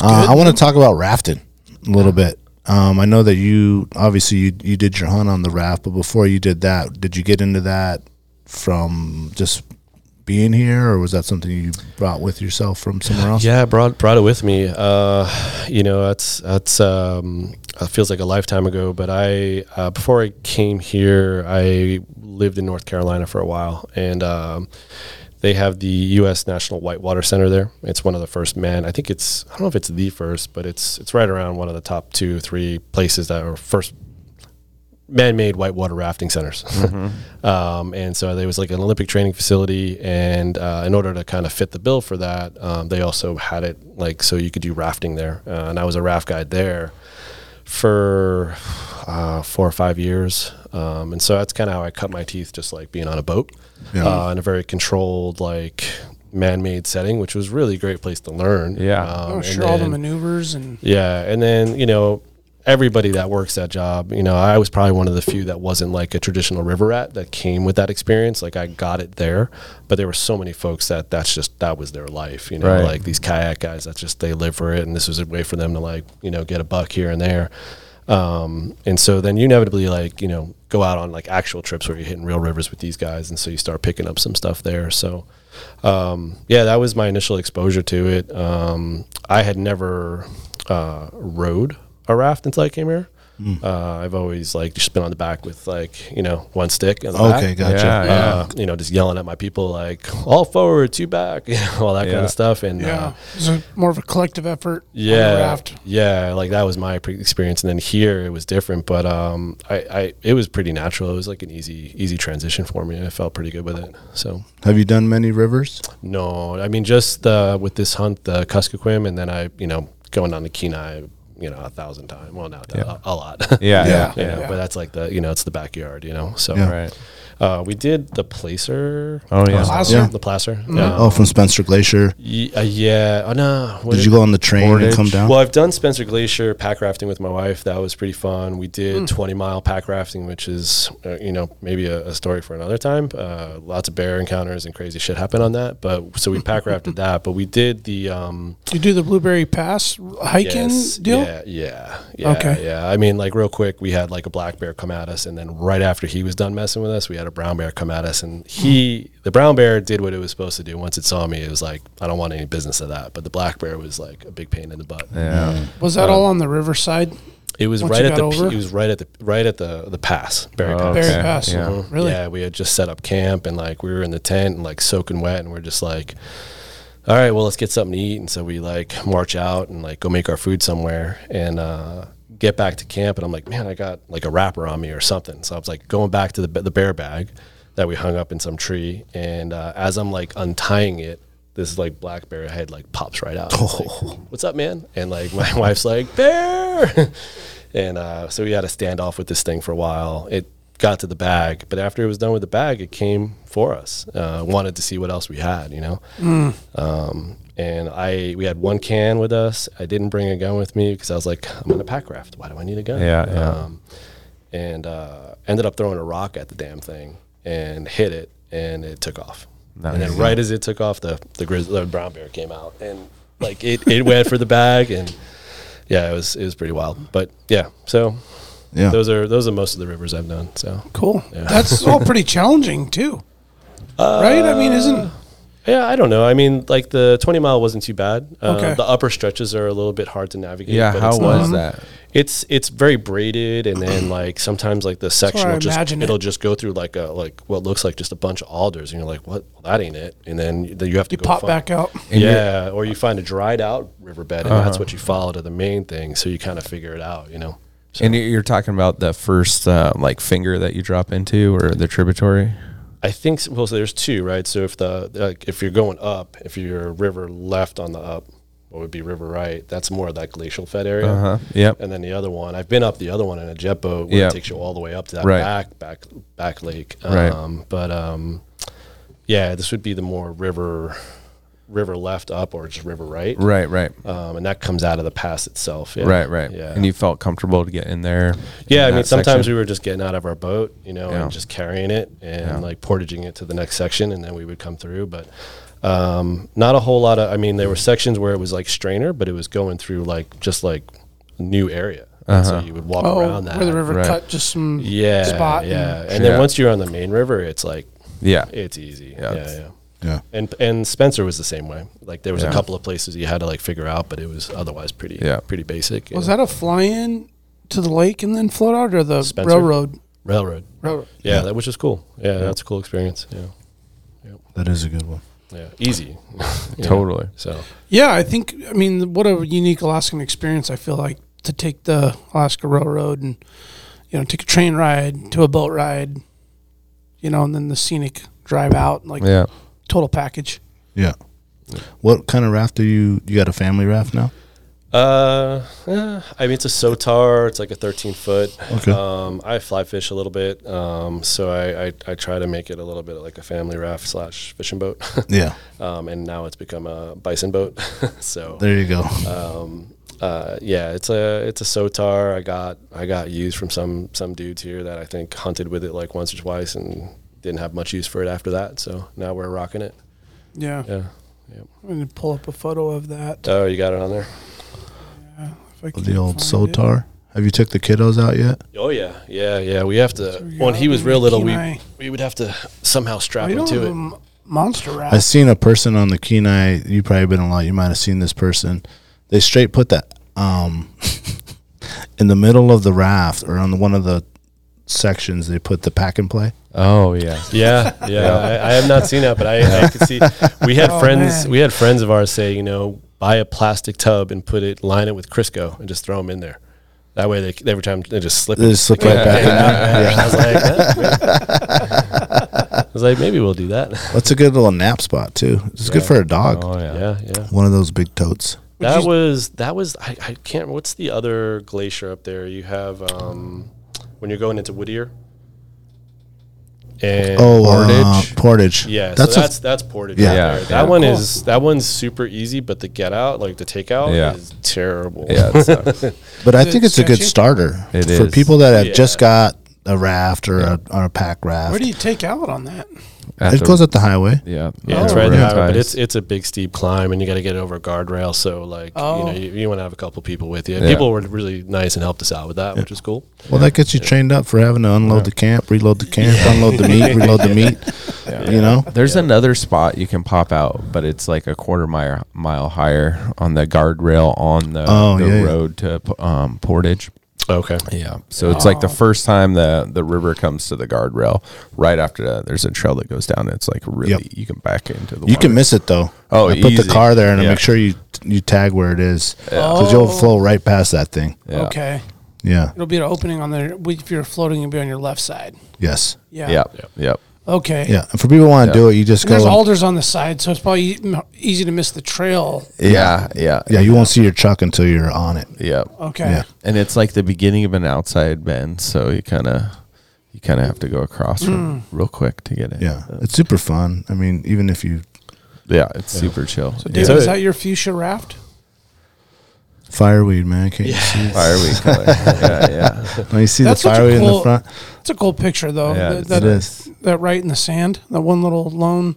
S1: uh, I want to talk about rafting a little bit. Um, I know that you obviously you, you did your hunt on the raft, but before you did that, did you get into that from just being here, or was that something you brought with yourself from somewhere else?
S4: Yeah, I brought brought it with me. Uh, you know, that's that's um, it feels like a lifetime ago. But I uh, before I came here, I lived in North Carolina for a while, and um, they have the U.S. National Whitewater Center there. It's one of the first man. I think it's I don't know if it's the first, but it's it's right around one of the top two three places that are first man-made whitewater rafting centers. um, and so there was like an Olympic training facility, and uh, in order to kind of fit the bill for that, um, they also had it like so you could do rafting there. Uh, and I was a raft guide there for uh, four or five years, um, and so that's kind of how I cut my teeth, just like being on a boat uh, in a very controlled like man-made setting, which was really a great place to learn.
S2: Yeah.
S4: Um,
S3: Oh,
S4: and
S3: sure, all the
S4: then-
S3: maneuvers and
S4: yeah, and then you know everybody that works that job. You know, I was probably one of the few that wasn't like a traditional river rat that came with that experience. Like I got it there, but there were so many folks that that's just that was their life. You know,
S2: Right.
S4: like these kayak guys that just they live for it, and this was a way for them to like you know get a buck here and there. Um, and so then you inevitably like you know go out on like actual trips where you're hitting real rivers with these guys, and so you start picking up some stuff there. So um, yeah, that was my initial exposure to it. Um, I had never uh, rowed a raft until I came here. Uh, I've always like just been on the back with like you know one stick. on the back.
S1: Okay, gotcha.
S2: Yeah.
S4: Uh, you know, just yelling at my people like all forward, two back, you know, all that kind
S2: Yeah.
S4: of stuff. And uh,
S3: yeah, it's a, more of a collective effort. on the
S4: yeah
S3: raft.
S4: yeah like that was my pre- experience and then here it was different but um I, I it was pretty natural it was like an easy easy transition for me i felt pretty good with it so
S1: Have you done many rivers?
S4: uh, no i mean just the with this hunt the kuskokwim and then i you know going down to kenai you know a thousand times. Well, not
S2: Yeah.
S4: a, a lot.
S6: Yeah,
S1: Yeah.
S6: yeah,
S4: You know,
S3: Yeah.
S4: But that's like the you know it's the backyard. You know, so
S1: Yeah.
S6: Right.
S4: uh, we did the placer.
S2: Oh yeah.
S3: Placer? Mm-hmm.
S4: the placer.
S1: Oh, from Spencer Glacier.
S4: Yeah. Uh, yeah. Oh no. What
S1: Did you go on the train and
S2: Portage.
S1: come down?
S4: Well, I've done Spencer Glacier pack rafting with my wife. That was pretty fun. We
S3: Hmm.
S4: did 20 mile pack rafting, which is, uh, you know, maybe a, a story for another time. Uh, lots of bear encounters and crazy shit happened on that. But so we pack rafted that. But we did the um,
S3: You do the Blueberry Pass hiking
S4: yes,
S3: deal?
S4: Yeah, yeah, yeah.
S3: Okay.
S4: Yeah. I mean, like real quick, we had like a black bear come at us, and then right after he was done messing with us, we had a brown bear come at us, and
S3: Hmm.
S4: he, the brown bear, did what it was supposed to do. Once it saw me, it was like, I don't want any business of that. But the black bear was like a big pain in the butt.
S2: Yeah. Mm.
S3: Was
S4: Uh,
S3: that all on the riverside?
S4: It was
S3: Once
S4: right
S3: you
S4: at the
S3: got
S4: p-
S3: over?
S4: it was right at the right at the the pass, Barry Pass.
S3: Barry
S2: Okay,
S3: Pass.
S2: yeah.
S4: Mhm.
S3: Really?
S4: Yeah, we had just set up camp and like we were in the tent and like soaking wet and we're just like all right, well, let's get something to eat. And so we like march out and like go make our food somewhere and uh, get back to camp. And I'm like, man, I got like a wrapper on me or something. So I was like going back to the, the bear bag that we hung up in some tree. And uh, as I'm like untying it, this like black bear head like pops right out. It's like, What's up, man? And like my wife's like, bear. and uh, so we had a standoff with this thing for a while. It got to the bag, but after it was done with the bag, it came for us. Uh, wanted to see what else we had, you know? and I we had one can with us. I didn't bring a gun with me because I was like, I'm on a pack raft. Why do I need a gun?
S2: Yeah, yeah.
S4: Um, and uh, ended up throwing a rock at the damn thing and hit it, and it took off. And then
S2: Nice.
S4: right as it took off, the the, grizz- the brown bear came out, and like it, it went for the bag, and yeah, it was it was pretty wild. But yeah, so
S1: yeah.
S4: those are those are most of the rivers I've done. So
S3: Cool. That's all pretty challenging too.
S4: Uh,
S3: right? I mean, isn't
S4: Yeah, I don't know. I mean, like the 20 mile wasn't too bad. Uh,
S3: Okay.
S4: The upper stretches are a little bit hard to navigate.
S2: Yeah,
S4: but
S2: how
S4: it's
S2: was
S4: not-
S2: that?
S4: It's it's very braided, and then like sometimes like the section
S3: where I
S4: will just
S3: imagine it.
S4: it'll just go through like a like what looks like just a bunch of alders, and you're like, what? Well, that ain't it. And then you, then you have to
S3: you
S4: go
S3: pop
S4: find-
S3: back out?
S2: And you're-
S4: yeah, or you find a dried out riverbed, and that's what you follow to the main thing. So you kind of figure it out, you know. So
S2: And you- you're talking about the first uh, like finger that you drop into or the tributary.
S4: I think s- well, so there's two, right? So if the like, if you're going up, if you're river left on the up, what would be river right? That's more of that glacial fed area.
S2: Uh huh. Yep.
S4: And then the other one, I've been up the other one in a jet boat where
S2: Yeah.
S4: it takes you all the way up to that
S2: Right.
S4: back, back, back lake. Um,
S2: Right.
S4: But um, yeah, this would be the more river, river left up or just river right.
S2: Right. Right.
S4: Um, and that comes out of the pass itself. Yeah.
S2: Right. Right.
S4: Yeah.
S2: And you felt comfortable to get in there.
S4: yeah, I
S2: in
S4: mean,
S2: that
S4: sometimes
S2: section?
S4: we were just getting out of our boat, you know,
S2: Yeah.
S4: and just carrying it and
S2: Yeah.
S4: like portaging it to the next section, and then we would come through. But um, not a whole lot of. I mean, there were sections where it was like strainer, but it was going through like just like new area, and
S2: Uh-huh.
S4: so you would walk
S3: Oh,
S4: around that.
S3: where the river
S2: right.
S3: cut just some
S4: yeah,
S3: spot. and-
S4: yeah, and then
S2: Yeah.
S4: once you're on the main river, it's like
S2: Yeah.
S4: it's easy.
S2: Yeah,
S4: Yeah,
S2: it's-
S4: yeah.
S1: Yeah.
S4: And and Spencer was the same way. Like there was
S2: Yeah.
S4: a couple of places you had to like figure out, but it was otherwise pretty
S2: Yeah.
S4: pretty basic.
S3: was
S4: and
S3: that a fly in to the lake and then float out, or the
S4: Spencer?
S3: railroad?
S4: railroad?
S3: Railroad.
S4: Yeah, That, which is cool. yeah, that's a cool experience. Yeah.
S1: That is a good one.
S4: Yeah, easy. You know,
S2: Totally.
S4: So
S3: Yeah, I think. I mean, what a unique Alaskan experience! I feel like to take the Alaska Railroad and you know take a train ride to a boat ride, you know, and then the scenic drive out, like
S2: Yeah.
S3: total package.
S1: Yeah. What kind of raft do you? You got a family raft now?
S4: Uh, eh, I mean, it's a sotar. It's like a 13 foot.
S1: Okay.
S4: Um, I fly fish a little bit. Um, so I, I, I try to make it a little bit like a family raft slash fishing boat.
S1: Yeah.
S4: um, and now it's become a bison boat. so
S1: There you go.
S4: uh, yeah, it's a it's a sotar. I got I got used from some some dudes here that I think hunted with it like once or twice and didn't have much use for it after that. So now we're rocking it.
S3: Yeah,
S4: Yeah.
S3: I'm gonna pull up a photo of that.
S4: Oh, you got it on there.
S3: if I can
S1: the old
S3: find it.
S1: Sotar. Have you took the kiddos out yet?
S4: Oh yeah, yeah, yeah. We have to.
S3: we
S4: when
S3: got
S4: he was
S3: the
S4: real little, we
S3: Kenai.
S4: we would have to somehow strap
S3: We
S4: him
S3: don't have
S4: to
S3: a
S4: it.
S3: m- monster
S1: I
S3: raft.
S1: seen a person on the Kenai. You probably been a lot. You might have seen this person. They straight put that um, in the middle of the raft or on the, one of the sections. They put the pack and play.
S2: Oh yeah.
S4: Yeah, yeah. I, I have not seen that, but I, I could see. We had
S3: Oh,
S4: friends.
S3: man.
S4: We had friends of ours say, you know, buy a plastic tub and put it, line it with Crisco, and just throw them in there. That way, they c- every time they just slip.
S1: They
S4: it.
S1: just slip right back in there.
S4: I was like, huh? I was like, maybe we'll do that.
S1: That's a good little nap spot too. It's good for a dog.
S2: Oh yeah.
S4: Yeah, yeah.
S1: One of those big totes.
S4: That
S3: you-
S4: was that was I, I can't. What's the other glacier up there? You have um, when you're going into Whittier. And
S1: Oh,
S2: Portage?
S1: Portage. portage.
S4: yeah,
S1: that's
S4: so
S1: a-
S4: that's that's Portage.
S1: Yeah.
S4: right
S2: Yeah,
S4: there.
S2: yeah.
S4: that one is that one's super easy, but the get out, like the takeout,
S2: Yeah.
S4: is terrible.
S2: Yeah, it sucks.
S1: But I
S3: it
S1: think it's a good
S3: sketchy?
S1: starter
S2: It
S1: for
S2: is.
S1: people that have just
S4: Yeah.
S1: got a raft or a or a pack
S3: Where
S1: raft.
S3: do you take out on that?
S2: At
S1: it
S2: the-
S1: goes up the highway.
S2: Yeah,
S4: Yeah, it's
S3: Oh,
S4: right
S2: over
S4: there,
S2: at
S4: but
S2: Tice.
S4: it's it's a big steep climb, and you got to get over a guardrail. So like, you
S3: Oh.
S4: know, you, you want to have a couple people with you.
S2: Yeah.
S4: People were really nice and helped us out with that, which is cool.
S1: Well, that gets you trained up for having to unload the camp, reload the camp, unload the meat, reload the meat. You know,
S2: There's another spot you can pop out, but it's like a quarter mile mile higher on the guardrail on the,
S1: Oh,
S2: the
S1: yeah, yeah.
S2: road to um, Portage.
S4: Okay,
S2: Yeah, so it's like the first time the the river comes to the guardrail. Right after that, there's a trail that goes down. It's like really
S1: Yep.
S2: you can back into the.
S1: you
S2: water.
S1: can miss it though.
S2: Oh,
S1: I put
S2: easy.
S1: the car there and I
S2: Yeah.
S1: make sure you you tag where it is because you'll
S3: Oh.
S1: flow right past that thing.
S2: Yeah.
S3: Okay.
S1: Yeah.
S3: It'll be an opening on there. If you're floating, it'll be on your left side.
S1: Yes.
S3: Yeah.
S2: Yep. Yep.
S3: Okay.
S1: Yeah. And for people who want to
S2: Yeah.
S1: do it, you just
S3: And there's
S1: go.
S3: alders on the side, so it's probably e- m- easy to miss the trail.
S2: Yeah. Yeah.
S1: yeah, you won't see your truck until you're on it.
S2: Yeah.
S3: Okay.
S1: Yeah.
S2: And it's like the beginning of an outside bend, so you kind of you kind of have to go across
S3: Hmm.
S2: real- real quick to get it.
S1: Yeah, it's super fun. I mean, even if you
S2: Yeah. It's super chill.
S3: So,
S2: yeah.
S3: David, is that your fuchsia raft?
S1: fireweed, man, can't you see?
S2: Fireweed color. yeah. Yeah.
S1: When you see
S3: That's
S1: the
S3: such a
S1: fireweed in the
S3: cool-
S1: front,
S3: It's a cool picture, though.
S2: Yeah,
S3: That-
S2: it's-
S3: that,
S1: it is.
S3: that right in the sand, that one little lone.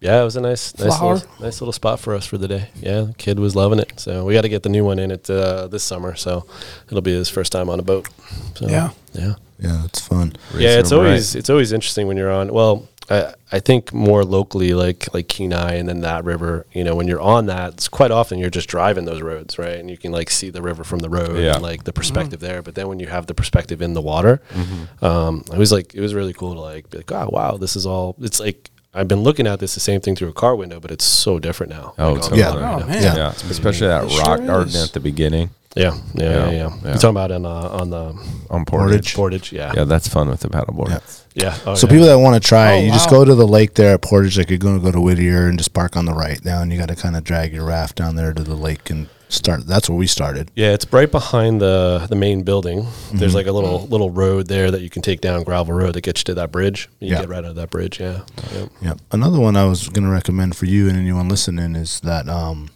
S4: yeah, it was a nice nice
S3: Flower.
S4: little, nice little spot for us for the day. Yeah, the kid was loving it, so we got to get the new one in it uh, this summer. So it'll be his first time on a boat. So,
S3: Yeah.
S4: yeah.
S1: yeah, it's fun.
S4: yeah, it's
S2: Raise 'em right.
S4: always it's always interesting when you're on. Well, I, I think more locally, like like Kenai and then that river. You know, when you're on that, it's quite often you're just driving those roads, right? And you can like see the river from the road,
S2: Yeah.
S4: and,
S1: Mm-hmm.
S4: like the perspective there. But then when you have the perspective in the water,
S2: Mm-hmm.
S4: um, it was like it was really cool to like be like, oh wow, this is all. It's like I've been looking at this the same thing through a car window, but it's so different now.
S2: Oh,
S4: like,
S2: it's
S4: on
S1: yeah.
S4: the water,
S3: Oh,
S4: you know?
S3: man.
S1: Yeah.
S2: Yeah, especially that
S3: It
S2: rock
S3: sure
S2: garden
S3: is.
S2: at the beginning
S4: yeah, yeah,
S2: Yeah.
S4: yeah, yeah,
S2: Yeah.
S4: You're talking about on uh, on the
S2: on Portage.
S4: portage, yeah,
S2: Yeah,
S4: yeah.
S2: that's fun with the paddleboard.
S4: Oh,
S1: So
S4: yeah.
S1: people that want to try, it,
S3: Oh,
S1: you just
S3: wow.
S1: go to the lake there at Portage. Like you're going to go to Whittier and just park on the right now, and you got to kind of drag your raft down there to the lake and start. That's where we started.
S4: Yeah, it's right behind the the main building.
S1: Mm-hmm.
S4: There's like a little little road there that you can take down gravel road that gets you to that bridge. You
S1: Yeah.
S4: get right out of that bridge. Yeah. Yep.
S1: Yeah. Another one I was going to recommend for you and anyone listening is that um,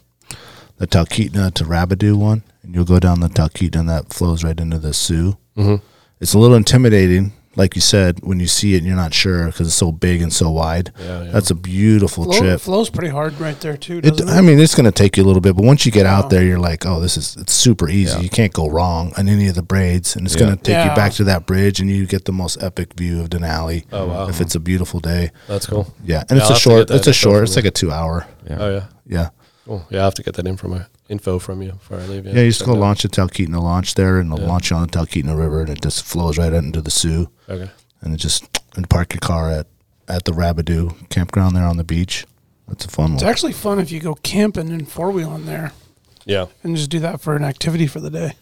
S1: the Talkeetna to Rabidou one, and you'll go down the Talkeetna and that flows right into the Sioux.
S4: Mhm.
S1: It's a little intimidating, like you said, when you see it and you're not sure because it's so big and so wide.
S4: Yeah, yeah.
S1: That's a beautiful
S3: Flow,
S1: trip.
S3: Flows pretty hard right there, too.
S1: It,
S3: Doesn't it?
S1: I mean, it's going to take you a little bit, but once you get
S4: Uh-huh.
S1: out there, you're like, oh, this is it's super easy. You can't go wrong on any of the braids, and it's going to take
S3: Yeah.
S1: you back to that bridge, and you get the most epic view of Denali.
S4: Oh, wow.
S1: If it's a beautiful day,
S4: That's cool.
S1: yeah, and
S4: Yeah, I'll
S1: it's a
S4: have to get
S1: short.
S4: that
S1: It's a
S4: info
S1: short.
S4: from
S1: It's
S4: you.
S1: like a two hour.
S4: Oh yeah.
S1: Yeah,
S4: Cool. Yeah, I have to get that in from a, info from you before I leave.
S1: yeah. You just
S4: check
S1: go
S4: that.
S1: launch the Talkeetna launch there, and it'll launch you on the Talkeetna River, and it just flows right out into the Sioux,
S4: Okay.
S1: and it just and park your car at at the Rabidou campground there on the beach. That's a fun
S3: It's
S1: one.
S3: actually fun if you go camping and four wheeling there
S4: Yeah.
S3: and just do that for an activity for the day.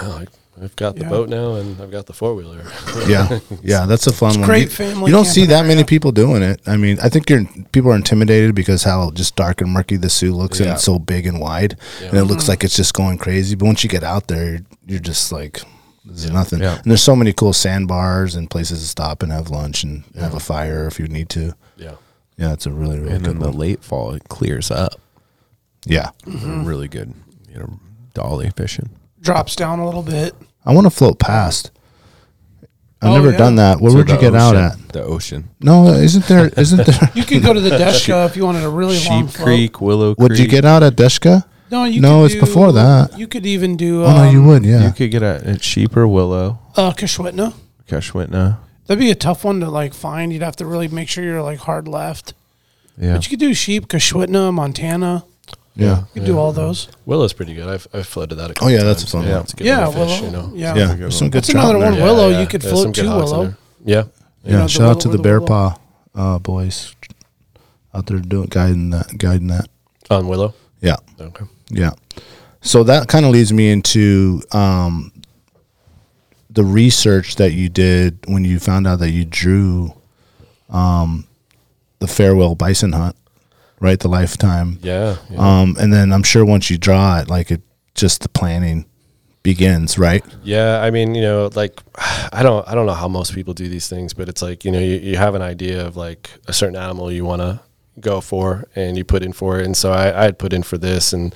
S4: Oh, I, I've got the
S3: Yeah.
S4: boat now and I've got the four wheeler.
S1: Yeah, yeah, that's a fun one.
S3: great
S1: you,
S3: family
S1: You don't see
S3: camping
S1: that many people doing it. I mean, I think you're people are intimidated because how just dark and murky the Sioux looks, and
S4: Yeah.
S1: it's so big and wide, and it
S3: Mm-hmm.
S1: looks like it's just going crazy. But once you get out there, you're, you're just like, there's nothing.
S2: Yeah.
S1: And there's so many cool sandbars and places to stop and have lunch and have a fire if you need to.
S4: yeah.
S1: Yeah, it's a really really
S2: And
S1: good
S2: then the
S1: one.
S2: late fall, it clears up.
S1: yeah,
S2: Really good, you know, dolly fishing.
S3: Drops down a little bit.
S1: I want to float past. I've
S3: Oh,
S1: never
S3: yeah.
S1: done that. Where
S2: So
S1: would
S2: the
S1: you get out at?
S2: ocean- The ocean.
S1: No, isn't there? Isn't there?
S3: You could go to the Deshka if you wanted a really long
S2: Sheep
S3: float.
S2: Creek, Willow Creek.
S1: would you get out at Deshka?
S3: No, you
S1: No,
S3: could
S1: it's before
S3: do-
S1: that.
S3: You could even do.
S1: oh no, you
S3: um,
S1: would. Yeah,
S2: You could get out at Sheep or Willow,
S3: Uh, Keshwitna.
S2: Keshwitna.
S3: That'd be a tough one to like find. You'd have to really make sure you're like hard left.
S2: Yeah.
S3: But you could do sheep, Keshwitna, Montana.
S1: yeah.
S3: You could do all those.
S4: Willow's pretty good. I've, I've floated that a couple
S1: Oh, yeah, that's
S4: times.
S1: fun.
S4: Yeah.
S1: Yeah.
S4: It's a good
S3: Yeah,
S4: yeah,
S3: Willow.
S4: fish, you know.
S3: Yeah.
S1: Yeah, there's some good
S3: That's another
S1: trout in
S3: one.
S1: there.
S3: Willow, you could
S4: There's some
S3: float
S4: good
S3: to
S4: hawks in
S3: Willow.
S4: there. Yeah.
S1: Yeah,
S3: know, the
S1: shout out to
S3: willow-
S1: the
S3: the
S1: Bear
S3: willow.
S1: Paw uh, boys out there doing guiding that, guiding that.
S4: On Willow.
S1: Yeah,
S4: Okay.
S1: yeah. So that kind of leads me into um, the research that you did when you found out that you drew um, the farewell bison hunt right? The lifetime.
S4: Yeah. yeah.
S1: Um, and then I'm sure once you draw it, like it just the planning begins, right?
S4: Yeah, I mean, you know, like I don't I don't know how most people do these things, but it's like, you know, you, you have an idea of like a certain animal you want to go for and you put in for it. And so I I had put in for this and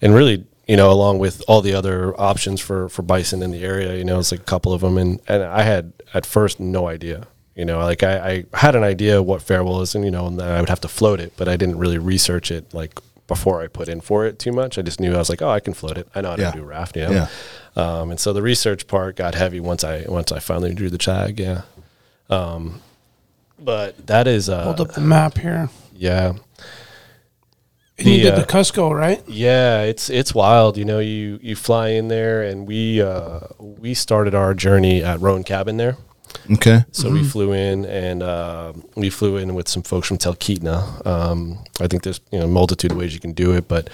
S4: and really, you know, along with all the other options for for bison in the area, you know, it's like a couple of them and and I had at first no idea. You know, like I, I had an idea what farewell is, and you know, and I would have to float it, but I didn't really research it like before I put in for it too much. I just knew I was like, oh, I can float it. I know how to
S1: Yeah.
S4: do raft. You know?
S1: Yeah.
S4: Um, and so the research part got heavy once I once I finally drew the tag. Yeah. Um, but that is uh,
S3: Hold up the map here.
S4: yeah
S3: And you
S4: the,
S3: did the
S4: uh,
S3: Cusco, right?
S4: yeah it's it's wild. You know, you you fly in there, and we uh, we started our journey at Roan Cabin there.
S1: Okay.
S4: So we flew in, and uh, we flew in with some folks from Talkeetna. Um, I think there's you know a multitude of ways you can do it, but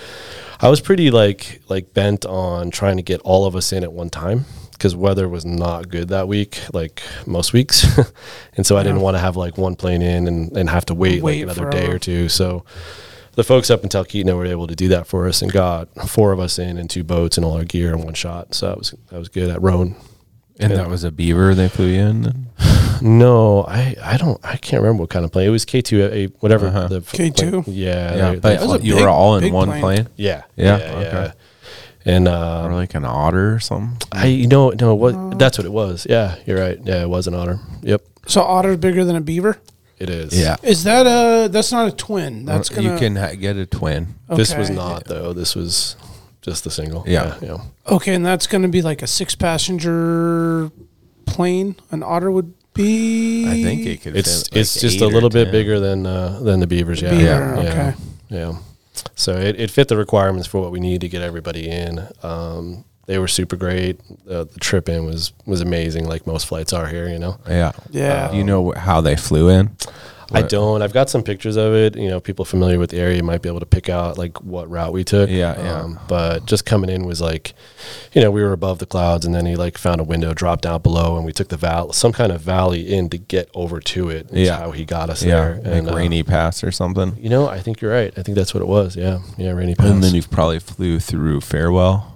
S4: I was pretty like like bent on trying to get all of us in at one time because weather was not good that week, like most weeks, and so I didn't want to have like one plane in and, and have to wait,
S3: Wait
S4: like another day
S3: forever.
S4: or two. So the folks up in Talkeetna were able to do that for us and got four of us in and two boats and all our gear in one shot. So that was that was good at Roan.
S2: And that was a beaver they flew you in. Then?
S4: No, I, I don't I can't remember what kind of plane it was. K two a whatever
S2: Uh-huh.
S4: the f-
S3: K2?
S4: plane- Yeah,
S2: Yeah,
S4: they-
S2: but
S4: they-
S3: was a
S2: you
S3: big-
S2: were all in
S3: big
S2: one
S3: plane.
S2: plane,
S4: yeah,
S2: Yeah,
S4: yeah,
S2: okay.
S4: yeah. And uh,
S2: or like an otter or something.
S4: I you know no what that's what it was. Yeah, you're right. Yeah, it was an otter. Yep,
S3: So otter's bigger than a beaver.
S4: it is.
S3: Is that a? That's not a twin. That's
S2: Or
S3: gonna.
S2: Uh,
S3: Oh,
S2: you can ha- get a twin.
S4: this was
S3: okay.
S4: not though. This was just the single.
S2: Yeah.
S4: yeah.
S3: Okay, and that's gonna be like a six-passenger plane. An otter would be.
S2: I think it could.
S4: It's
S2: fit like
S4: it's just
S2: eight
S4: a
S2: or
S4: little bit
S2: 10.
S4: bigger than uh, than the beavers. Yeah,
S3: Beaver,
S4: yeah,
S3: okay.
S4: yeah. So it, it fit the requirements for what we needed to get everybody in. Um, they were super great. Uh, the trip in was was amazing, like most flights are here. You know,
S2: Yeah.
S3: Yeah.
S2: Do you know wh- how they flew in?
S4: I don't. I've got some pictures of it. You know, people familiar with the area might be able to pick out like what route we took. Um,
S2: Yeah, yeah.
S4: but just coming in was like, you know, we were above the clouds, and then he like found a window, dropped down below, and we took the val some kind of valley in to get over to it. is
S2: Yeah.
S4: how he got us
S2: Yeah,
S4: there.
S2: like
S4: uh,
S2: Rainy Pass or something.
S4: You know, I think you're right. I think that's what it was. Yeah, yeah, rainy pass.
S2: And then you probably flew through Farewell.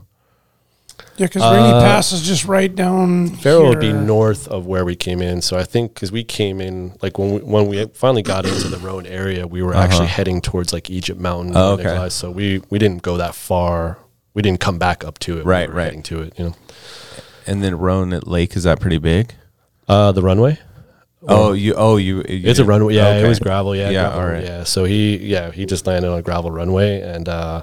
S3: Yeah, because Rainy Pass is just right down.
S4: Farrell Uh, would be
S3: here.
S4: north of where we came in, so I think because we came in like when we, when we finally got into the Rhone area, we were actually heading towards like Egypt Mountain.
S2: Uh-huh. Oh,
S4: and
S2: okay.
S4: Nikolai, so we we didn't go that far. We didn't come back up to it.
S2: Right,
S4: we
S2: right.
S4: Heading to it, you know.
S2: And then Roan at Lake is that pretty big?
S4: Uh, the runway.
S2: Oh, you. Oh, you.
S4: It's a
S2: you-
S4: runway. Yeah,
S2: okay.
S4: it was gravel. Yeah,
S2: Yeah,
S4: gravel,
S2: all right.
S4: Yeah, so he yeah he just landed on a gravel runway, and uh,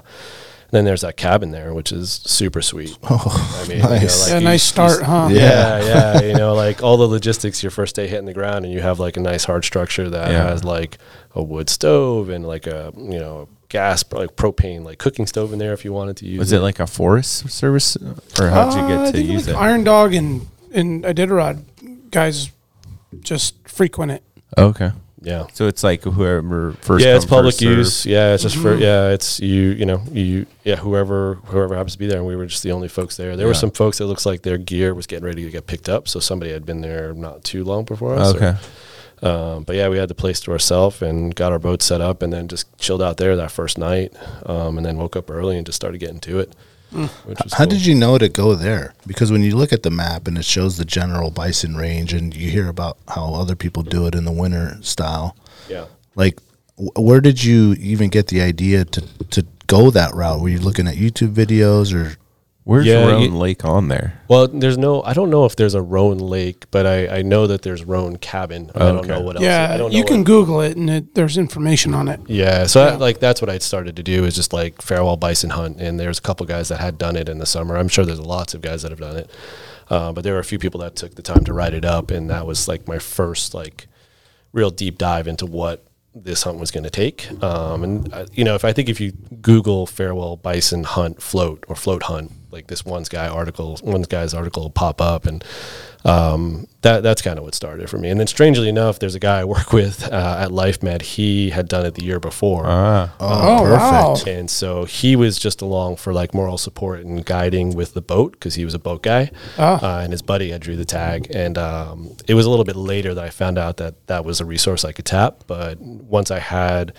S4: then there's that cabin there, which is super sweet. Oh, I mean, you know,
S1: nice.
S4: like
S3: Yeah,
S4: you-
S3: nice
S4: you
S3: start, huh?
S4: Yeah, yeah. You know, like all the logistics your first day hitting the ground and you have like a nice hard structure that
S2: Yeah.
S4: has like a wood stove and like a, you know, gas like propane like cooking stove in there if you wanted to use
S2: Was it like a Forest Service, or how'd you
S3: Uh, I
S2: get to
S3: think
S2: use
S3: like
S2: it?
S3: Iron Dog and and Iditarod guys just frequent it.
S2: Okay.
S4: Yeah.
S2: So it's like whoever first.
S4: yeah, it's
S2: come,
S4: public
S2: first served.
S4: use. Yeah, it's just for yeah, it's you you know, you yeah, whoever whoever happens to be there and we were just the only folks there. There were
S2: Yeah.
S4: some folks that looks like their gear was getting ready to get picked up, so somebody had been there not too long before us. or-
S2: Okay.
S4: Um, but yeah, we had the place to ourselves and got our boat set up and then just chilled out there that first night. Um, and then woke up early and just started getting to it. Which was
S1: How did you know to go there? Because when you look at the map and it shows the general bison range, and you hear about how other people do it in the winter style,
S4: Yeah.
S1: like wh- where did you even get the idea to to go that route? Were you looking at YouTube videos or?
S2: Where's
S4: Yeah,
S2: Roan
S4: you-
S2: Lake on there?
S4: Well, there's no, I don't know if there's a Roan Lake, but I, I know that there's Roan Cabin. I don't
S2: Okay.
S4: know what else. Oh, I
S3: Yeah,
S4: don't know
S3: you can
S4: what-
S3: Google it, and it, there's information on it.
S4: Yeah, so I, like that's what I started to do is just like farewell bison hunt, and there's a couple guys that had done it in the summer. I'm sure there's lots of guys that have done it, uh, but there were a few people that took the time to write it up, and that was like my first like real deep dive into what this hunt was going to take. Um, and uh, you know, if I think if you Google farewell bison hunt float or float hunt, like this one's guy article, one guy's article will pop up, and um, that that's kind of what started for me. And then strangely enough, there's a guy I work with uh, at LifeMed. He had done it the year before.
S3: Oh, wow!
S4: And so he was just along for like moral support and guiding with the boat because he was a boat guy. Uh, and his buddy had drew the tag. And um, it was a little bit later that I found out that that was a resource I could tap. But once I had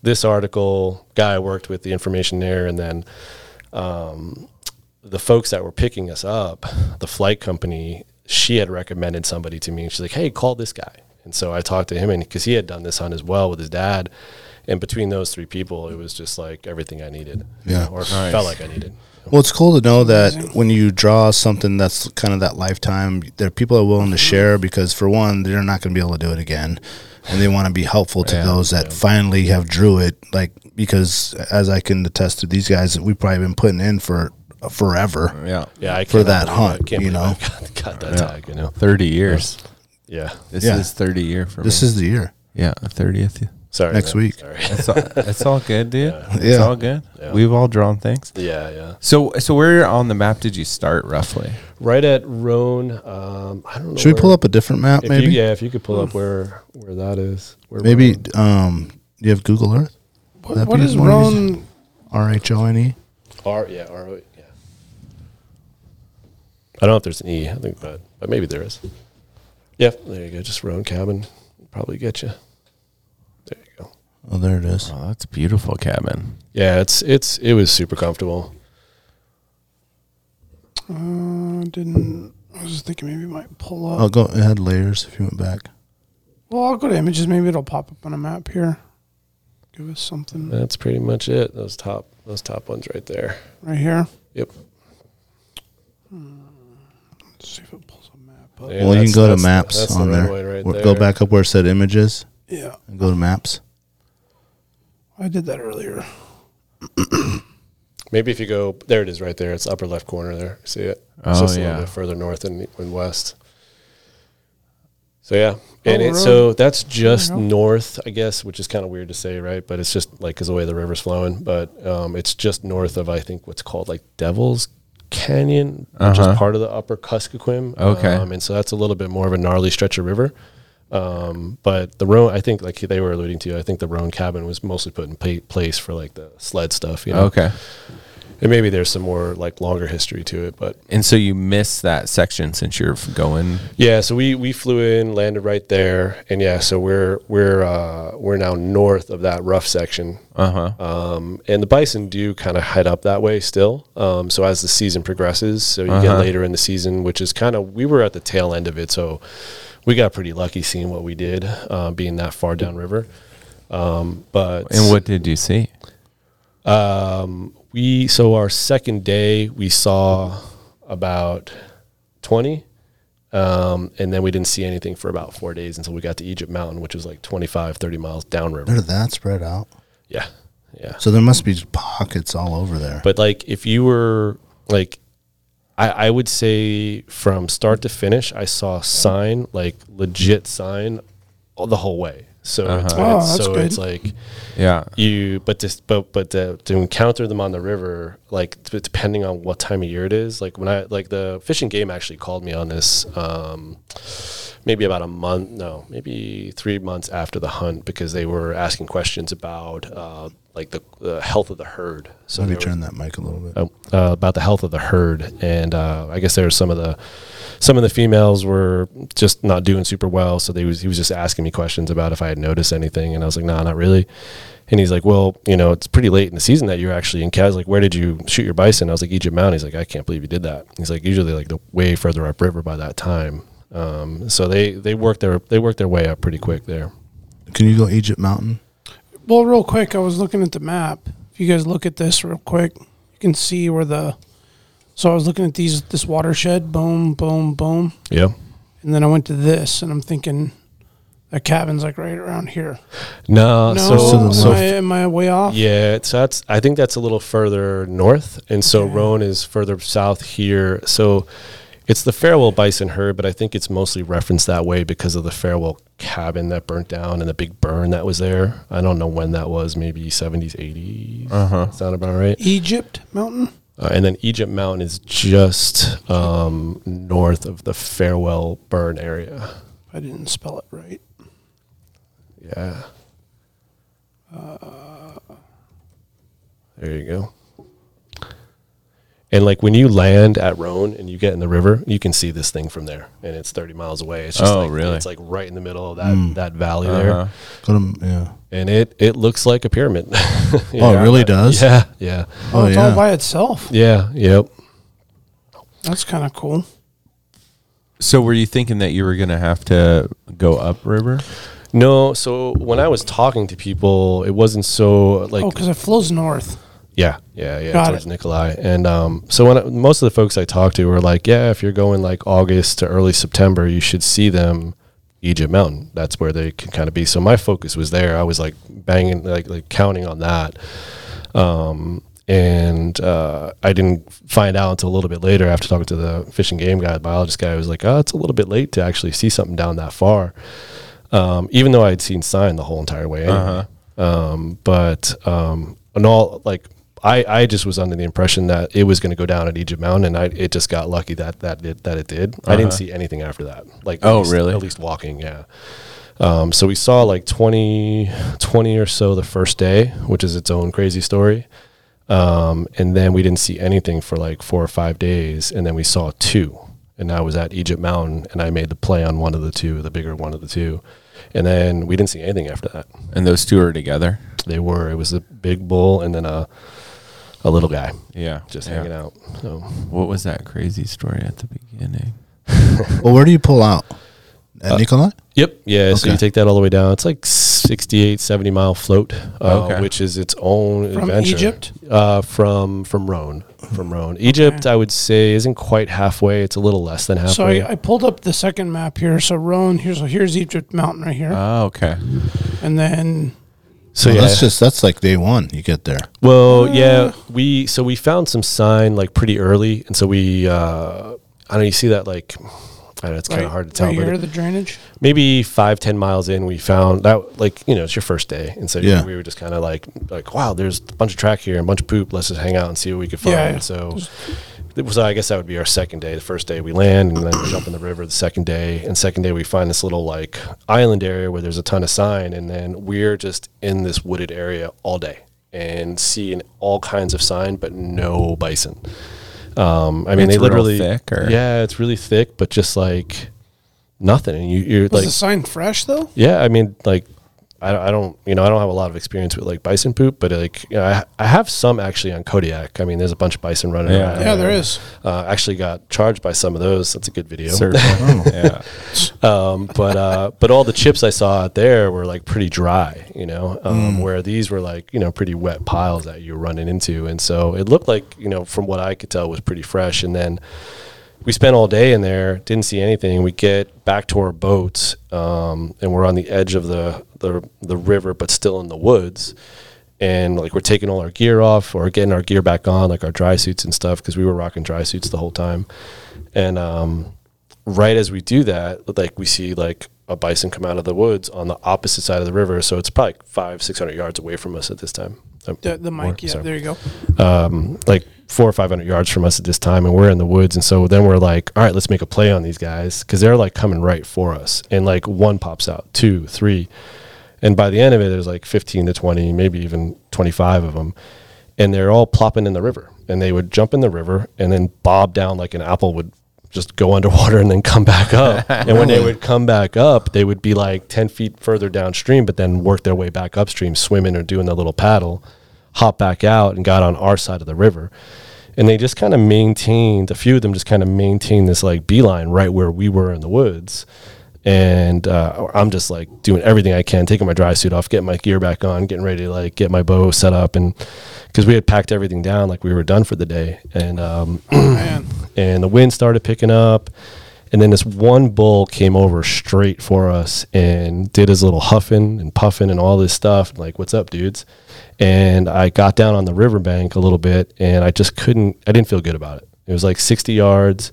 S4: this article guy I worked with the information there, and then um, the folks that were picking us up, the flight company, she had recommended somebody to me, and she's like, "Hey, call this guy." And so I talked to him, and because he had done this hunt as well with his dad, and between those three people, it was just like everything I needed,
S1: Yeah.
S4: or felt like I needed.
S1: Well, it's cool to know that when you draw something that's kind of that lifetime, there are people that are willing to share because, for one, they're not going to be able to do it again, and they want to be helpful to those that finally have drew it. Like because, as I can attest to these guys, that we've probably been putting in for forever.
S2: Yeah.
S4: Yeah, I
S1: For
S4: cannot
S1: that
S4: believe
S1: hunt,
S4: I can't
S1: you
S4: believe
S1: know?
S4: I got, got that tag, you know.
S2: 30 years.
S4: Yeah,
S2: This
S1: Yeah.
S2: is 30 year for
S1: This
S2: me.
S1: is the year.
S2: yeah, 30th.
S4: sorry.
S1: Next
S4: man.
S1: week.
S4: Sorry.
S2: It's all, it's all good, dude. It's
S1: Yeah.
S2: all good. We've all drawn things.
S4: Yeah, yeah.
S2: So so where on the map did you start roughly?
S4: Right at Roan. Um, I don't know.
S1: Should we pull
S4: where-
S1: up a different map?
S4: If
S1: Maybe.
S4: You, yeah, if you could pull up where where that is. Where
S1: Maybe.
S4: Roan-
S1: Um, you have Google Earth.
S3: What,
S1: That'd
S3: what
S1: be
S3: is
S1: one of these-
S3: Roan?
S1: R H O N E.
S4: R. Yeah. R. Yeah. I don't know if there's an E. I think, but but maybe there is. Yep. There you go. Just Roan cabin. Probably get you. There you go.
S1: Oh, there it
S4: Uh,
S1: is.
S2: Oh, that's beautiful cabin.
S4: Yeah. It's it's it was super comfortable.
S3: Uh, didn't. I was just thinking maybe it might pull up.
S1: Oh, go. It had layers. If you went back.
S3: Well, I'll go to images. Maybe it'll pop up on a map here. Give us something
S4: That's pretty much it. Those top those top ones right there.
S3: right here.
S4: Yep.
S3: Let's see if it pulls a map up.
S4: There,
S1: well, you
S4: that's-
S1: can go to
S4: that's-
S1: maps
S4: that's the
S1: on there.
S4: runway right
S1: Where- Go
S4: there.
S1: back up where it said images
S3: Yeah,
S1: and go to maps.
S3: I did that earlier.
S4: Maybe if you go there, it is right there. It's upper left corner there. See it? It's
S2: Oh,
S4: just a
S2: yeah.
S4: little bit further north and, and west. So yeah, and
S3: Oh,
S4: it,
S3: really?
S4: so that's just
S3: go.
S4: north, I guess, which is kind of weird to say, right? But it's just like 'cause the way the river's flowing. But um, it's just north of I think what's called like Devil's Canyon, which
S2: Uh-huh.
S4: is part of the upper Kuskokwim.
S2: Okay.
S4: um, and so that's a little bit more of a gnarly stretch of river. Um, but the Roan, I think, like they were alluding to, I think the Roan cabin was mostly put in pa- place for like the sled stuff. You know?
S2: Okay.
S4: and maybe there's some more like longer history to it but
S2: And so you missed that section since you're f- going.
S4: yeah so we we flew in landed right there and yeah so we're we're uh we're now north of that rough section
S2: Uh huh.
S4: um and the bison do kind of head up that way still um so as the season progresses so you
S2: Uh-huh.
S4: get later in the season which is kind of we were at the tail end of it so we got pretty lucky seeing what we did uh, being that far downriver um but
S2: And what did you see?
S4: Um, we so our second day we saw about twenty, um, and then we didn't see anything for about four days until we got to Egypt Mountain, which was like 25, 30 miles downriver.
S1: Where did that spread out?
S4: Yeah, yeah.
S1: So there must be pockets all over there.
S4: But like, if you were like, I, I would say from start to finish, I saw sign like legit sign all the whole way. So it's,
S3: Uh-huh. Oh,
S4: it's-
S3: that's
S4: so
S3: good.
S4: it's like
S2: Yeah.
S4: you but this but but to, to encounter them on the river like d- depending on what time of year it is like when i like the fishing game actually called me on this um maybe about a month no maybe three months after the hunt because they were asking questions about uh like the, the health of the herd so
S1: Let me
S4: there was-
S1: turn that mic a little bit.
S4: uh, about the health of the herd, and uh, I guess there were some of the some of the females were just not doing super well. So they was he was just asking me questions about if I had noticed anything, and I was like, nah, not really. And he's like, well, you know, it's pretty late in the season that you're actually in Cas. Like, where did you shoot your bison? I was like, Egypt Mountain. He's like, I can't believe you did that. He's like, usually like the way further upriver by that time. Um, so they they worked their they worked their way up pretty quick there.
S1: Can you go Egypt Mountain?
S3: Well, real quick, I was looking at the map. If you guys look at this real quick, you can see where the. So I was looking at these this watershed. Boom, boom, boom,
S4: Yeah.
S3: and then I went to this, and I'm thinking, that cabin's like right around here.
S4: No.
S3: no,
S4: Uh, so-
S1: to the
S4: so
S3: am, I, am I way off?
S4: Yeah, so that's I think that's a little further north, and so Roan is further south here. So it's the Farewell Bison herd, but I think it's mostly referenced that way because of the Farewell cabin that burnt down and the big burn that was there. I don't know when that was, maybe seventies, eighties. Uh-huh. Sound about right.
S3: Egypt mountain.
S4: Uh, and then Egypt Mountain is just um, north of the Farewell burn area.
S3: I didn't spell it right.
S4: Yeah. There you go. And like when you land at Roan and you get in the river, you can see this thing from there, and it's 30 miles away. It's just
S2: Oh,
S4: like,
S2: really?
S4: It's like right in the middle of that
S1: Mm.
S4: that valley
S2: Uh-huh.
S4: there,
S1: Go to- yeah.
S4: and it it looks like a pyramid.
S1: Oh, it really does?
S4: Yeah, yeah,
S1: Oh,
S3: it's all
S1: yeah.
S3: by itself.
S4: yeah, yep.
S3: That's kind of cool.
S2: So were you thinking that you were gonna have to go upriver?
S4: No, so when I was talking to people, it wasn't so like
S3: Oh, because it flows north.
S4: Yeah, yeah, yeah.
S3: Got
S4: towards
S3: it.
S4: Nikolai, and um, so when I, most of the folks I talked to were like, "Yeah, if you're going like August to early September, you should see them Egypt Mountain. That's where they can kind of be." So my focus was there. I was like banging, like like counting on that, um, and uh, I didn't find out until a little bit later after talking to the fishing game guy, the biologist guy. I was like, "Oh, it's a little bit late to actually see something down that far," um, even though I had seen sign the whole entire way. anyway um, but um, and all like I, I just was under the impression that it was going to go down at Egypt Mountain, and I it just got lucky that that did, that it did. I didn't see anything after that. Like at
S2: Oh,
S4: least-
S2: really?
S4: At least walking, yeah. Um, so we saw like 20, 20 or so the first day, which is its own crazy story. Um, and then we didn't see anything for like four or five days, and then we saw two. And I was at Egypt Mountain, and I made the play on one of the two, the bigger one of the two. And then we didn't see anything after that.
S2: And those two are together.
S4: They were. It was a big bull and then a a little guy
S2: Yeah,
S4: just
S2: yeah.
S4: hanging out. So
S2: What was that crazy story at the beginning?
S1: Well, where do you pull out?
S4: Uh,
S1: At Nikolai?
S4: yep, yeah. So
S1: Okay.
S4: you take that all the way down. It's like 68, 70 mile float,
S1: Oh,
S4: uh,
S2: Okay.
S4: which is its own
S3: From
S4: adventure.
S3: Egypt?
S4: uh, from from Rhone, from Rhone. Egypt, I would say, isn't quite halfway. It's a little less than
S3: So
S4: halfway.
S3: I, I pulled up the second map here. So Roan, here's here's Egypt Mountain right
S4: Uh,
S3: here,
S2: Oh, okay.
S3: and then
S4: so
S1: Well, Oh, That's just that's like day one. You get there.
S4: Well,
S3: Uh.
S4: yeah, we so we found some sign like pretty early, and so we uh, I don't know. You see that like I don't know. It's kind
S3: right-
S4: of hard to tell.
S3: right
S4: but
S3: here
S4: it-
S3: the drainage.
S4: maybe five ten miles in we found that like you know it's your first day and so
S1: Yeah.
S4: we were just kind of like like wow there's a bunch of track here and a bunch of poop let's just hang out and see what we could find
S3: Yeah, yeah.
S4: so it was, i guess that would be our second day the first day we land and then we jump in the river the second day and second day we find this little like island area where there's a ton of sign and then we're just in this wooded area all day and seeing all kinds of sign but no bison um, i mean
S2: It's
S4: they
S2: real
S4: literally
S2: thick, or-
S4: yeah it's really thick but just like nothing and you, you're
S3: Was
S4: like
S3: the sign fresh though?
S4: yeah, I mean, like, I, I don't, you know, I don't have a lot of experience with like bison poop, but like, you know, I, I have some actually on Kodiak. I mean, there's a bunch of bison running
S2: Yeah.
S4: around.
S3: Yeah, there is.
S4: Uh, actually got charged by some of those. That's a good video.
S2: Certainly. yeah.
S4: Um, but uh, but all the chips I saw out there were like pretty dry, you know, um,
S3: Mm.
S4: where these were like you know pretty wet piles that you're running into, and so it looked like you know from what I could tell was pretty fresh. And then we spent all day in there, didn't see anything. We get back to our boats, um, and we're on the edge of the, the the river, but still in the woods. And like we're taking all our gear off or getting our gear back on, like our dry suits and stuff, because we were rocking dry suits the whole time. And um, right as we do that, like we see like a bison come out of the woods on the opposite side of the river. So it's probably five, six hundred yards away from us at this time. Um,
S3: The, the
S4: more,
S3: mic, yeah,
S4: sorry
S3: there you go.
S4: um, like four or five hundred yards from us at this time, and we're in the woods. And so then we're like, all right, let's make a play on these guys because they're like coming right for us. And like one pops out, two, three, and by the end of it, there's like fifteen to twenty, maybe even twenty-five of them, and they're all plopping in the river. And they would jump in the river and then bob down like an apple would just go underwater and then come back up. and when they would come back up, they would be like ten feet further downstream, but then work their way back upstream, swimming or doing the little paddle hopped back out and got on our side of the river. And they just kind of maintained, a few of them just kind of maintained this like beeline right where we were in the woods. And uh, I'm just like doing everything I can, taking my dry suit off, getting my gear back on, getting ready to like get my bow set up. And because we had packed everything down, like we were done for the day. And um,
S3: Man,
S4: and the wind started picking up. And then this one bull came over straight for us and did his little huffing and puffing and all this stuff. Like, what's up, dudes? And I got down on the riverbank a little bit and I just couldn't, I didn't feel good about it. It was like 60 yards.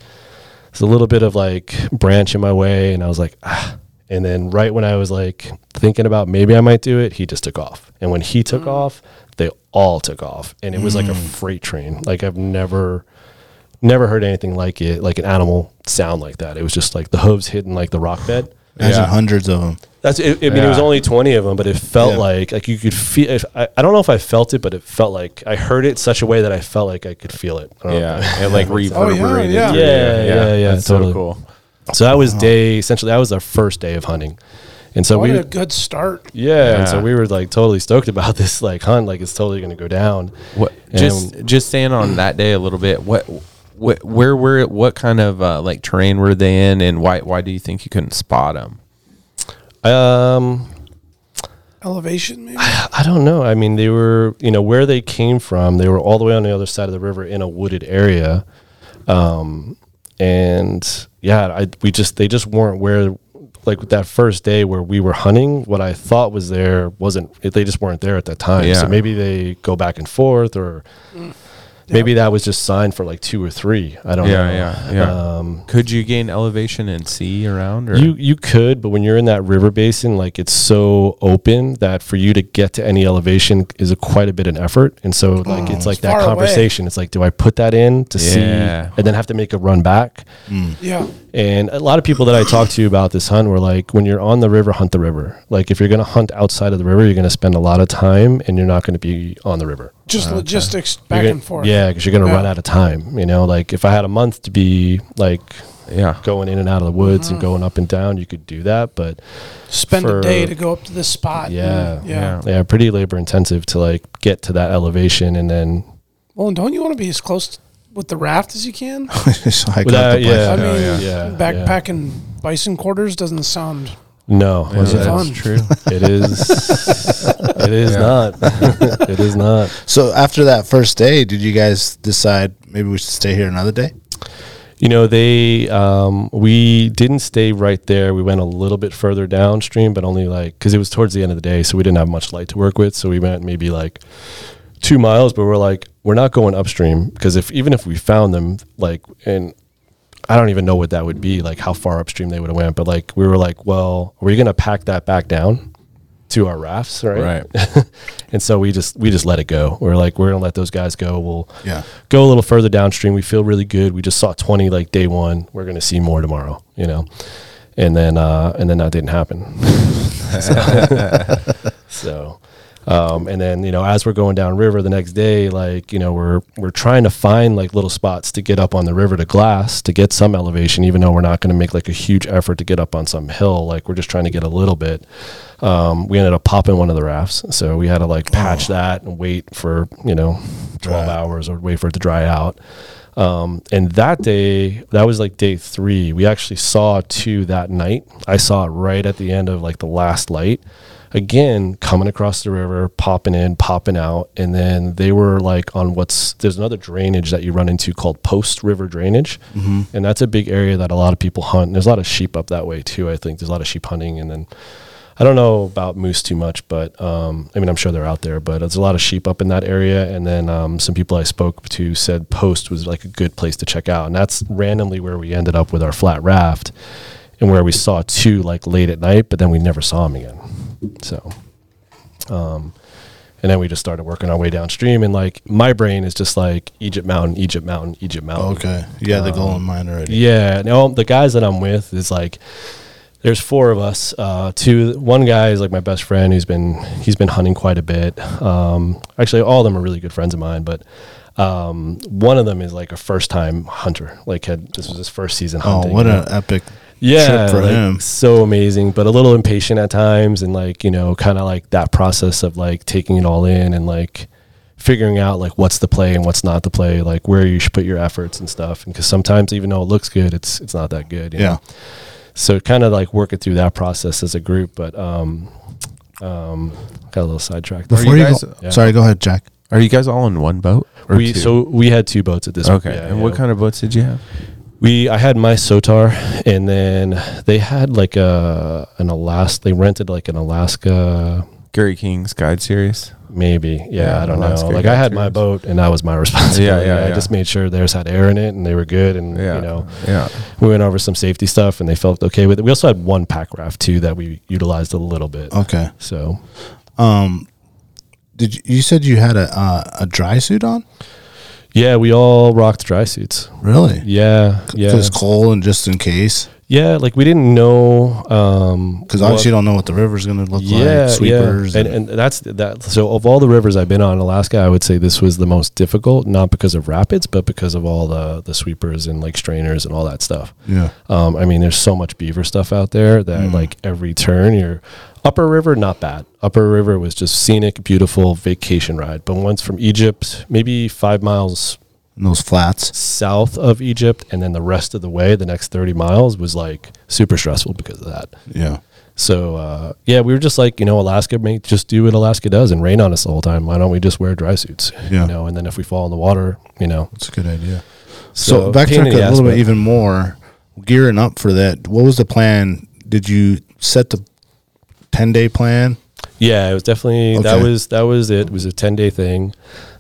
S4: It's a little bit of like branch in my way. And I was like, ah. And then right when I was like thinking about maybe I might do it, he just took off. And when he took off, they all took off. And it was like a freight train. Like, I've never never heard anything like it, like an animal sound like that. It was just like the hooves hitting like the rock bed.
S1: Imagine
S4: Yeah.
S1: hundreds of them.
S4: That's. It, I mean, it was
S6: Yeah.
S4: only twenty of them, but it felt
S1: Yeah.
S4: like like you could feel. If, I, I don't know if I felt it, but it felt like I heard it such a way that I felt like I could feel it. Um, I don't know.
S6: Yeah, it like reverberated.
S3: yeah.
S6: through
S4: Yeah,
S6: you.
S4: yeah, yeah,
S6: That's
S4: totally.
S6: so cool.
S4: So that was day. Essentially, that was our first day of hunting, and so
S3: What
S4: we
S3: a good start.
S4: yeah, And so
S6: Yeah.
S4: we were like totally stoked about this like hunt. Like it's totally going to go down.
S2: What
S4: And-
S2: just just staying on that day a little bit. What what where were what kind of uh, like terrain were they in, and why why do you think you couldn't spot them?
S4: Um,
S3: Elevation, maybe.
S4: I don't know. I mean, they were, you know, where they came from, they were all the way on the other side of the river in a wooded area. Um, and yeah, I, we just, they just weren't where, like that first day where we were hunting, what I thought was there wasn't, they just weren't there at that time.
S2: Yeah.
S4: So maybe they go back and forth or maybe that was just signed for like two or three. I don't know.
S2: Um, Could you gain elevation and see around? Or?
S4: You you could, but when you're in that river basin, like it's so open that for you to get to any elevation is a quite a bit of effort. And so like it's like that
S3: Oh, far away.
S4: conversation. It's like, do I put that in to see
S2: Yeah.
S4: and then have to make a run back?
S3: Yeah.
S4: And a lot of people that I talked to about this hunt were like, when you're on the river, hunt the river. Like if you're gonna hunt outside of the river, you're gonna spend a lot of time and you're not gonna be on the river.
S3: Just logistics back
S4: You're gonna-
S3: and forth.
S4: Yeah, because you're gonna
S3: Yeah.
S4: run out of time. You know, like if I had a month to be like
S2: yeah.
S4: going in and out of the woods
S3: Mm-hmm.
S4: and going up and down, you could do that. But
S3: Spend
S4: for-
S3: a day to go up to this spot.
S4: Yeah,
S3: Yeah.
S2: yeah.
S4: yeah, pretty labor intensive to like get to that elevation and then
S3: Well, and don't you want to be as close t- with the raft as you can?
S1: So I got
S4: without,
S1: the
S4: yeah,
S3: I
S4: no,
S3: mean,
S4: yeah, yeah,
S3: backpacking bison quarters doesn't sound.
S4: No,
S2: Yeah,
S4: it's-
S3: that
S2: that's
S3: fun?
S2: true.
S4: it is, it is not, it is not.
S1: So after that first day, did you guys decide maybe we should stay here another day?
S4: You know, they, um, we didn't stay right there. We went a little bit further downstream, but only like because it was towards the end of the day, so we didn't have much light to work with. So we went maybe like two miles, but we're like, we're not going upstream because if even if we found them, like, and I don't even know what that would be, like how far upstream they would have went. But like, we were like, well, are we gonna pack that back down to our rafts, right? Right. and so we just we just let it go. We're like, we're gonna let those guys go. We'll
S1: Yeah.
S4: go a little further downstream. We feel really good. We just saw 20 like day one. We're going to see more tomorrow, you know? And then, uh, and then that didn't happen. so, um, and then, you know, as we're going down river the next day, like, you know, we're, we're trying to find like little spots to get up on the river to glass to get some elevation, even though we're not going to make like a huge effort to get up on some hill. Like we're just trying to get a little bit. Um, we ended up popping one of the rafts. So we had to like patch that and wait for, you know, 12 hours or wait for it to dry out. Um, and that day, that was like day three. We actually saw two that night. I saw it right at the end of like the last light. Again, coming across the river, popping in, popping out. And then they were like on what's there's another drainage that you run into called post river drainage. And that's a big area that a lot of people hunt. And there's a lot of sheep up that way too, I think. There's a lot of sheep hunting. And then I don't know about moose too much, but um, I mean, I'm sure they're out there, but there's a lot of sheep up in that area. And then um, some people I spoke to said Post was like a good place to check out. And that's randomly where we ended up with our flat raft and where we saw two like late at night, but then we never saw them again. So, um, and then we just started working our way downstream. And like my brain is just like Egypt Mountain, Egypt Mountain, Egypt Mountain.
S1: Okay. You had the goal in mind already.
S4: Um, Yeah. No, the guys that I'm with is like, there's four of us. Uh, two, one guy is like my best friend who's been he's been hunting quite a bit. Um, actually, all of them are really good friends of mine, but um, one of them is like a first time hunter. Like, had this was his first season
S1: Oh,
S4: hunting.
S1: what an epic.
S4: yeah,
S1: trip for
S4: like,
S1: him.
S4: so amazing, but a little impatient at times, and like you know, kind of like that process of like taking it all in and like figuring out like what's the play and what's not the play, like where you should put your efforts and stuff. And because sometimes even though it looks good, it's it's not that good. you
S1: Yeah.
S4: know? So kind of like working through that process as a group, but um, um, got a little sidetracked.
S2: Are
S1: Before
S2: you
S1: you
S2: guys-
S1: go,
S4: yeah.
S1: sorry, go ahead, Jack.
S2: Are you guys all in one boat? Or
S4: We
S2: two?
S4: so we had two boats at this.
S2: okay.
S4: yeah,
S2: and
S4: yeah.
S2: what kind of boats did you have?
S4: We I had my Sotar, and then they had like a an Alaska. They rented like an Alaska,
S2: Gary King's Guide Series.
S4: maybe. Yeah,
S2: Yeah,
S4: I don't
S2: Alaska
S4: know. Like
S2: got
S4: I had my
S2: yours.
S4: boat, and that was my responsibility.
S2: Yeah, yeah,
S4: I
S2: yeah.
S4: just made sure theirs had air in it, and they were good. And
S2: Yeah.
S4: you know,
S2: Yeah.
S4: we went over some safety stuff, and they felt okay with it. We also had one pack raft too that we utilized a little bit.
S2: Oh.
S1: Okay.
S4: So
S1: Um, did you, you said you had a uh, a dry suit on?
S4: yeah, we all rocked dry suits.
S1: Really?
S4: Yeah, yeah.
S1: Because Cole and just in case.
S4: Yeah, like we didn't know um,
S1: Because
S4: what-
S1: obviously you don't know what the river's going to look like. Sweepers.
S4: yeah. And, and that's that. So of all the rivers I've been on in Alaska, I would say this was the most difficult, not because of rapids, but because of all the the sweepers and like strainers and all that stuff.
S1: yeah. Mm.
S4: Um, I mean, there's so much beaver stuff out there that like every turn, you're upper river, not bad. Upper river was just scenic, beautiful vacation ride. But once from Egypt, maybe five miles
S1: And those flats.
S4: south of Egypt, and then the rest of the way, the next 30 miles was like super stressful because of that.
S1: Yeah.
S4: So uh, yeah, we were just like, you know, Alaska, mate, just do what Alaska does and rain on us the whole time. Why don't we just wear dry suits?
S1: Yeah.
S4: You know, and then if we fall in the water, you know.
S1: That's a good idea. So,
S4: pain in
S1: backtrack
S4: the
S1: a
S4: ass,
S1: little bit
S4: but-
S1: even more, gearing up for that. What was the plan? Did you set the ten day plan?
S4: Yeah, it was definitely that
S1: Okay.
S4: was that was it. It was a ten day thing.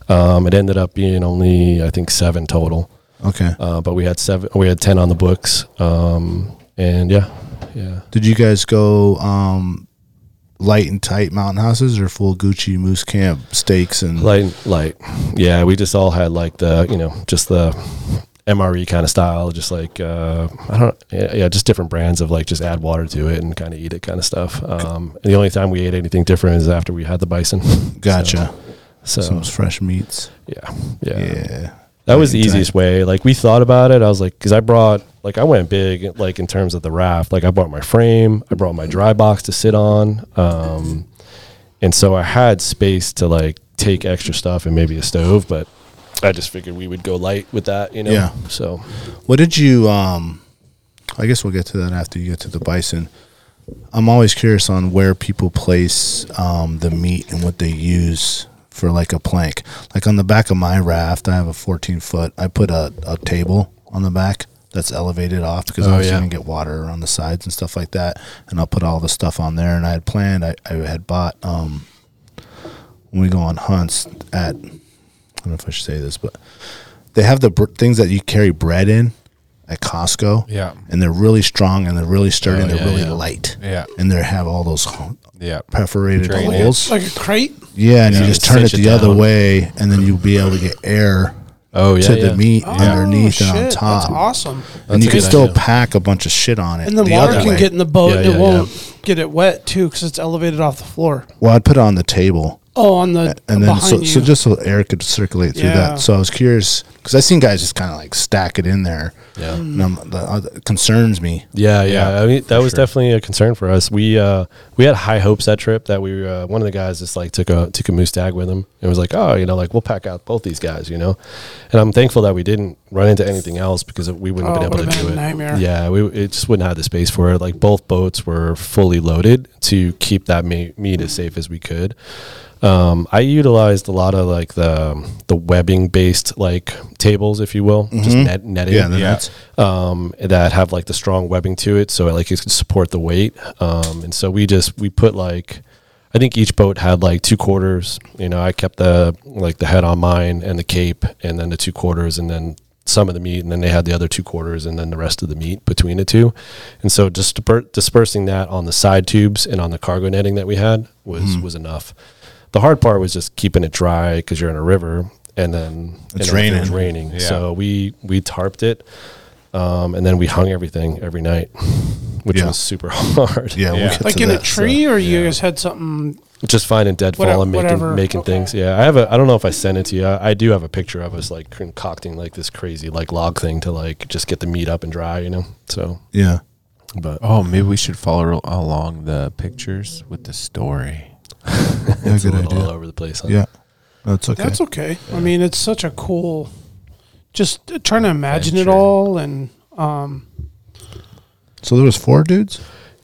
S4: Um, it ended up being only I think seven total,
S1: Okay.
S4: uh, but we had seven, we had ten on the books, um, and yeah, yeah.
S1: Did you guys go um, light and tight mountain houses or full Gucci moose camp steaks and
S4: light light yeah we just all had like the you know just the mre kind of style just like uh i don't yeah, yeah just different brands of like just add water to it and kind of eat it kind of stuff um and the only time we ate anything different is after we had the bison
S1: gotcha?
S4: so,
S1: Some fresh meats.
S4: yeah, yeah
S1: Yeah.
S4: that was the
S1: Light and
S4: easiest way like we thought about it i was like because i brought like i went big like in terms of the raft like i brought my frame i brought my dry box to sit on um and so i had space to like take extra stuff and maybe a stove but i just figured we would go light with that you know
S1: Yeah.
S4: so
S1: What did you? Um, I guess we'll get to that after you get to the bison. I'm always curious on where people place um, the meat and what they use for like a plank. Like on the back of my raft, I have a 14 foot. I put a, a table on the back that's elevated off because I was
S4: yeah.
S1: going to get water on the sides and stuff like that. And I'll put all the stuff on there. And I had planned. I, I had bought um, when we go on hunts at. I don't know if I should say this, but they have the br- things that you carry bread in at Costco.
S6: Yeah.
S1: And they're really strong and they're really sturdy
S4: Oh,
S1: and they're really light.
S6: Yeah.
S1: And they have all those
S6: Yeah.
S1: perforated
S6: Drainage.
S1: holes.
S3: Like a crate?
S1: Yeah, and you just turn it
S4: cinch it
S1: the other
S4: down.
S1: way and then you'll be able to get air
S4: oh yeah
S1: to the meat underneath and on
S3: shit,
S1: top.
S3: That's awesome.
S1: And
S4: That's
S1: you
S4: a
S1: can
S4: good
S1: still
S4: idea.
S1: pack a bunch of shit on it.
S3: And the, water
S1: other
S3: can
S1: way.
S3: get in the boat
S4: Yeah,
S3: and it
S4: yeah,
S3: won't get it wet too because it's elevated off the floor.
S1: Well, I'd put it on the table.
S3: Oh, on the
S1: and then
S3: behind
S1: so,
S3: you.
S1: so just so air could circulate through
S3: Yeah.
S1: that. So I was curious because I seen guys just kind of like stack it in there.
S4: Yeah.
S1: and I'm, the, uh, it concerns me.
S4: Yeah, yeah. I mean, that was definitely a concern for us. We uh, we had high hopes that trip that we uh, one of the guys just like took a took a moose tag with him and was like, oh, you know, like we'll pack out both these guys, you know. And I'm thankful that we didn't run into anything else because we wouldn't
S3: Oh,
S4: have been able
S3: would've
S4: to
S3: been
S4: do
S3: a
S4: it.
S3: nightmare.
S4: Yeah, we it just wouldn't have the space for it. Like both boats were fully loaded to keep that me- meat as safe as we could. Um, I utilized a lot of like the the webbing based like tables, if you will, just net, netting
S1: Mm-hmm. Yeah, the nets.
S4: um, that have like the strong webbing to it, so like it can support the weight. Um, and so we just we put like I think each boat had like two quarters. You know, I kept the like the head on mine and the cape, and then the two quarters, and then some of the meat, and then they had the other two quarters, and then the rest of the meat between the two. And so just disper- dispersing that on the side tubes and on the cargo netting that we had was
S1: Hmm.
S4: was enough. The hard part was just keeping it dry because you're in a river. And then
S1: It's
S4: and everything's
S1: raining.
S4: raining. So we we tarped it, um, and then we hung everything every night, which
S1: Yeah.
S4: was super hard.
S1: Yeah, we'll
S6: Yeah.
S1: get
S3: like
S1: to
S3: in a
S1: that.
S3: tree, or you guys had something.
S4: Just finding deadfall
S3: Whatever-
S4: and making
S3: whatever.
S4: making
S3: Okay.
S4: things. Yeah, I have a. I don't know if I sent it to you. I, I do have a picture of us like concocting like this crazy like log thing to like just get the meat up and dry. You know. So,
S1: Yeah.
S4: but
S2: Oh, maybe we should follow along the pictures with the story.
S1: Yeah,
S4: it's a
S1: good
S4: little all
S1: idea.
S4: over the place. huh?
S1: Yeah. That's okay.
S3: That's okay. I mean, it's such a cool. Just trying to imagine it all, and um,
S1: so there was four dudes?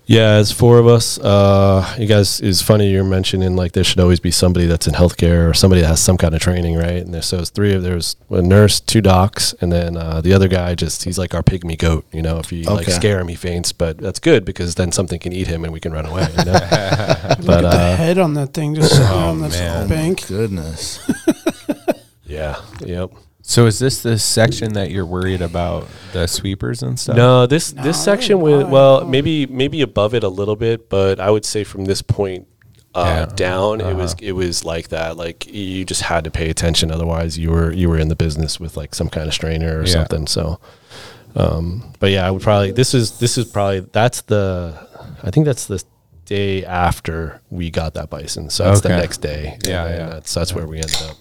S4: Yeah, it's four of us. Uh, you guys, it's funny you're mentioning like there should always be somebody that's in healthcare or somebody that has some kind of training, right? And there, so it's three of there's a nurse, two docs, and then uh, the other guy just he's like our pygmy goat. You know, if you like
S1: Okay.
S4: scare him, he faints, but that's good because then something can eat him and we can run away. You know? but
S3: the
S4: uh, Oh,
S3: head on that thing just sitting on this bank.
S1: Goodness.
S4: yeah, yep.
S2: So is this the section that you're worried about the sweepers and stuff?
S4: No, this this
S3: No,
S4: section with
S3: why?
S4: well, maybe maybe above it a little bit, but I would say from this point uh,
S2: Yeah. Uh-huh.
S4: down, it was it was like that. Like you just had to pay attention, otherwise you were you were in the business with like some kind of strainer or
S2: Yeah.
S4: something. So, Um, but yeah, I would probably this is this is probably that's the I think that's the day after we got that bison. So that's the
S2: Okay.
S4: next day.
S2: Yeah,
S4: And then
S2: yeah.
S4: That's that's where we ended up.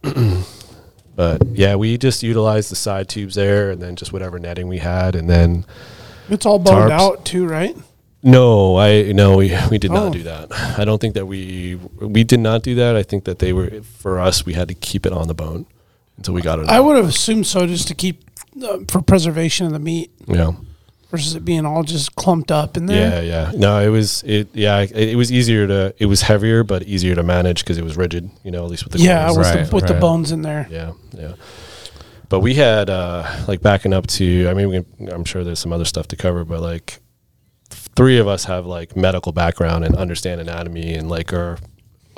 S4: but yeah, we just utilized the side tubes there and then just whatever netting we had and then
S3: It's all boned
S4: Tarps.
S3: out too, right?
S4: no, I no, we we did
S3: Oh.
S4: not do that. I don't think that we we did not do that. I think that they were for us. We had to keep it on the bone until we got it.
S3: I
S4: out.
S3: would have assumed so, just to keep uh, for preservation of the meat
S4: yeah,
S3: versus it being all just clumped up in there.
S4: yeah, yeah. No, it was it. Yeah, it, it was easier to. It was heavier, but easier to manage because it was rigid. You know, at least with the
S3: Yeah,
S4: corners.
S3: with,
S2: Right,
S3: the, with the
S2: right.
S3: bones in there.
S4: Yeah, yeah. But we had uh, like backing up to. I mean, we can, I'm sure there's some other stuff to cover, but like three of us have like medical background and understand anatomy and like are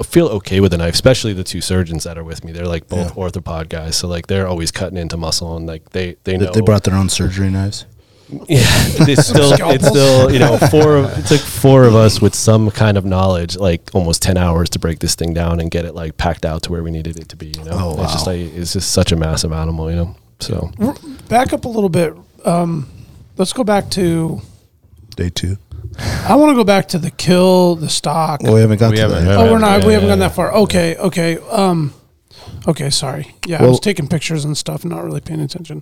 S4: feel okay with a knife, especially the two surgeons that are with me. They're like both orthopod guys, so like they're always cutting into muscle and like they they know
S1: They brought their own surgery knives.
S4: yeah, it's still it's still you know four. Of, it took four of us with some kind of knowledge, like almost ten hours to break this thing down and get it like packed out to where we needed it to be. You know,
S1: Oh,
S4: it's just
S1: wow.
S4: like it's just such a massive animal. You know, so
S3: Back up a little bit. Um, let's go back to.
S1: Day two.
S3: I want to go back to the kill, the stock.
S1: Well, we haven't got
S2: We
S1: to
S2: haven't-
S1: that.
S2: yeah.
S3: oh, we're not. we haven't
S4: yeah,
S3: gone
S4: yeah.
S3: that far. Okay, okay. Um, okay. Sorry. Yeah, I
S1: Well-
S3: was taking pictures and stuff, not really paying attention.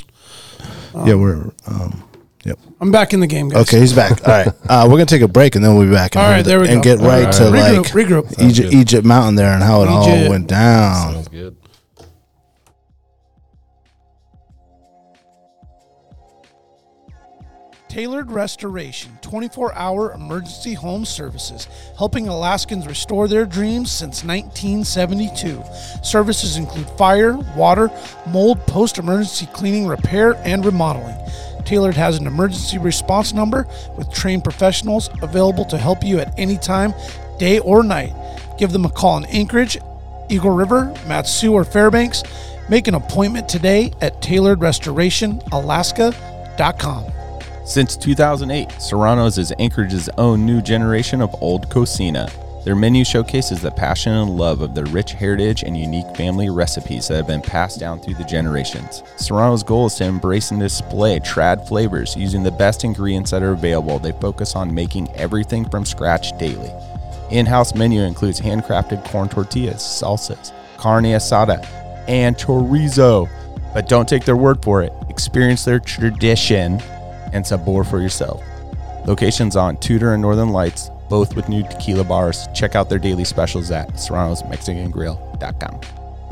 S1: yeah, we're. Um, yep.
S3: I'm back in the game, guys.
S1: Okay, he's back. All right, uh, we're gonna take a break and then we'll be back. And
S3: All right,
S1: hear the-
S3: there we
S1: and
S3: go.
S1: get right to
S3: Regroup.
S1: like
S3: regroup.
S1: Egypt, Egypt Mountain there and how it all
S3: Egypt.
S1: went down.
S4: sounds good.
S3: Tailored Restoration, 24 hour emergency home services, helping Alaskans restore their dreams since 1972. Services include fire, water, mold, post emergency cleaning, repair, and remodeling. Tailored has an emergency response number with trained professionals available to help you at any time, day or night. Give them a call in Anchorage, Eagle River, Matsu, or Fairbanks. Make an appointment today at tailoredrestorationalaska.com.
S2: Since 2008, Serrano's is Anchorage's own new generation of old cocina. Their menu showcases the passion and love of their rich heritage and unique family recipes that have been passed down through the generations. Serrano's goal is to embrace and display trad flavors using the best ingredients that are available. They focus on making everything from scratch daily. In-house menu includes handcrafted corn tortillas, salsas, carne asada, and chorizo. But don't take their word for it. Experience their tradition and sabor for yourself. Locations on Tudor and Northern Lights, both with new tequila bars. Check out their daily specials at serranosmexicangrill.com.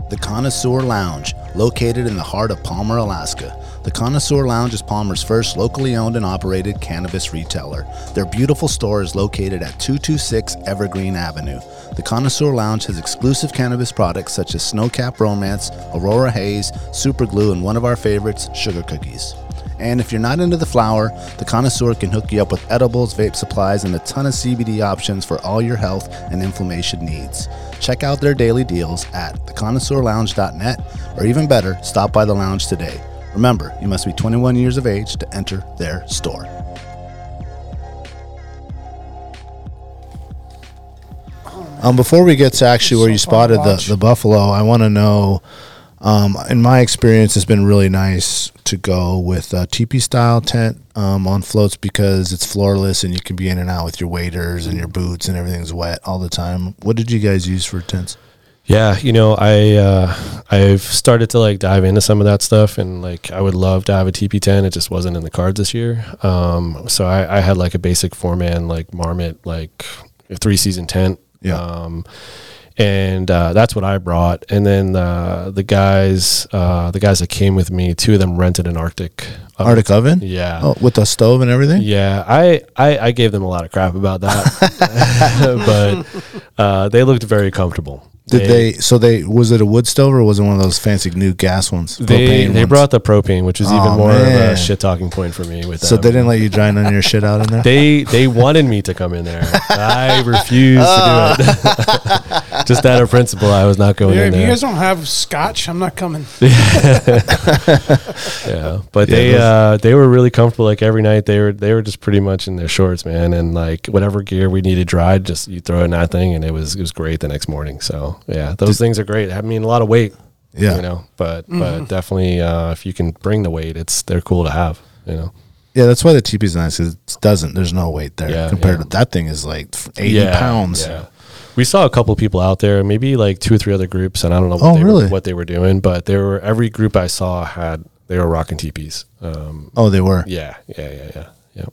S5: The Connoisseur Lounge, located in the heart of Palmer, Alaska. The Connoisseur Lounge is Palmer's first locally owned and operated cannabis retailer. Their beautiful store is located at 226 Evergreen Avenue. The Connoisseur Lounge has exclusive cannabis products such as Snowcap Romance, Aurora Haze, Super Glue, and one of our favorites, Sugar Cookies. And if you're not into the flower, the connoisseur can hook you up with edibles, vape supplies, and a ton of CBD options for all your health and inflammation needs. Check out their daily deals at theconnoisseurlounge.net, or even better, stop by the lounge today. Remember, you must be 21 years of age to enter their store.
S1: Um, before we get to actually where
S3: Oh,
S1: you
S3: So fun to
S1: spotted the,
S3: watch.
S1: the buffalo, I want to know. Um, in my experience, it's been really nice to go with a teepee style tent um, on floats because it's floorless and you can be in and out with your waders
S4: Mm.
S1: and your boots and everything's wet all the time. What did you guys use for tents?
S4: Yeah, you know, I uh, I've started to like dive into some of that stuff, and like I would love to have a TP10. It just wasn't in the cards this year. Um, so I, I had like a basic four man like marmot like three season tent.
S1: Yeah.
S4: Um, and uh, that's what I brought. And then uh, the guys, uh, the guys that came with me, two of them rented an Arctic. oven.
S1: Arctic oven?
S4: Yeah.
S1: Oh, with a stove and everything?
S4: Yeah, I, I, I gave them a lot of crap about that, but uh, they looked very comfortable.
S1: Did they, So they was it a wood stove or was it one of those fancy new gas ones?
S4: They,
S1: propane
S4: they
S1: ones?
S4: brought the propane, which is
S1: Aw,
S4: even more of
S1: man.
S4: a shit talking point for me. With
S1: So
S4: them.
S1: they didn't let you dry none of your shit out in there.
S4: They they wanted me to come in there. I refused to do
S1: Ah.
S4: it. Just out of principle, I was not going
S3: Yeah, if
S4: in
S3: you
S4: there.
S3: guys don't have scotch, I'm not coming.
S4: yeah, but they
S1: those-
S4: uh, they were really comfortable. Like every night, they were they were just pretty much in their shorts, man. And like whatever gear we needed dried, just you throw in that thing, and it was it was great the next morning. So yeah, those things are great. I mean, a lot of weight.
S1: Yeah. Mm-hmm.
S4: you know. But but definitely, uh, if you can bring the weight, it's they're cool to have. You know,
S1: Yeah, that's why the teepee's nice 'cause it doesn't. There's no weight there
S4: Yeah,
S1: compared
S4: yeah.
S1: to that thing is like f- 80 pounds.
S4: Yeah. We saw a couple people out there, maybe like two or three other groups, and I don't know what,
S1: Oh,
S4: they,
S1: really?
S4: were, what they were doing, but they were every group I saw had they were rocking teepees. Um,
S1: Oh, they were.
S4: yeah, yeah, yeah, yeah, yeah. So,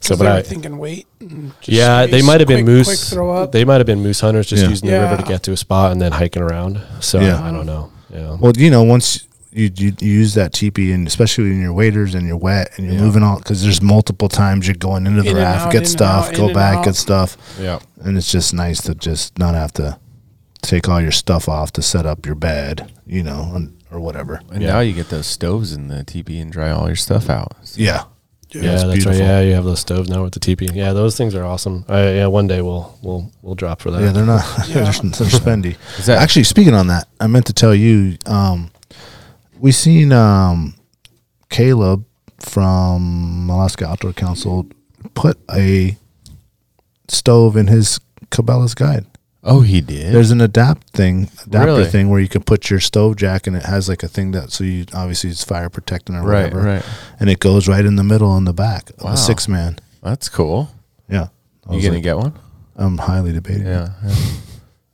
S3: So,
S4: but
S3: they were
S4: I,
S3: thinking weight. and just
S4: yeah, they
S3: space,
S4: might have been
S3: quick-
S4: moose.
S3: Quick throw up.
S4: They might have been moose hunters, just
S1: Yeah.
S4: using the
S3: Yeah.
S4: river to get to a spot and then hiking around. So
S1: Yeah.
S4: I don't know. Yeah,
S1: Well, you know, once you, you, you use that teepee, and especially when you're waders and you're wet and you're moving all, because there's multiple times you're going into the
S3: In and
S1: raft,
S3: out, in
S1: get
S3: and
S1: stuff,
S3: out, in
S1: go
S3: and
S1: back,
S3: out.
S1: get stuff.
S4: yeah,
S1: And it's just nice to just not have to take all your stuff off to set up your bed, you know, and, or whatever.
S2: And now you get those stoves in the teepee and dry all your stuff out.
S1: Yeah.
S4: yeah. that's right. Yeah, you have those stoves now with the teepee. Yeah, those things are awesome. I, yeah, one day we'll we'll we'll drop for that.
S1: Yeah, they're not. they're,
S3: Yeah.
S1: s- they're spendy.
S2: Is that-
S1: Actually, speaking on that, I meant to tell you. Um, we seen um, Caleb from Alaska Outdoor Council put a stove in his Cabela's guide.
S2: Oh, he did.
S1: There's an adapt thing, adapter
S2: Really?
S1: thing where you can put your stove jack, and it has like a thing that so you obviously it's fire protectant or
S2: right,
S1: whatever,
S2: right.
S1: and it goes right in the middle in the back of
S2: Wow.
S1: a six man.
S2: That's cool.
S1: Yeah, I
S2: You
S1: was
S2: gonna
S1: like,
S2: get one?
S1: I'm highly debating.
S2: Yeah. yeah.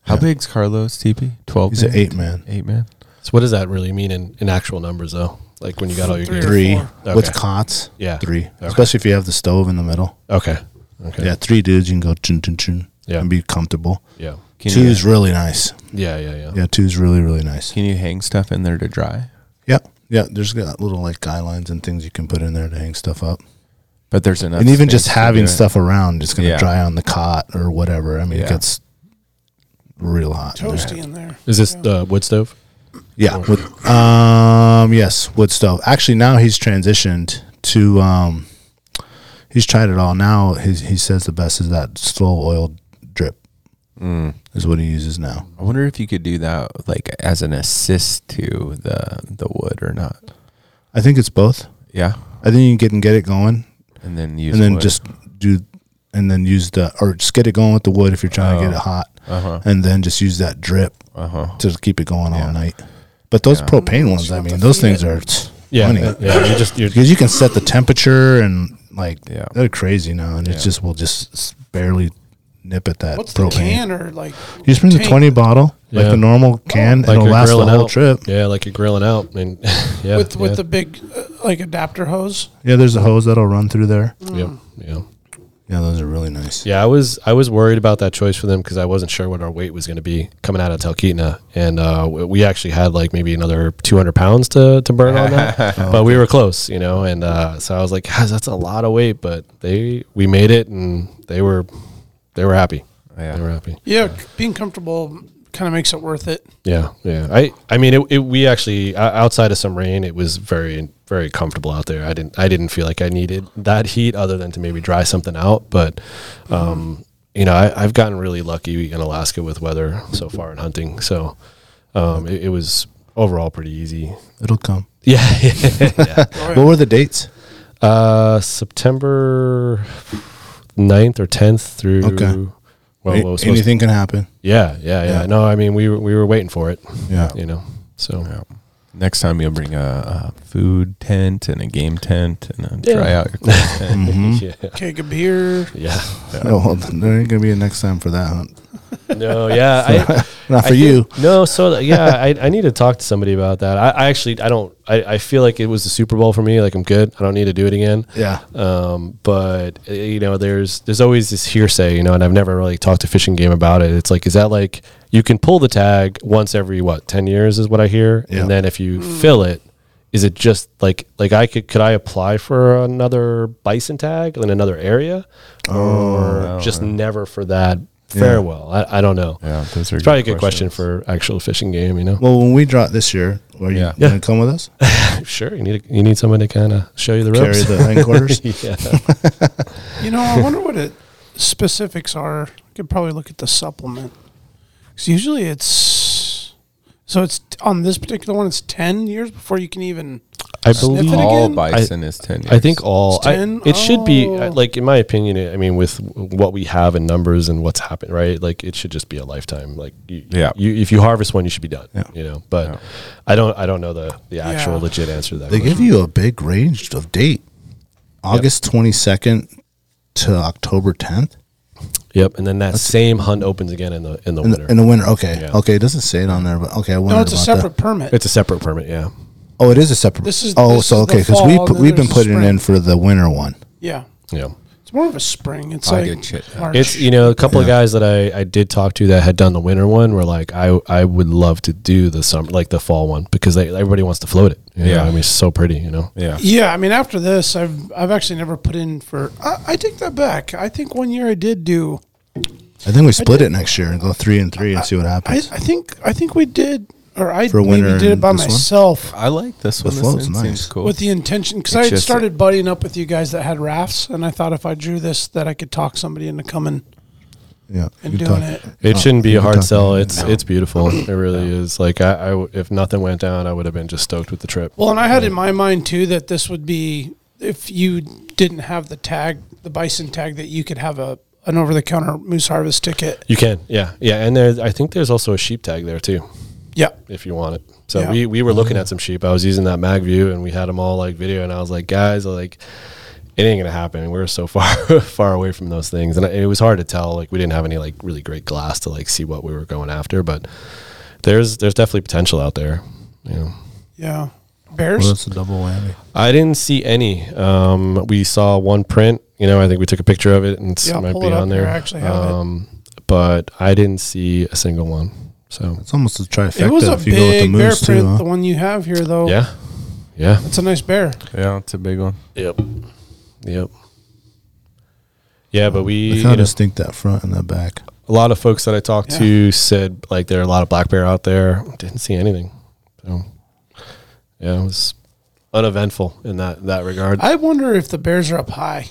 S2: How big's Carlos teepee? Twelve.
S1: He's an
S2: man?
S1: eight man.
S2: Eight man.
S4: So what does that really mean in, in actual numbers though? Like when you got all your
S3: Three.
S4: gear.
S1: three
S3: Four.
S1: with
S4: Okay.
S1: cots.
S4: Yeah.
S1: three,
S4: Okay.
S1: especially if you have the stove in the middle.
S4: Okay. Okay.
S1: Yeah,
S4: Yeah.
S1: three dudes you can go chun chun chun
S4: Yeah.
S1: and be comfortable.
S4: Yeah.
S2: Can
S1: two's
S2: you,
S1: really nice.
S4: Yeah. Yeah. Yeah.
S1: Yeah, two's really really nice.
S2: can you hang stuff in there to dry?
S1: Yeah, yeah. There's got little like guidelines and things you can put in there to hang stuff up,
S2: But there's enough.
S1: and even
S2: space
S1: just
S2: to do
S1: having
S2: it.
S1: stuff around, it's gonna
S2: Yeah.
S1: dry on the cot or whatever. I mean, it
S2: Yeah.
S1: gets real hot. in there.
S3: Toasty in there.
S4: Is this the wood stove?
S1: Yeah. With, um. Yes. Wood stove. Actually, now he's transitioned to. Um, he's tried it all. Now his, he says the best is that slow oil drip.
S2: Mm.
S1: Is what he uses now.
S2: I wonder if you could do that like as an assist to the the wood or not.
S1: I think it's both.
S2: Yeah.
S1: I think you can get and get it going,
S2: And then use
S1: and then
S2: wood.
S1: just do, and then use the or just get it going with the wood if you're trying to get it hot,
S2: uh-huh.
S1: and then just use that drip
S2: Uh-huh.
S1: to keep it going
S2: Yeah.
S1: all night. But those propane ones, I
S3: have
S1: mean,
S3: to
S1: those
S3: feed
S1: things
S3: it.
S1: are
S4: Yeah.
S1: money.
S4: Yeah. You just you're,
S1: because you can set the temperature and like
S2: Yeah.
S1: they're crazy now, and it just will just s- barely nip at that
S3: What's the
S1: propane.
S3: can or like?
S1: You just bring the
S3: tank
S1: twenty bottle, like
S4: Yeah. Oh,
S1: the normal can,
S4: like
S1: it'll
S4: you're
S1: last the
S4: grilling
S1: whole
S4: out.
S1: trip.
S4: Yeah, like you're grilling out and yeah.
S3: with with
S4: yeah,
S3: the big uh, like adapter hose?
S1: Yeah, there's a hose that'll run through there.
S4: yeah,
S3: mm.
S4: yeah.
S1: Yeah, those are really nice.
S4: Yeah, I was I was worried about that choice for them because I wasn't sure what our weight was going to be coming out of Talkeetna, and uh, w- we actually had like maybe another 200 pounds to, to burn on that,
S1: Oh,
S4: but we were close, you know. And uh, so I was like, guys, that's a lot of weight, but they we made it, and they were they were happy.
S2: Yeah.
S4: They were happy.
S3: Yeah, c- being comfortable kind of makes it worth it.
S4: Yeah, yeah. I, I mean, it, it, we actually o- outside of some rain, it was very, very comfortable out there. I didn't, I didn't feel like I needed that heat other than to maybe dry something out. But, um, you know, I, I've gotten really lucky in Alaska with weather so far in hunting. So, um, it, it was overall pretty easy.
S1: It'll come.
S4: Yeah. yeah.
S1: What were the dates?
S4: Uh, September 9th or tenth through.
S1: Okay.
S4: Well,
S1: A-
S4: what was supposed to-
S1: Anything can happen.
S4: yeah, yeah, yeah,
S1: Yeah.
S4: No, I mean, we were, we were waiting for it.
S1: Yeah.
S4: You know. So.
S2: Yeah. Next time you'll bring a, a food tent and a game tent and a
S4: Yeah.
S2: dry out your clothes tent.
S4: Yeah.
S3: Keg of beer.
S4: Yeah.
S1: Oh, well, there ain't gonna be a next time for that hunt.
S4: No, yeah. I,
S1: Not
S4: I
S1: for you.
S4: think- no, so that- yeah, I, I need to talk to somebody about that. I, I actually I don't I, I feel like it was the Super Bowl for me. Like I'm good. I don't need to do it again.
S1: Yeah.
S4: Um, but eh, you know, there's there's always this hearsay, you know, and I've never really talked to fishing game about it. It's like, is that like you can pull the tag once every what ten years is what I hear,
S1: Yeah.
S4: and then if you fill it, is it just like like I could could I apply for another bison tag in another area,
S1: Oh,
S4: or just never for that farewell? I, I don't know.
S2: Yeah, those are
S4: it's probably a good question for actual fishing game. You know,
S1: Well, when we draw it this year, are you
S2: Yeah.
S1: gonna come with us?
S4: sure you need you need someone to kind of show you the
S1: Carry
S4: ropes.
S1: the hindquarters.
S4: yeah,
S3: You know, I wonder what it specifics are. I could probably look at the supplement. 'Cause usually it's so it's on this particular one. It's ten years before you can even.
S4: I believe
S3: it
S2: all
S3: again?
S2: bison is ten years.
S4: I think all I,
S3: Ten?
S4: it should be uh,
S3: Oh.
S4: like in my opinion. I mean, with what we have in numbers and what's happened, right? Like it should just be a lifetime. Like you,
S2: Yeah.
S4: you if you harvest one, you should be done.
S2: Yeah.
S4: You know, but I don't I don't know the the actual
S3: Yeah.
S4: legit answer to that.
S1: They
S4: question.
S1: give you a big range of date, August twenty second to October tenth
S4: yep, and then that same hunt opens again in the in the
S1: in
S4: winter.
S1: the, in the winter. Okay,
S4: Yeah.
S1: okay, it doesn't say it on there, but okay, I wondered
S3: No, it's a
S1: about
S3: separate
S1: that.
S3: permit.
S4: it's a separate permit. Yeah,
S1: Oh, it is a separate.
S3: This is-
S1: oh,
S3: this
S1: so
S3: is the
S1: okay, because we
S3: fall,
S1: put-
S3: then
S1: we've been
S3: there's the
S1: putting it in
S3: spring.
S1: for the winter one.
S3: yeah,
S4: yeah.
S3: it's more of a spring. It's
S2: I
S3: like
S2: did shit.
S3: March.
S4: It's you know a couple of guys that I, I did talk to that had done the winter one were like I I would love to do the summer like the fall one because they, everybody wants to float it. You know?
S2: Yeah.
S4: I mean it's so pretty. You know,
S2: yeah.
S3: Yeah, I mean, after this, I've I've actually never put in for. I, I take that back. I think one year I did do.
S1: I think we split it next year and go three and three and see what
S3: I, I
S1: happens.
S3: think I think we did, or I
S1: For
S3: maybe
S1: winter
S3: did it
S1: and
S3: by
S1: this one?
S3: myself
S2: I like this
S1: The
S2: one. This
S1: float's
S2: one
S1: nice.
S2: seems cool.
S3: with the intention because
S2: It's
S3: I had
S2: just-
S3: started buddying up with you guys that had rafts, and I thought if I drew this, that I could talk somebody into coming
S1: yeah,
S3: and
S1: you
S3: doing
S1: talk-
S3: it.
S4: It
S1: Oh,
S4: shouldn't be
S1: you
S4: a
S1: can
S4: hard
S1: talk
S4: sell.
S1: about it.
S4: It's it's beautiful. It really is. Like I, I w- if nothing went down, I would have been just stoked with the trip.
S3: Well, and I had in my mind too that this would be if you didn't have the tag, the bison tag, that you could have a an over the counter moose harvest ticket.
S4: you can, yeah, yeah, and there. I think there's also a sheep tag there too,
S3: Yeah,
S4: if you want it. So
S3: Yeah.
S4: we we were looking at some sheep. I was using that mag view, and we had them all like video, and I was like, guys, like. It ain't gonna happen. We were so far far away from those things, and it was hard to tell. Like we didn't have any like really great glass to like see what we were going after, but there's there's definitely potential out there. You know.
S3: yeah. Bears.
S1: Well, that's a double whammy.
S4: I didn't see any. Um, we saw one print. You know, I think we took a picture of it, and it's
S3: Yeah,
S4: might
S3: pull
S4: be
S3: it up
S4: on
S3: here.
S4: there. Um,
S3: I actually have it.
S4: But I didn't see a single one. So
S1: It's almost a trifecta
S3: it was a
S1: if you go with the
S3: big bear
S1: moose too.
S3: print,
S1: huh?
S3: the one you have here, though.
S4: yeah, yeah,
S3: It's a nice bear.
S2: yeah, it's a big one.
S4: yep, yep, yeah. But we,
S1: Look
S4: you
S1: how
S4: know,
S1: distinct that front and that back.
S4: a lot of folks that I talked
S3: Yeah.
S4: to said like there are a lot of black bear out there. Didn't see anything. So yeah, it was uneventful in that that regard.
S3: I wonder if the bears are up high.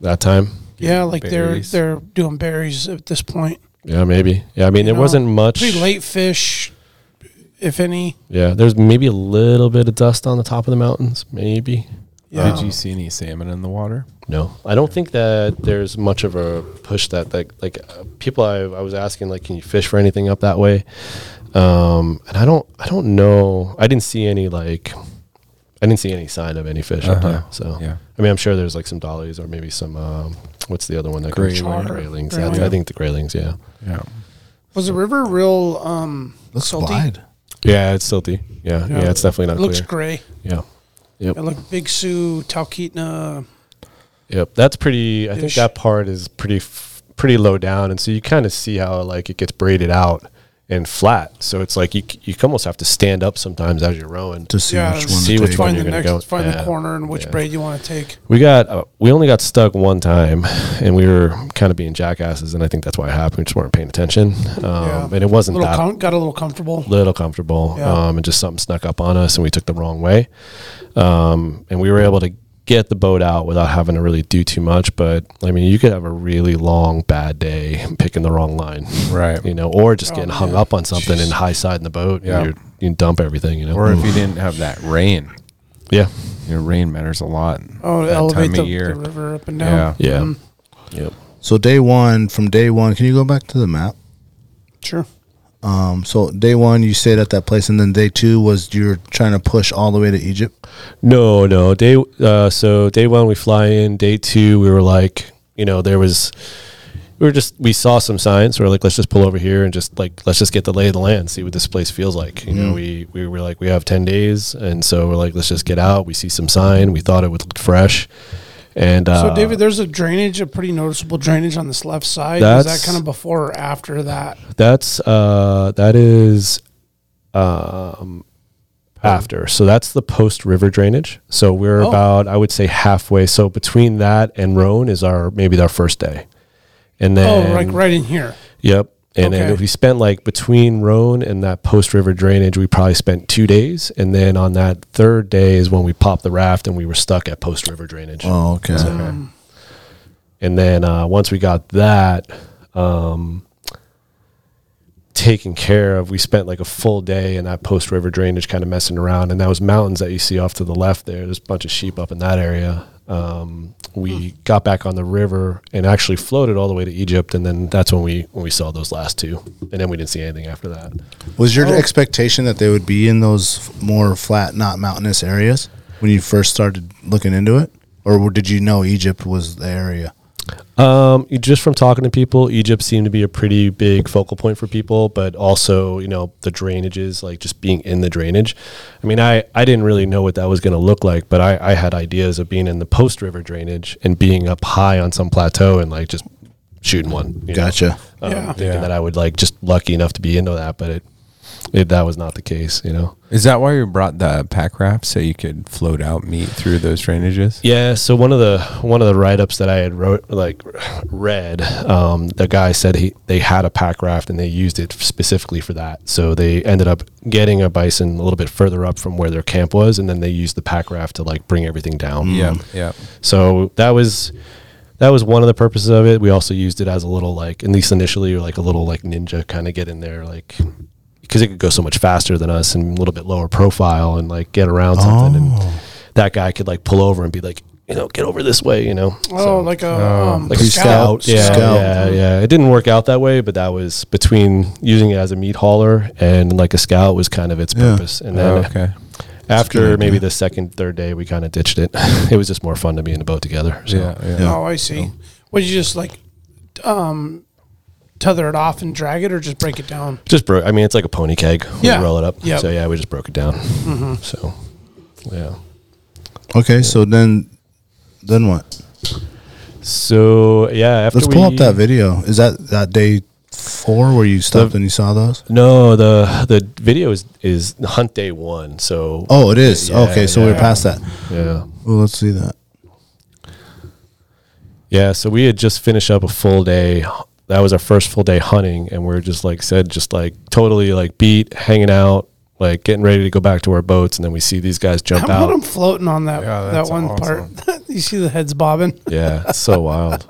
S4: that time.
S3: Yeah, like
S2: berries.
S3: they're they're doing berries at this point.
S4: Yeah, maybe. Yeah, I mean,
S3: You
S4: there
S3: know,
S4: wasn't much.
S3: Pretty late fish, if any.
S4: Yeah, there's maybe a little bit of dust on the top of the mountains. Maybe.
S3: Yeah.
S2: Did you see any salmon in the water?
S4: No, I don't think that there's much of a push that like like uh, people I, I was asking like can you fish for anything up that way, um, and I don't I don't know I didn't see any like I didn't see any sign of any fish up
S2: Uh-huh.
S4: there. So
S2: Yeah.
S4: I mean I'm sure there's like some dollies or maybe some um, what's the other one that
S2: Grayling.
S4: Char- graylings.
S3: Grayling.
S4: Yeah, I think the graylings. Yeah.
S2: Yeah.
S3: Was the river real um
S1: Looks
S3: salty?
S1: wide.
S4: Yeah, it's silty. Yeah, yeah, it's definitely
S3: It
S4: not
S3: looks
S4: clear.
S3: gray.
S4: yeah.
S3: It looked Big Sioux, Talkeetna.
S4: Yep, that's pretty. I think
S3: Ish.
S4: that part is pretty f- pretty low down, and so you kind of see how like it gets braided out and flat. So it's like you c- you almost have to stand up sometimes as you're rowing.
S1: To see
S3: Yeah,
S1: which
S3: it's-
S1: one.
S4: See
S1: to
S4: which
S1: take.
S4: one
S3: Find
S4: you're
S3: the
S4: gonna
S3: next,
S4: go-
S3: find
S4: yeah,
S3: the corner and which
S4: yeah.
S3: braid you want to take.
S4: We got uh, we only got stuck one time, and we were kind of being jackasses, and I think that's why it happened. We just weren't paying attention, um,
S3: Yeah.
S4: and it wasn't
S3: Little
S4: that
S3: com- got a little comfortable.
S4: little comfortable,
S3: Yeah.
S4: um, and just something snuck up on us, and we took the wrong way, um, and we were able to get the boat out without having to really do too much. But I mean, you could have a really long bad day picking the wrong line,
S2: Right.
S4: you know, or just getting
S3: Oh,
S4: hung
S3: yeah.
S4: up on something and high side in the boat.
S2: Yeah.
S4: And you're, you dump everything, you know. Mm.
S2: Or if you didn't have that rain,
S4: yeah.
S2: your rain matters a lot.
S3: Oh, to
S2: that
S3: elevate
S2: time of
S3: the,
S2: year.
S3: the river up and down.
S4: Yeah.
S3: Mm,
S4: Yep.
S1: So day one, from day one, can you go back to the map?
S3: sure.
S1: Um, so day one, you stayed at that place, and then day two was you're trying to push all the way to Egypt.
S4: No, no. Day uh, so day one we fly in. Day two we were like, you know, there was we were just we saw some signs. We are like, let's just pull over here and just like let's just get the lay of the land, see what this place feels like. You
S3: Mm-hmm.
S4: know, we we were like we have ten days, and so we're like let's just get out. We see some sign. We thought it would look fresh, and uh,
S3: So, David, there's a drainage, a pretty noticeable drainage on this left side. Is that
S4: That's-
S3: kind of before or after that?
S4: that's uh that is um after so that's the post river drainage so we're
S3: Oh.
S4: about i would say halfway so between that and roan is our maybe our first day and then
S3: oh, like right in here.
S4: yep and then
S3: Okay.
S4: we spent like between roan and that post river drainage we probably spent two days and then on that third day is when we popped the raft and we were stuck at post river drainage
S1: Oh, okay.
S4: and then uh, once we got that, um, taken care of. We spent like a full day in that post river drainage, kind of messing around, and that was mountains that you see off to the left there. There's a bunch of sheep up in that area. Um, we got back on the river and actually floated all the way to Egypt, and then that's when we when we saw those last two, and then we didn't see anything after that.
S1: Was your expectation that they would be in those f- more flat, not mountainous areas when you first started looking into it, or w- did you know Egypt was the area?
S4: Um, you- just from talking to people, Egypt seemed to be a pretty big focal point for people, but also, you know, the drainages, like just being in the drainage. I mean, I, I didn't really know what that was going to look like, but I, I had ideas of being in the post river drainage and being up high on some plateau and like just shooting one. you know?
S1: Gotcha.
S4: Um,
S3: Yeah.
S4: Thinking that I would like just lucky enough to be into that, but it, it that was not the case, you know?
S2: Is that why you brought the pack wrap so you could float out meat through those drainages?
S4: Yeah, so one of the one of the write ups that I had wrote like read, um, the guy said he they had a pack raft and they used it specifically for that. So they ended up getting a bison a little bit further up from where their camp was, and then they used the pack raft to like bring everything down.
S2: Yeah, yeah.
S4: So that was that was one of the purposes of it. We also used it as a little like at least initially like a little like ninja kind of get in there like because it could go so much faster than us and a little bit lower profile and like get around something
S2: Oh.
S4: and that guy could like pull over and be like you know get over this way you know
S3: Oh,
S4: So,
S3: like a um,
S4: like a
S3: scout.
S4: scout, yeah
S1: Scout.
S4: yeah yeah it didn't work out that way but that was between using it as a meat hauler and like a scout was kind of its purpose and then
S2: Oh, okay.
S4: after maybe the second third day we kind of ditched it it was just more fun to be in the boat together so.
S2: Yeah, yeah.
S3: Oh, I see. Would you just like um, tether it off and drag it, or just break it down?
S4: Just broke. I mean, it's like a pony keg. We
S3: Yeah.
S4: roll it up.
S3: Yep. Mm-hmm.
S4: So yeah, we just broke it down. So yeah.
S1: Okay, so then, then what?
S4: So yeah. After
S1: Let's
S4: we,
S1: pull up that video. Is that that day four where you stopped and you saw those?
S4: No, the the video is is hunt day one. So
S1: Oh, it is.
S4: Yeah,
S1: okay, so we're
S4: yeah.
S1: past that.
S4: yeah.
S1: Well, let's see that.
S4: Yeah, so we had just finished up a full day. That was our first full day hunting, and we are just like said, just like totally like beat, hanging out, like getting ready to go back to our boats, and then we see these guys
S3: How
S4: jump
S3: about them
S4: out.
S3: floating on that
S6: Yeah,
S3: that
S6: that's
S3: one
S6: awesome.
S3: part? you see the heads bobbing.
S4: Yeah, it's so wild.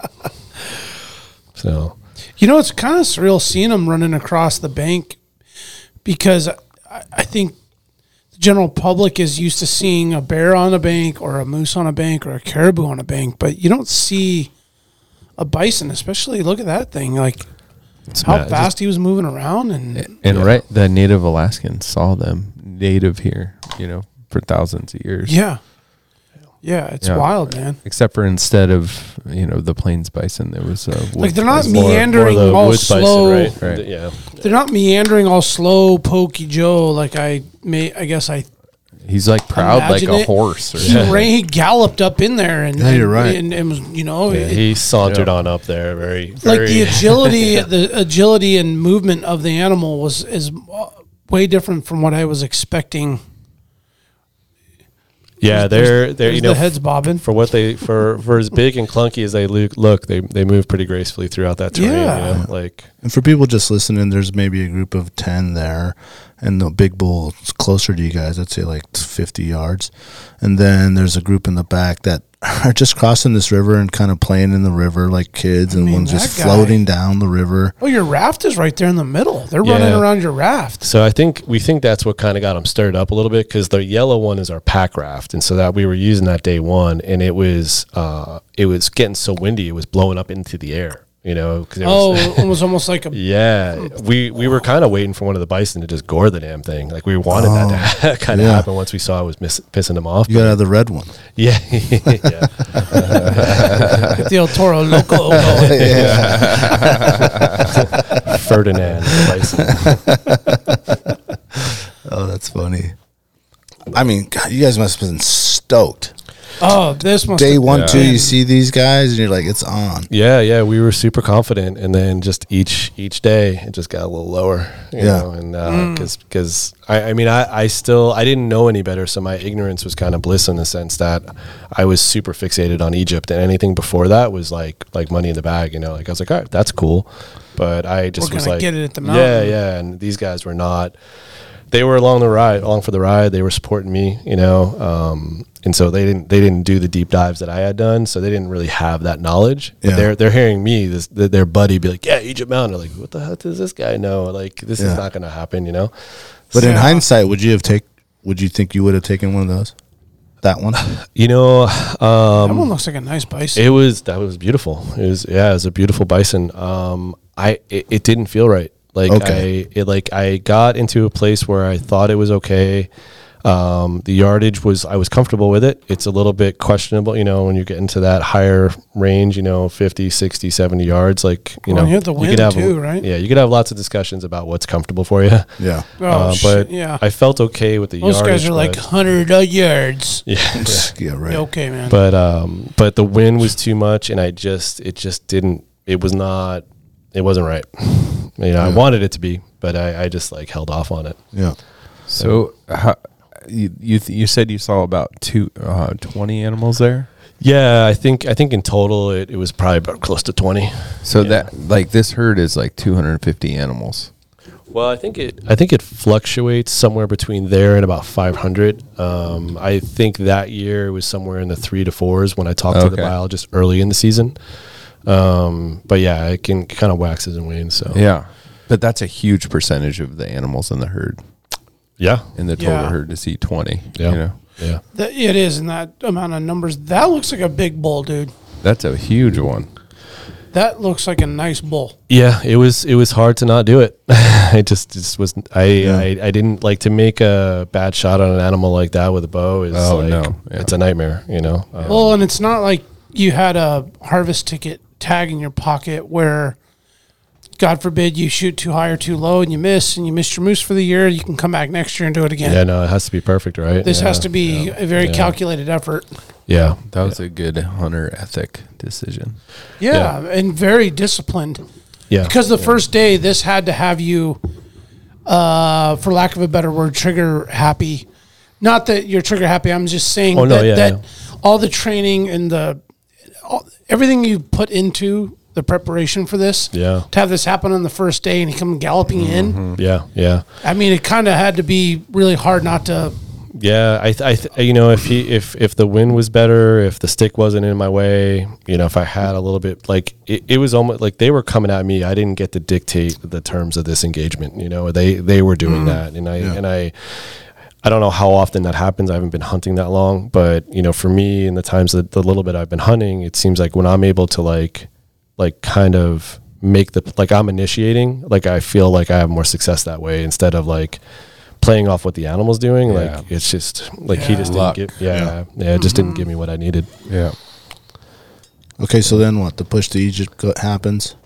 S4: So
S3: You know, it's kind of surreal seeing them running across the bank because I, I think the general public is used to seeing a bear on a bank or a moose on a bank or a caribou on a bank, but you don't see a bison, especially look at that thing. Like how
S4: mad.
S3: fast he was moving around and
S2: And right, the native Alaskans saw them native here, you know, for thousands of years.
S3: yeah. Yeah, it's
S2: Yeah.
S3: wild, man.
S2: Except for instead of, you know, the plains bison, there was a.
S3: Like
S2: wolf
S3: they're not
S2: bison.
S4: More- more
S3: meandering
S4: the
S3: all
S4: woods bison,
S3: slow.
S4: right?
S2: Right.
S4: Yeah.
S3: They're not meandering all slow pokey Joe like I may I guess I
S2: He's like proud like
S3: Imagine
S2: a
S3: it.
S2: horse. Or
S3: he ran- galloped up in there and
S1: Yeah, you're
S3: and-
S1: right.
S3: and, and was you know
S4: Yeah,
S3: it-
S4: he sauntered on up there very, very
S3: Oh, like the agility the agility and movement of the animal was is uh, way different from what I was expecting
S4: yeah they're they're you
S3: There's
S4: know
S3: the heads bobbing
S4: for what they for for as big and clunky as they look look they they move pretty gracefully throughout that terrain
S3: Yeah.
S4: you know? like
S1: And for people just listening, there's maybe a group of 10 there, and the big bull is closer to you guys, I'd say like 50 yards. And then there's a group in the back that are just crossing this river and kind of playing in the river like kids, and
S3: mean,
S1: one's just
S3: that guy-
S1: floating down the river.
S3: oh your raft is right there in the middle they're running
S4: Yeah.
S3: around your raft
S4: so I think we think that's what kind of got them stirred up a little bit because the yellow one is our pack raft and so that we were using that day one and it was uh it was getting so windy it was blowing up into the air you know 'cause it
S3: oh
S4: was-
S3: it was almost like a
S4: Yeah, we we were kind of waiting for one of the bison to just gore the damn thing. Like we wanted that to kind of
S1: Oh, yeah.
S4: happen once we saw it was miss, pissing them off.
S1: You got to have the red one.
S4: Yeah, yeah.
S3: the El Toro Loco
S4: Ferdinand the bison.
S1: Oh, that's funny. I mean, God, you guys must have been stoked.
S3: oh this must
S1: Day
S3: have
S1: one, two,
S3: been-
S1: you see these guys, and you're like, it's on.
S4: Yeah, yeah. We were super confident, and then just each each day, it just got a little lower. You
S1: Yeah.
S4: know, and
S3: Mm.
S4: because because I, I mean I I still I didn't know any better, so my ignorance was kind of bliss in the sense that I was super fixated on Egypt, and anything before that was like like money in the bag. You know, like I was like, all right, that's cool, but I just
S3: We're
S4: was
S3: gonna
S4: like,
S3: get it at the
S4: Yeah,
S3: mountain.
S4: yeah. And these guys were not. they were along the ride, along for the ride. They were supporting me, you know, um, and so they didn't they didn't do the deep dives that I had done, so they didn't really have that knowledge. But
S1: Yeah.
S4: they're they're hearing me, this th- their buddy, be like, "Yeah, Egypt Mountain." They're like, "What the hell does this guy know? Like, this
S1: Yeah.
S4: is not going to happen," you know.
S1: But in
S3: Yeah.
S1: hindsight, would you have take? Would you think you would have taken one of those? That one?
S4: You know,
S3: that
S4: um,
S3: one looks like a nice bison.
S4: It was that was beautiful. It was yeah, it was a beautiful bison. Um, I it, it didn't feel right. Like
S1: Okay.
S4: I it like I got into a place where I thought it was okay. Um, the yardage was I was comfortable with it. It's a little bit questionable, you know, when you get into that higher range, you know, 50, 60, 70 yards, like you
S3: Well,
S4: know,
S3: you had the wind
S4: have
S3: too, right?
S4: Yeah, you could have lots of discussions about what's comfortable for you.
S1: Yeah.
S3: oh,
S4: Uh,
S3: shit,
S4: but
S3: yeah.
S4: I felt okay with the
S3: Those
S4: yardage,
S3: guys are like
S4: but-
S3: 100 uh, yards.
S4: yeah.
S1: Yeah. Right.
S3: Okay, man.
S4: but um but the wind was too much and i just it just didn't it was not it wasn't right you know i wanted it to be but i i just like held off on it
S1: Yeah.
S2: So, how, you you, th- you said you saw about two uh, twenty animals there.
S4: yeah i think i think in total it, it was probably about close to 20
S2: So that like this herd is like two hundred and fifty animals.
S4: well i think it i think it fluctuates somewhere between there and about 500 um i think that year was somewhere in the three to fours when i talked to the
S2: Okay.
S4: biologist early in the season um but yeah it can kind of waxes and wanes so
S2: Yeah, but that's a huge percentage of the animals in the herd.
S4: yeah
S2: In the total
S3: Yeah.
S2: herd to see twenty.
S4: yeah
S2: You know,
S4: yeah
S3: That- it is in that amount of numbers. That looks like a big bull, dude.
S2: that's a huge one.
S3: That looks like a nice bull.
S4: Yeah, it was it was hard to not do it. I just just was I, I I didn't like to make a bad shot on an animal like that with a bow. Is
S2: Oh,
S4: like,
S2: no. Yeah.
S4: it's a nightmare. You know, Um,
S3: Well, and it's not like you had a harvest ticket tag in your pocket where, God forbid, you shoot too high or too low and you miss and you missed your moose for the year. You can come back next year and do it again.
S4: yeah, no, it has to be perfect, right?
S3: This
S4: Yeah,
S3: has to be a very
S4: yeah.
S3: calculated effort.
S4: Yeah,
S2: That was a good hunter ethic decision.
S3: Yeah, and very disciplined.
S4: yeah,
S3: Because the first day, this had to have you, uh, for lack of a better word, trigger happy. Not that you're trigger happy. I'm just saying
S4: Oh, no,
S3: that,
S4: yeah,
S3: that
S4: yeah.
S3: all the training and the all, everything you put into the preparation for this,
S4: Yeah. Mm-hmm.
S3: to have this happen on the first day and come galloping in.
S4: yeah, yeah.
S3: I mean, it kind of had to be really hard not to.
S4: Yeah, I, th- I th- you know, if he, if if the wind was better, if the stick wasn't in my way, you know, if I had a little bit, like it, it was almost like they were coming at me. I didn't get to dictate the terms of this engagement. You know, they they were
S2: Mm.
S4: doing that, and I and I, I don't know how often that happens. I haven't been hunting that long, but you know, for me, in the times that the little bit I've been hunting, it seems like when I'm able to like, like kind of make the like I'm initiating, like I feel like I have more success that way instead of like playing off what the animal's doing.
S2: Yeah.
S4: Like it's just like he just
S2: Luck.
S4: didn't give yeah yeah, it just didn't give me what I needed.
S2: Yeah.
S1: Okay. So then what? The push to Egypt go- happens.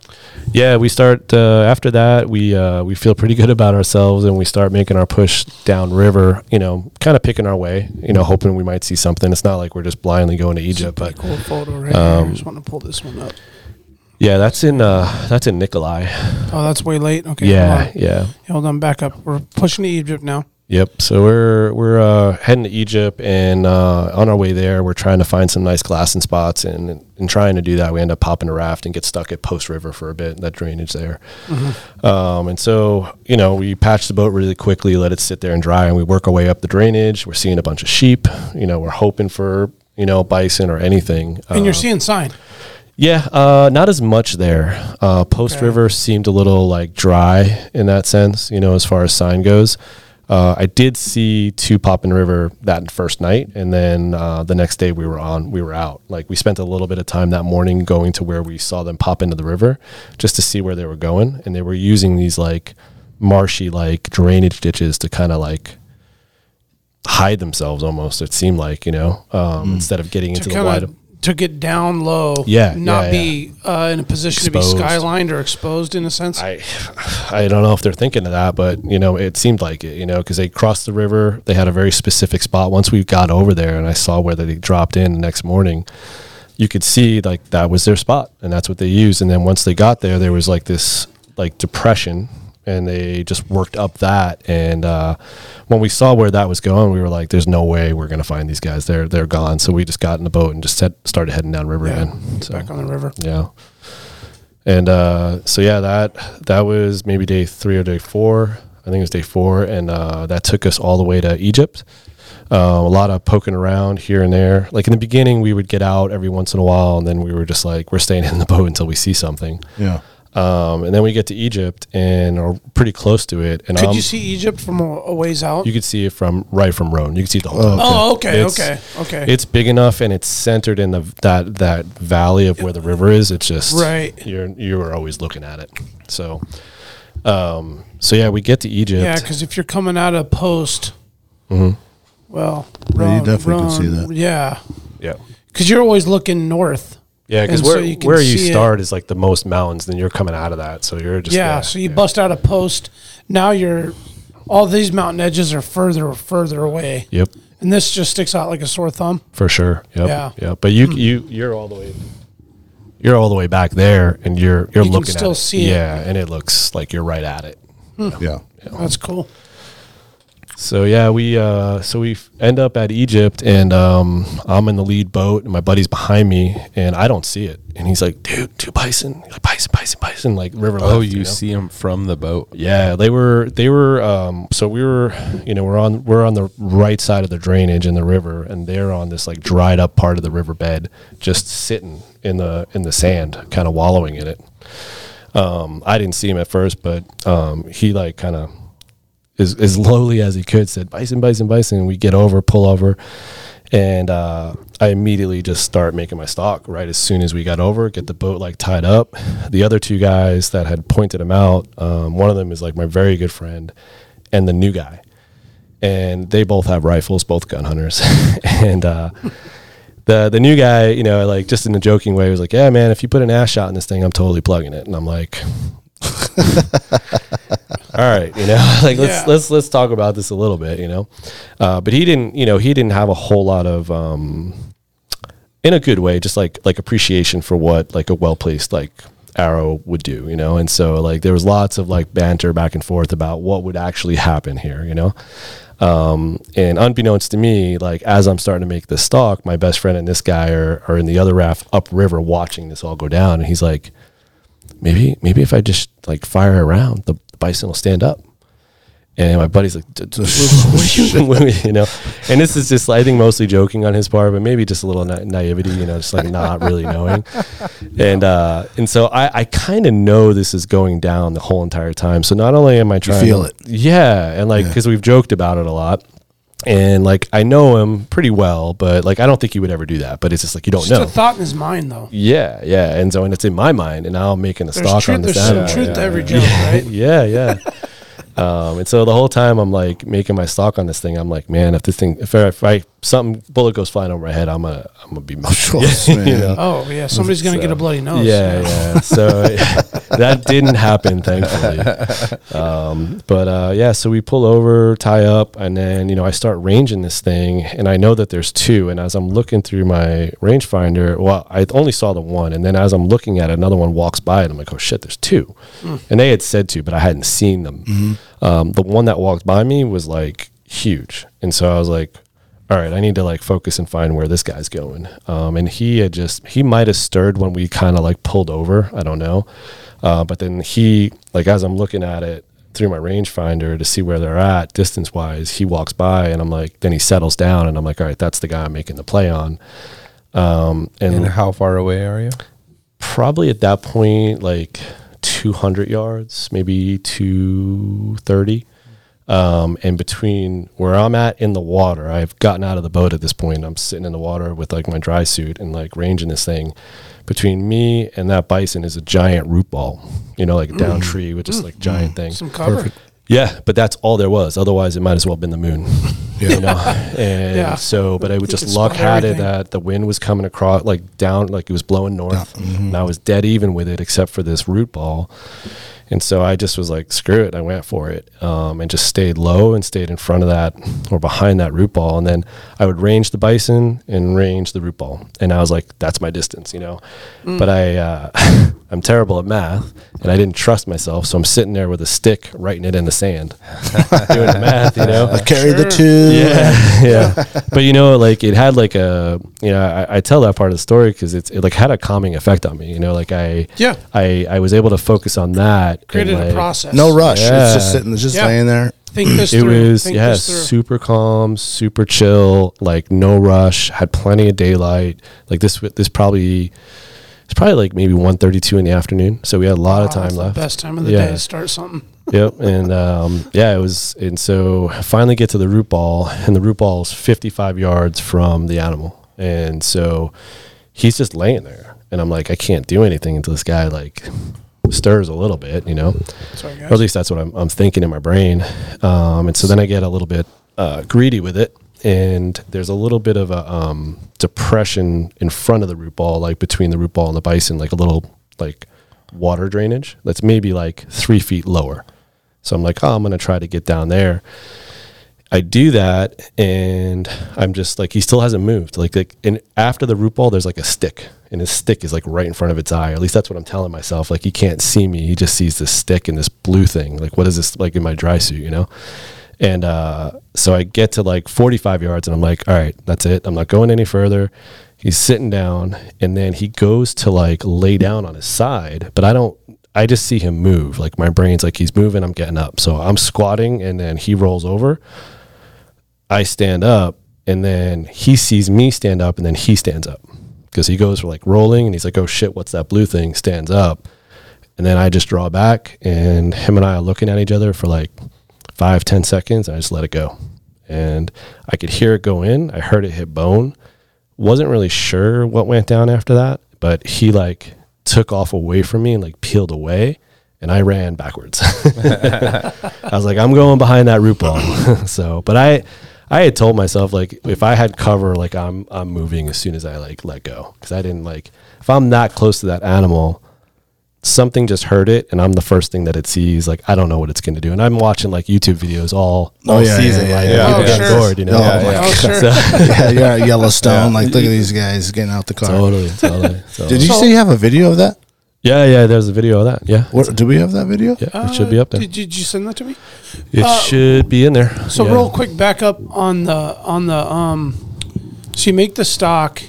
S4: Yeah, we start uh, after that. We uh, we feel pretty good about ourselves, and we start making our push down river. You know, kind of picking our way. You know, hoping we might see something. It's not like we're just blindly going to Um, Egypt, but
S3: Cool photo right here. I just want to pull this one up.
S4: yeah, that's in uh, that's in Nikolai.
S3: Oh, that's way late. Okay,
S4: yeah,
S3: hold on.
S4: yeah.
S3: hold on, back up. We're pushing to Egypt now.
S4: Yep. So we're we're uh, heading to Egypt, and uh, on our way there, we're trying to find some nice glassing spots, and in trying to do that, we end up popping a raft and get stuck at Post River for a bit. That drainage there,
S3: Mm-hmm.
S4: um, and so you know we patch the boat really quickly, let it sit there and dry, and we work our way up the drainage. We're seeing a bunch of sheep. You know, we're hoping for you know bison or anything.
S3: And
S4: Uh,
S3: you're seeing sign.
S4: yeah, uh, not as much there. Uh, Post
S3: Okay.
S4: River seemed a little like dry in that sense, you know, as far as sign goes. Uh, I did see two Poppin River that first night, and then uh, the next day we were on, we were out. Like we spent a little bit of time that morning going to where we saw them pop into the river, just to see where they were going, and they were using these like marshy like drainage ditches to kind of like hide themselves almost. It seemed like you know, um, instead of getting into
S3: Hmm. to
S4: the
S3: kind
S4: wide.
S3: of to get down low,
S4: Yeah,
S3: not
S4: yeah,
S3: be Uh, in a position to
S4: Exposed.
S3: be skylined or exposed in a sense.
S4: I, I don't know if they're thinking of that, but you know, it seemed like it. You know, because they crossed the river, they had a very specific spot. Once we got over there, and I saw where they dropped in the next morning, you could see like that was their spot, and that's what they used. And then once they got there, there was like this like depression, and they just worked up that. And uh, when we saw where that was going, we were like, "There's no way we're gonna find these guys. They're they're gone." So we just got in the boat and just set, started heading down river
S3: Yeah,
S4: again. So.
S3: back on the river.
S4: Yeah. And uh, so yeah, that that was maybe day three or day four. I think it was day four, and uh, that took us all the way to Egypt. Uh, a lot of poking around here and there. Like in the beginning, we would get out every once in a while, and then we were just like, we're staying in the boat until we see something.
S1: Yeah.
S4: Um, and then we get to Egypt and are pretty close to it. And
S3: Could
S4: I'm-
S3: you see Egypt from a, a ways out?
S4: you could see it from right from Rhone. You could see the whole. thing.
S3: oh, okay,
S4: It's-
S3: okay, okay.
S4: It's big enough and it's centered in the that that valley of where the river is. It's just
S3: Right.
S4: You're you are always looking at it. So, um, so yeah, we get to Egypt.
S3: yeah, because if you're coming out of post,
S4: Mm-hmm.
S3: well,
S1: Yeah, you
S3: Rhone-
S1: definitely can see
S3: Rhone,
S1: that.
S3: Yeah,
S4: yeah,
S3: because you're always looking north.
S4: yeah. Because
S3: And
S4: where
S3: so you can
S4: where you
S3: see it.
S4: start is like the most mountains. Then you're coming out of that, so you're just
S3: yeah, so you bust out a post. Now you're all these mountain edges are further further away,
S4: Yep,
S3: and this just sticks out like a sore thumb.
S4: for sure. Yep,
S3: Yeah. Hmm.
S4: yeah. But you you you're all the way. You're all the way back there, and you're you're
S3: You can
S4: looking
S3: still
S4: at it.
S3: see it.
S4: yeah, and it looks like you're right at it.
S1: Yeah.
S3: That's cool.
S4: So yeah, we uh, so we f- end up at Egypt, and um, I'm in the lead boat, and my buddy's behind me, and I don't see it, and he's like, "Dude, two bison, like, bison, bison, bison, like river."
S2: Oh,
S4: left,
S2: you
S4: know?
S2: see him from the boat.
S4: Yeah, they were they were um, so we were you know we're on we're on the right side of the drainage in the river, and they're on this like dried up part of the riverbed, just sitting in the in the sand, kind of wallowing in it. Um, I didn't see him at first, but um, he like kind of as, as lowly as he could said bison bison bison and we get over pull over and uh, i immediately just start making my stock right as soon as we got over get the boat like tied up the other two guys that had pointed him out um, one of them is like my very good friend and the new guy and they both have rifles both gun hunters and uh, the the new guy you know like just in a joking way was like yeah man if you put an ass shot in this thing i'm totally plugging it and i'm like all right, you know, like let's
S3: Yeah.
S4: let's let's talk about this a little bit, you know. Uh, but he didn't, you know, he didn't have a whole lot of, um, in a good way, just like like appreciation for what like a well placed like arrow would do, you know. And so like there was lots of like banter back and forth about what would actually happen here, you know. Um, and unbeknownst to me, like as I'm starting to make this stalk, my best friend and this guy are are in the other raft upriver watching this all go down, and he's like maybe maybe if I just like fire around, the, the bison will stand up. And my buddy's like, "D- d- what are you doing with me?" you know. And this is just, I think, mostly joking on his part, but maybe just a little na- naivety, you know, just like not really knowing. And uh, and so I, I kind of know this is going down the whole entire time. So not only am I trying,
S1: feel
S4: to,
S1: it.
S4: yeah, and like because we've joked about it a lot, and like I know him pretty well, but like I don't think he would ever do that. But it's just like you don't
S3: Just
S4: know.
S3: a thought in his mind, though.
S4: Yeah, yeah. And so, and it's in my mind, and now I'm making a
S3: There's
S4: stock
S3: truth.
S4: on this
S3: There's some
S4: animal.
S3: truth
S4: yeah.
S3: to every joke, right?
S4: Yeah, yeah. um, and so the whole time I'm like making my stock on this thing. I'm like, man, if this thing, if I, if I something bullet goes flying over my head, I'm gonna, I'm gonna be, you know.
S3: Oh yeah, somebody's gonna get a bloody nose.
S4: Yeah, yeah. So that didn't happen, thankfully. Um, but uh, yeah, so we pull over, tie up, and then you know I start ranging this thing, and I know that there's two. And as I'm looking through my rangefinder, well, I only saw the one, and then as I'm looking at it, another one walks by, and I'm like, oh shit, there's two. And they had said two, but I hadn't seen them. Um, the one that walked by me was like huge, and so I was like, all right, I need to like focus and find where this guy's going. Um, and he had just, he might have stirred when we kind of like pulled over. I don't know. Uh, but then he, like, as I'm looking at it through my rangefinder to see where they're at distance wise, he walks by and I'm like, then he settles down and I'm like, all right, that's the guy I'm making the play on. Um, and,
S6: And how far away are you?
S4: probably at that point, like 200 yards, maybe 230. Um, and between where I'm at in the water, I've gotten out of the boat at this point. I'm sitting in the water with like my dry suit and like ranging this thing. Between me and that bison is a giant root ball, you know, like a down tree with just like giant thing.
S3: some cover.
S4: Yeah, but that's all there was. Otherwise, it might as well have been the moon. You know? And
S3: Yeah.
S4: so, but I
S3: You
S4: would just
S3: could
S4: luck
S3: spot
S4: had it
S3: everything.
S4: that the wind was coming across, like down, like it was blowing north.
S3: Mm-hmm.
S4: And I was dead even with it, except for this root ball. And so I just was like, screw it. I went for it um, and just stayed low and stayed in front of that or behind that root ball. And then I would range the bison and range the root ball. And I was like, that's my distance, you know? But I, uh, I'm terrible at math and I didn't trust myself. So I'm sitting there with a stick writing it in the sand, doing the math, you know?
S1: Carry the two.
S4: yeah, yeah. But you know, like it had like a, you know, I, I tell that part of the story because it's it like had a calming effect on me. You know, like I,
S3: Yeah.
S4: I, I was able to focus on that that.
S3: Created
S4: and,
S3: a
S4: like,
S3: process.
S1: No rush. It's
S4: Yeah.
S1: just sitting. It's just
S3: Yeah.
S1: laying there.
S3: Think this
S4: It
S3: through.
S4: was
S3: Think
S4: yeah,
S3: this through.
S4: super calm, super chill, like no rush. Had plenty of daylight. Like this, w- this probably it's probably like maybe 1.32 in the afternoon. So we had a lot of
S3: Wow, that's
S4: time
S3: the
S4: left.
S3: best time of the
S4: Yeah.
S3: day to start something.
S4: yep. And um, yeah, it was. And so I finally get to the root ball, and the root ball is 55 yards from the animal. And so he's just laying there. And I'm like, I can't do anything until this guy like stirs a little bit, you know?
S3: Sorry,
S4: Or at
S3: guys.
S4: least that's what I'm, I'm thinking in my brain. Um, and so then I get a little bit uh, greedy with it. And there's a little bit of a um, depression in front of the root ball, like between the root ball and the bison, like a little like water drainage that's maybe like three feet lower. So I'm like, oh, I'm going to try to get down there. I do that, and I'm just like, he still hasn't moved. Like, like, and after the root ball, there's like a stick, and his stick is like right in front of its eye. At least that's what I'm telling myself. Like, he can't see me. He just sees this stick and this blue thing. Like, what is this like in my dry suit, you know? And uh, so I get to like 45 yards, and I'm like, all right, that's it. I'm not going any further. He's sitting down, and then he goes to like lay down on his side, but I don't. I just see him move. Like my brain's like he's moving. I'm getting up, so I'm squatting, and then he rolls over. I stand up and then he sees me stand up and then he stands up because he goes for like rolling and he's like, oh shit, what's that blue thing? Stands up. And then I just draw back and him and I are looking at each other for like five, ten seconds. And I just let it go. And I could hear it go in. I heard it hit bone. Wasn't really sure what went down after that, but he like took off away from me and like peeled away. And I ran backwards. I was like, I'm going behind that root ball. so, but I, I had told myself like, if I had cover, like I'm, I'm moving as soon as I like let go because I didn't like if I'm that close to that animal, something just hurt it, and I'm the first thing that it sees. Like I don't know what it's going to do, and I'm watching like YouTube videos all, all
S1: Oh, yeah,
S4: season.
S1: yeah,
S4: like
S1: yeah,
S4: people
S3: yeah.
S4: get
S3: Oh, sure.
S4: bored, you know.
S1: Oh, my
S3: Oh, sure.
S1: yeah, you're at Yellowstone. Like, look at these guys getting out the car.
S4: Totally, totally. So-
S1: Did you say you have a video of that?
S4: Yeah, yeah. There's a video of that. Yeah,
S1: What, do we have that video?
S4: yeah. it should be up there.
S3: Uh, Did, did you send that to me?
S4: it
S3: uh,
S4: should be in there.
S3: So
S4: Yeah.
S3: real quick, back up on the on the um. So you make the stock,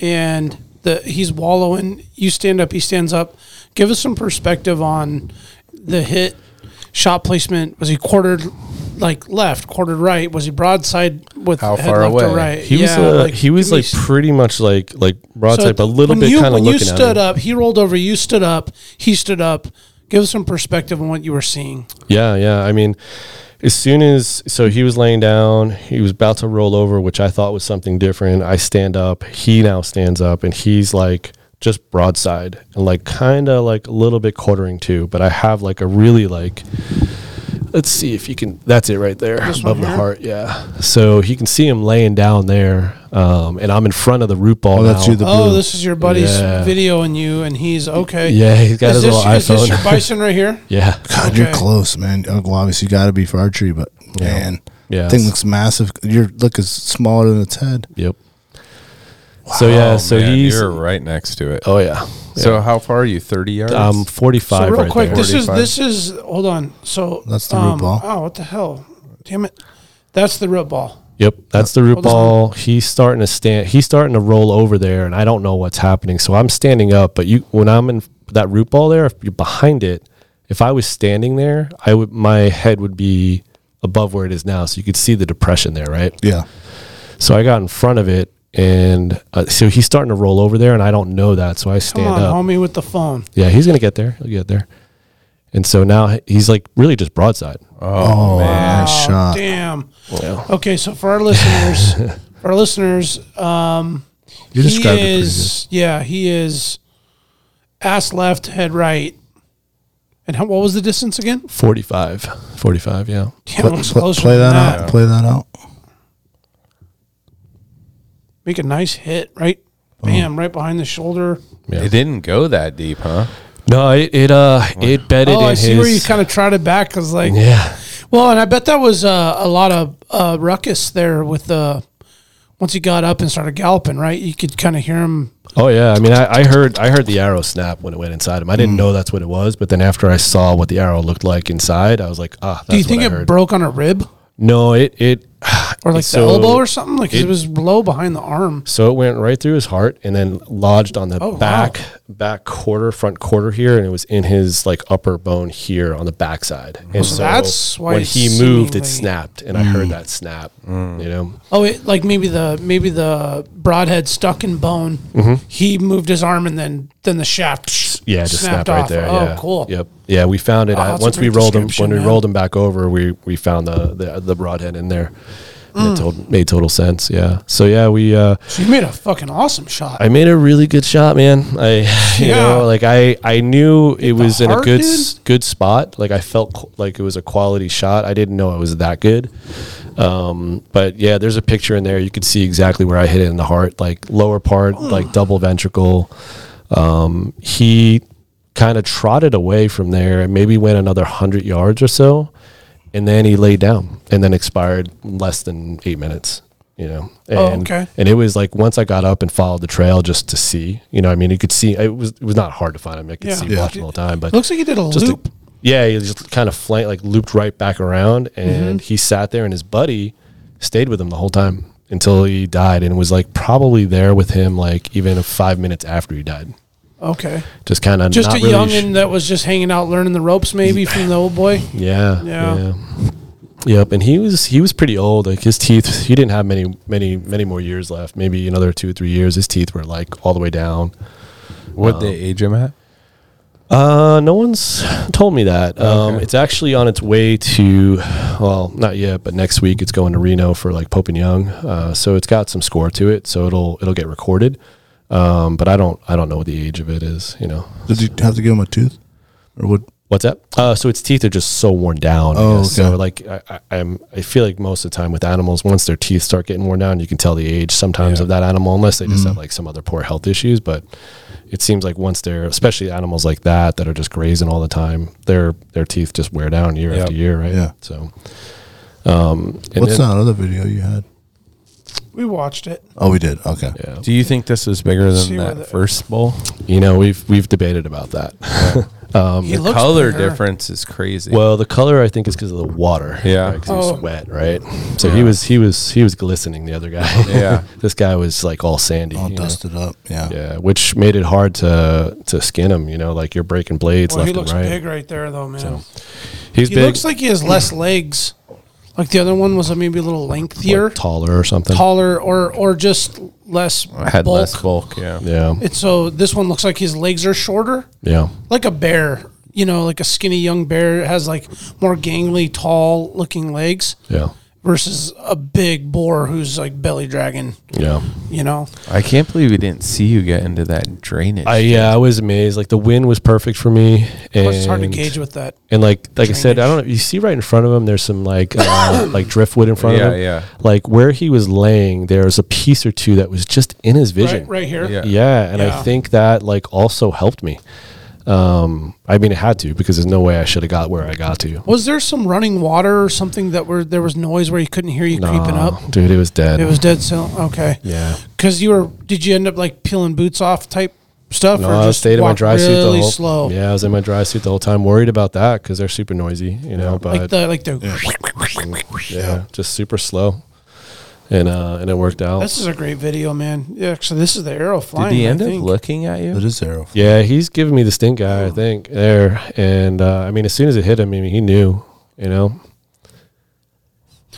S3: and the he's wallowing. You stand up. He stands up. Give us some perspective on the hit, shot placement. Was he quartered, like left, quartered right? Was he broadside with
S6: How
S3: head
S6: far
S3: left
S6: away?
S3: Or right?
S4: He was
S3: Yeah,
S4: uh, he was
S3: give me
S4: like
S3: s-
S4: pretty much like like broadside, but a little
S3: when
S4: bit
S3: you-
S4: kind of
S3: When you
S4: looking at
S3: stood
S4: him.
S3: up, he rolled over. You stood up. He stood up. Give us some perspective on what you were seeing.
S4: Yeah, yeah. I mean, as soon as so he was laying down, he was about to roll over, which I thought was something different. I stand up. He now stands up, and he's like just broadside and like kind of like a little bit quartering too. But I have like a really like. Let's see if you can. That's it right there above the heart. Yeah. So he can see him laying down there, um, and I'm in front of the root ball.
S1: Oh, that's
S4: now.
S1: you, the
S3: Oh,
S1: blue.
S3: this is your buddy's
S4: Yeah.
S3: video and you, and he's okay.
S4: Oh, Yeah, he's got
S3: is
S4: his
S3: this,
S4: little
S3: Is this
S4: iPhone.
S3: your bison right here?
S4: yeah.
S1: God, you're
S3: okay.
S1: close, man. Oh, Well, obviously, you got to be for archery, but man,
S4: Yeah.
S1: thing looks massive. Your look is smaller than its head.
S4: Yep. So yeah, so he's
S2: Oh, you're right next to it.
S4: oh yeah.
S6: So how far are you? Thirty yards.
S4: Um,
S3: So
S4: 45
S3: real
S4: right
S3: quick,
S4: there.
S3: this is
S6: 45.
S3: this is hold on. So
S1: That's the root ball.
S3: Oh, what the hell? Damn it! That's the root ball.
S4: Yep, that's the root
S3: Hold on.
S4: ball. He's starting to stand. He's starting to roll over there, and I don't know what's happening. So I'm standing up, but you, when I'm in that root ball there, if you're behind it, if I was standing there, I would my head would be above where it is now, so you could see the depression there, right?
S1: Yeah.
S4: So I got in front of it, and uh, so he's starting to roll over there, and I don't know that, so I
S3: Come
S4: stand
S3: on,
S4: up.
S3: homie, with the phone.
S4: Yeah, he's gonna get there. He'll get there. And so now he's like really just broadside.
S1: Oh, man.
S3: Oh,
S1: shot.
S3: damn. Okay, so for our listeners, for our listeners, um,
S1: You
S3: he
S1: described it pretty
S3: is yeah, he is ass left, head right. And how, what was the distance again?
S4: 45. 45, yeah.
S3: Damn, it
S1: Pl-
S3: looks
S1: pl-
S3: closer
S1: play
S3: than
S1: that, out. Play that out.
S3: Make a nice hit, right?
S1: Uh-huh.
S3: Bam, right behind the shoulder.
S4: Yeah.
S6: It didn't go that deep, huh?
S4: No, it, it uh it bedded
S3: oh,
S4: in
S3: I see
S4: his
S3: where you kind of trotted back because, like,
S4: Yeah.
S3: well, and I bet that was uh, a lot of uh, ruckus there with the. Once he got up and started galloping, right, you could kind of hear him.
S4: Oh yeah. I mean I, I heard I heard the arrow snap when it went inside him. I didn't know that's what it was, but then after I saw what the arrow looked like inside, I was like, ah, that's
S3: Do you think
S4: what
S3: it
S4: I heard.
S3: broke on a rib?
S4: no, it it
S3: or like
S4: So,
S3: the elbow or something. Like 'cause it,
S4: it-
S3: was low behind the arm.
S4: So it went right through his heart and then lodged on the
S3: Oh, wow.
S4: back back quarter, front quarter here, and it was in his like upper bone here on the backside. And so,
S3: that's why
S4: when
S3: it's
S4: he moved, it
S3: seemingly-
S4: snapped, and I heard that snap. You know,
S3: Oh, it, like maybe the maybe the broadhead stuck in bone. He moved his arm and then then the shaft.
S4: Mm-hmm. yeah, it just snapped, right
S3: off.
S4: there.
S3: Oh,
S4: yeah.
S3: cool.
S4: Yep. Yeah, we found it.
S3: Oh,
S4: I-
S3: that's a
S4: once we
S3: great
S4: rolled him,
S3: description,
S4: when we
S3: man.
S4: rolled him back over, we we found the the, the broadhead in there. And
S3: Mm.
S4: It told, made total sense. Yeah. So yeah, we uh,
S3: So you made a fucking awesome shot.
S4: I made a really good shot, man. I, you
S3: Yeah.
S4: know, like I, I knew it was in a
S3: heart,
S4: good, s- good spot. Like I felt qu- like it was a quality shot. I didn't know it was that good. Um, but yeah, there's a picture in there. You could see exactly where I hit it in the heart, like lower part, like double ventricle. Um, he kind of trotted away from there and maybe went another hundred yards or so. And then he laid down and then expired less than eight minutes, you know? And,
S3: Oh, okay.
S4: and it was like once I got up and followed the trail just to see, you know, I mean, you could see it was it was not hard to find him. I could
S3: Yeah.
S4: see
S3: Yeah.
S4: watching all the time, but
S3: Looks like he did a
S4: just
S3: loop.
S4: A, yeah, he just kind of flank like looped right back around,
S3: Mm-hmm.
S4: and he sat there, and his buddy stayed with him the whole time until he died, and was like probably there with him like even five minutes after he died,
S3: okay,
S4: just kind of
S3: just
S4: not
S3: a
S4: really
S3: youngin
S4: sh-
S3: that was just hanging out, learning the ropes, maybe from the old boy.
S4: Yeah,
S3: Yeah.
S4: yeah. Yep, and he was he was pretty old. Like his teeth, he didn't have many many many more years left. Maybe another two or three years. His teeth were like all the way down.
S2: What they age him at?
S4: Uh, no one's told me that. Um, it's actually on its way to, well, not yet, but next week it's going to Reno for like Pope and Young. Uh, so it's got some score to it, so it'll it'll get recorded. Um, but I don't I don't know what the age of it is. You know,
S1: Did you have to give him a tooth, or what?
S4: What's that? Uh, so its teeth are just so worn down. I
S1: Oh,
S4: guess.
S1: okay.
S4: so like I, I, I'm, I feel like most of the time with animals, once their teeth start getting worn down, you can tell the age sometimes of that animal, unless they
S1: Mm-hmm.
S4: just have like some other poor health issues. But it seems like once they're, especially animals like that that are just grazing all the time, their their teeth just wear down year after year, right?
S1: Yeah.
S4: So, um, and
S1: What's
S4: then-
S1: that other video you had?
S3: We watched it.
S1: Oh, we did. Okay.
S4: Yeah.
S2: Do you think this is bigger than
S3: See where
S2: that
S3: the-
S2: first bowl?
S4: You know, we've we've debated about that. um,
S3: He
S2: The
S3: looks
S2: color
S3: better.
S2: difference is crazy.
S4: Well, the color I think is because of the water.
S2: Yeah.
S4: right? 'Cause he
S3: Oh.
S4: was wet, right? So he was he was he was glistening. The other guy.
S2: Yeah.
S4: this guy was like all sandy.
S1: All
S4: you know?
S1: dusted up. Yeah.
S4: Yeah, which made it hard to to skin him. You know, like you're breaking blades
S3: Well, he
S4: left and
S3: looks
S4: right.
S3: big right there, though, man.
S4: He's
S3: he
S4: big,
S3: looks like he has less legs. Like the other one was uh, maybe a little
S4: like,
S3: lengthier,
S4: taller or something.
S3: taller, or or just less
S2: I had
S3: bulk.
S2: less bulk. Yeah.
S4: Yeah,
S3: It's so this one looks like his legs are shorter,
S4: yeah,
S3: like a bear. You know, like a skinny young bear has like more gangly, tall looking legs
S4: yeah,
S3: versus a big boar who's like belly dragon.
S4: yeah.
S3: You know,
S2: I can't believe we didn't see you get into that drainage.
S4: I yeah, I was amazed. Like the wind was perfect for me. And
S3: Plus, it's hard to gauge with that.
S4: And like like I said, I
S3: Drainage.
S4: don't know. You see right in front of him, there's some like uh, like driftwood in front
S2: Yeah,
S4: of him.
S2: yeah.
S4: Like where he was laying, there's a piece or two that was just in his vision.
S3: Right, right here.
S2: Yeah.
S4: Yeah, and
S3: Yeah.
S4: I think that like also helped me. Um, I mean, it had to because there's no way I should have got where I got to.
S3: Was there some running water or something that were there was noise where you couldn't hear you creeping
S4: Nah,
S3: up?
S4: dude. It was dead.
S3: It was dead silent. Okay.
S4: yeah.
S3: Because you were, did you end up like peeling boots off type stuff?
S4: No, I stayed in my
S3: walked
S4: dry
S3: really
S4: suit the whole.
S3: slow.
S4: Yeah, I was in my dry suit the whole time, worried about that because they're super noisy, you know.
S3: Like
S4: But
S3: the, like the,
S4: yeah, just super slow, and uh, and it worked out.
S3: this is a great video, man. Yeah, actually, this is the arrow
S2: Did
S3: flying.
S2: he
S3: I
S2: end up
S3: think.
S2: looking at
S1: It
S2: you?
S1: is arrow.
S4: yeah, he's giving me the stink eye, I think there, and uh, I mean, as soon as it hit him, I mean, he knew, you know.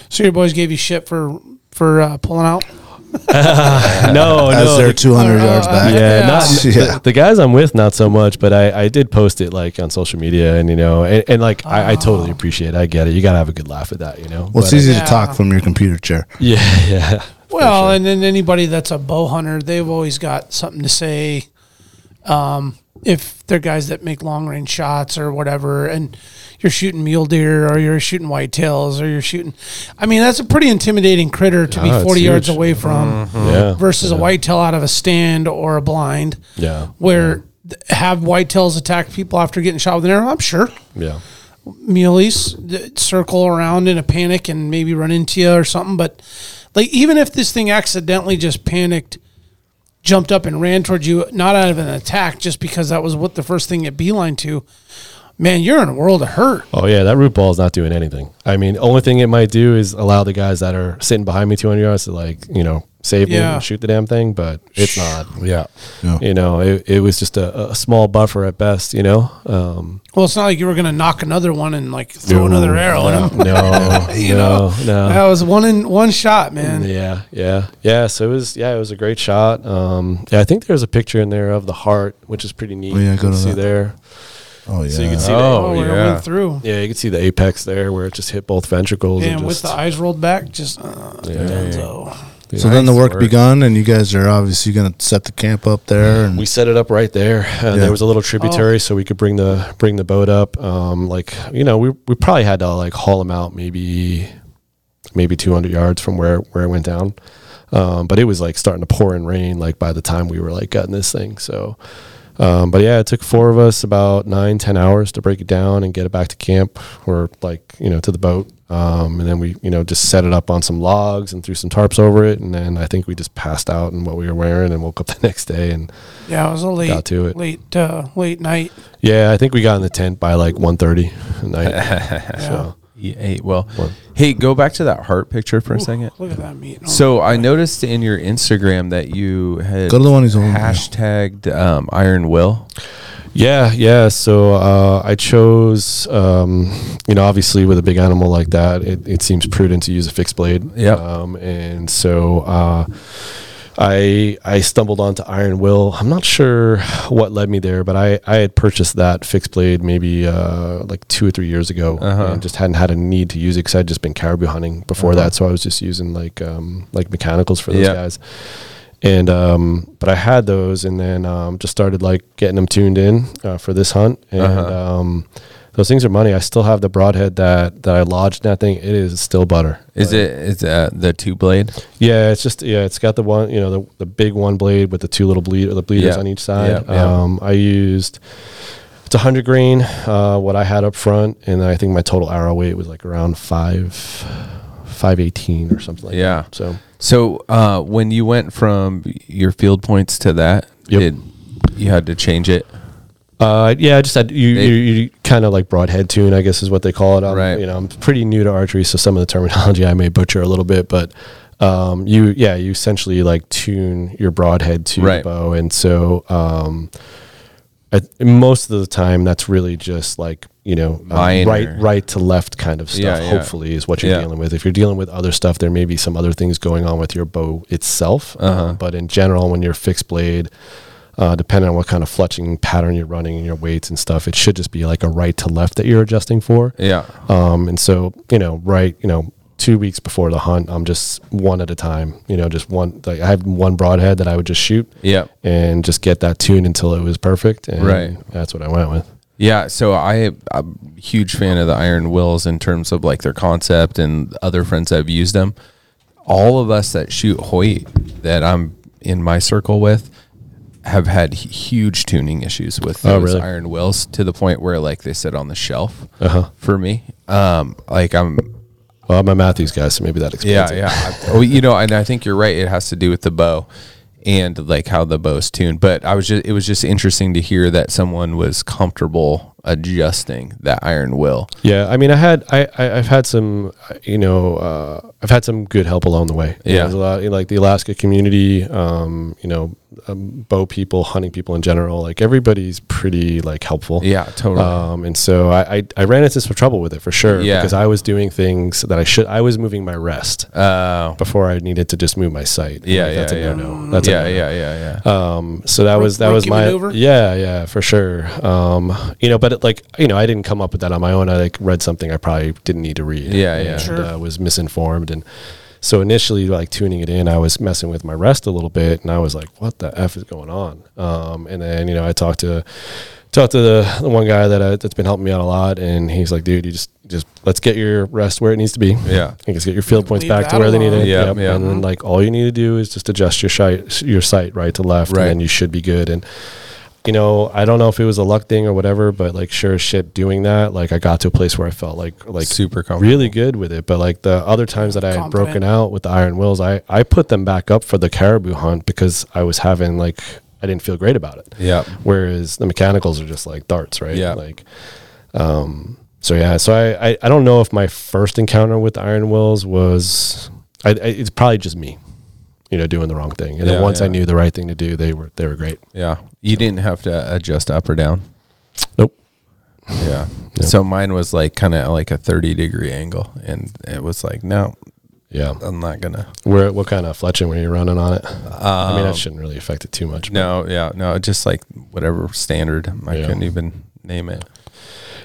S3: So your boys gave you shit for, for uh, pulling out?
S4: no,
S1: As
S4: no,
S1: they're
S4: the-
S1: 200 yards back.
S4: yeah,
S3: Yeah.
S4: not
S1: Yeah.
S4: The, the guys I'm with, not so much, but I, I did post it like on social media, and you know, and, and like I, I totally appreciate, it. I get it. You gotta have a good laugh at that, you know.
S1: Well, it's
S4: But, uh,
S1: easy
S3: Yeah.
S1: to talk from your computer chair.
S4: yeah, yeah.
S3: Well, and then anybody that's a bow hunter, they've always got something to say. Um, if they're guys that make long range shots or whatever, and you're shooting mule deer or you're shooting whitetails or you're shooting, I mean, that's a pretty intimidating critter to
S4: Yeah,
S3: be
S4: it's
S3: 40 yards
S4: huge. Mm-hmm.
S3: away from
S4: Yeah.
S3: versus a whitetail out of a stand or a blind.
S4: Yeah.
S3: Where th- have whitetails attacked people after getting shot with an arrow? I'm sure
S4: Yeah.
S3: muleys that circle around in a panic and maybe run into you or something. But like, even if this thing accidentally just panicked, jumped up and ran towards you, not out of an attack, just because that was what the first thing it beeline to, man, you're in a world of hurt.
S4: Oh yeah, that root ball is not doing anything. I mean, only thing it might do is allow the guys that are sitting behind me 200 yards to like you know save me
S3: Yeah.
S4: and shoot the damn thing, but it's not. Yeah,
S1: Yeah.
S4: you know, it, it was just a, a small buffer at best. You know, um,
S3: Well, it's not like you were gonna knock another one and like throw another arrow in
S4: No,
S3: him.
S4: no,
S3: You
S4: no, no.
S3: That was one in one shot, man.
S4: Yeah, yeah, yeah. So it was, yeah, it was a great shot. Um, yeah, I think there's a picture in there of the heart, which is pretty neat.
S1: Oh, yeah,
S4: you
S1: go to
S4: can see
S1: that.
S4: there.
S1: Oh yeah.
S4: So you can see,
S6: Oh,
S4: the,
S3: where it
S6: yeah.
S3: went through.
S4: yeah, you can see the apex there where it just hit both ventricles.
S3: And
S4: and
S3: with
S4: just,
S3: the eyes rolled back, just uh, Dunzo.
S1: so then the work, begun, and you guys are obviously going to set the camp up there. And
S4: we set it up right there. Uh,
S1: Yeah.
S4: There was a little tributary, so we could bring the bring the boat up. Um, like you know, we we probably had to like haul them out maybe maybe 200 yards from where where it went down. Um, but it was like starting to pour in rain. Like by the time we were like gutting this thing, so. Um, but yeah, it took four of us about nine, ten hours to break it down and get it back to camp or like, you know, to the boat. Um, and then we, you know, just set it up on some logs and threw some tarps over it. And then I think we just passed out in what we were wearing and woke up the next day and
S3: Yeah, it was a late,
S4: Got to it.
S3: late, uh, late night.
S4: Yeah, I think we got in the tent by like 1.30 at night.
S3: Yeah.
S2: Yeah, hey, well,
S4: What?
S2: hey, go back to that heart picture for a second.
S3: Look at that meat.
S2: So I noticed in your Instagram that you had
S1: Go to the one who's on-
S2: hashtagged um, Iron Will.
S4: yeah, yeah. So uh, I chose, um, you know, obviously with a big animal like that, it, it seems prudent to use a fixed blade.
S2: Yep.
S4: Um, and so uh, I I stumbled onto Iron Will. I'm not sure what led me there, but I, I had purchased that fixed blade maybe uh, like two or three years ago, and just hadn't had a need to use it because I'd just been caribou hunting before that, so I was just using like um, like mechanicals for those
S2: Yeah.
S4: guys. And um, but I had those, and then um, just started like getting them tuned in uh, for this hunt, and
S2: Uh-huh.
S4: um, those things are money. I still have the broadhead that that I lodged in that thing. It is still butter.
S2: Is it is uh, the two blade?
S4: Yeah, it's just yeah, it's got the one you know the, the big one blade with the two little bleed the bleeders
S2: Yeah.
S4: on each side.
S2: Yeah, yeah.
S4: Um, I used it's a hundred grain, uh, what I had up front, and I think my total arrow weight was like around five five eighteen or something like
S2: Yeah.
S4: that. So
S2: So uh, when you went from your field points to that,
S4: Yep.
S2: did you had to change it?
S4: uh, yeah, I just had you
S2: They-
S4: you, you kind of like broadhead tune, I guess is what they call it. I'm,
S2: Right.
S4: You know, I'm pretty new to archery, so some of the terminology I may butcher a little bit, but um, you yeah, you essentially like tune your broadhead to
S2: Right.
S4: your bow, and so um, I, most of the time that's really just like you know uh,
S2: Minor.
S4: right right to left kind of stuff
S2: Yeah, yeah.
S4: hopefully is what you're
S2: Yeah.
S4: dealing with if you're dealing with other stuff there may be some other things going on with your bow itself
S2: Uh-huh.
S4: uh, but in general when you're fixed blade uh, depending on what kind of fletching pattern you're running and your weights and stuff it should just be like a right to left that you're adjusting for
S2: Yeah.
S4: um, and so, you know, right, you know, two weeks before the hunt, I'm just one at a time, you know, just one, like I had one broadhead that I would just shoot.
S2: Yep.
S4: And just get that tuned until it was perfect. And
S2: Right.
S4: That's what I went with.
S2: Yeah, so I, I'm a huge fan of the Iron Wills in terms of like their concept and other friends that have used them. All of us that shoot Hoyt that I'm in my circle with have had hu- huge tuning issues with
S4: Oh,
S2: those
S4: really?
S2: Iron Wills to the point where like they sit on the shelf
S4: Uh-huh.
S2: for me. Um, like I'm
S4: Well, I'm a Matthews guy, so maybe that
S2: yeah,
S4: explains it.
S2: yeah. I- well, you know, and I think you're right. It has to do with the bow and like how the bow's tuned. But I was just, it was just interesting to hear that someone was comfortable adjusting that iron will.
S4: Yeah, I mean, I had I, I I've had some uh, you know uh, I've had some good help along the way. You know,
S2: Yeah.
S4: there's a lot you know, like the Alaska community, um, you know, um, bow people, hunting people in general. Like everybody's pretty like helpful.
S2: Yeah, totally.
S4: Um, and so I, I I ran into some trouble with it for sure.
S2: Yeah.
S4: because I was doing things that I should I was moving my rest
S2: Uh,
S4: before I needed to just move my sight.
S2: yeah, yeah,
S4: Like, that's a
S2: yeah.
S4: no-no. That's a
S2: yeah,
S4: no-no.
S2: yeah, yeah, yeah,
S4: Um, so that was that was
S3: rookie
S4: my
S3: maneuver?
S4: yeah yeah for sure. Um, you know, but it, like you know, I didn't come up with that on my own. I like read something I probably didn't need to read.
S2: Yeah, yeah.
S4: and,
S3: Sure.
S4: uh, was misinformed and. So initially, like tuning it in, I was messing with my rest a little bit, and I was like, "What the f is going on?" Um, and then you know, I talked to talked to the, the one guy that I, that's been helping me out a lot, and he's like, "Dude, you just just let's get your rest where it needs to be.
S2: Yeah.
S4: let's get your field points
S3: Leave
S4: back to
S3: that
S4: where they need
S3: alone. Mm-hmm.
S4: it.
S2: Yeah,
S4: Yep.
S2: yeah.
S4: And then like all you need to do is just adjust your sight, your sight right to left,
S2: Right.
S4: and then you should be good. And you know, I don't know if it was a luck thing or whatever, but like sure as shit doing that, like I got to a place where I felt like like
S2: Super comfortable.
S4: really good with it. But like the other times that I had
S3: Confident.
S4: broken out with the iron wills, I I put them back up for the caribou hunt because I was having like I didn't feel great about it.
S2: Yeah.
S4: Whereas the mechanicals are just like darts, right?
S2: Yeah.
S4: Like Um, so yeah, so I, I I don't know if my first encounter with iron wills was I, I it's probably just me, you know, doing the wrong thing. And
S2: Yeah,
S4: then once I
S2: yeah.
S4: knew the right thing to do, they were they were great.
S2: Yeah. You didn't have to adjust up or down.
S4: Nope.
S2: Yeah.
S4: Yep.
S2: So mine was like kind of like a 30 degree angle. And it was like, no,
S4: Yeah.
S2: I'm not going to.
S4: Where what kind of fletching were you running on it? I mean, that shouldn't really affect it too much. but-
S2: Um, No, yeah. No, just like whatever standard. I
S4: Yeah.
S2: couldn't even name it.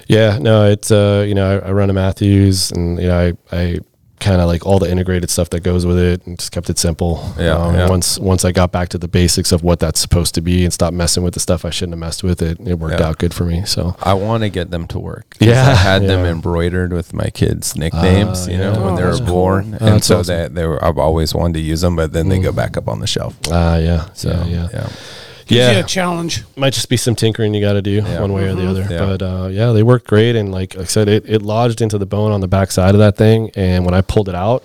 S4: Yeah, no, it's uh, you know, I, I run a Matthews, and you know, I I kind of like all the integrated stuff that goes with it, and just kept it simple. Um,
S2: Yeah, yeah.
S4: Once once I got back to the basics of what that's supposed to be, and stopped messing with the stuff I shouldn't have messed with, it it worked
S2: Yeah.
S4: out good for me. So
S2: I want to get them to work. 'Cause
S4: Yeah,
S2: I had them
S4: yeah.
S2: embroidered with my kids' nicknames, you know,
S4: yeah.
S2: when
S4: Oh,
S2: they were
S4: that's cool.
S2: born,
S4: Oh,
S2: and
S4: that's
S2: so
S4: awesome.
S2: that they were. I've always wanted to use them, but then they go back up on the shelf.
S4: ah, yeah,
S2: So
S4: yeah, yeah, yeah.
S2: yeah,
S3: Yeah, challenge.
S4: might just be some tinkering you got to do
S2: Yeah.
S4: one way or the other.
S2: Yeah.
S4: But uh, yeah, they worked great, and like I said, it it lodged into the bone on the back side of that thing, and when I pulled it out.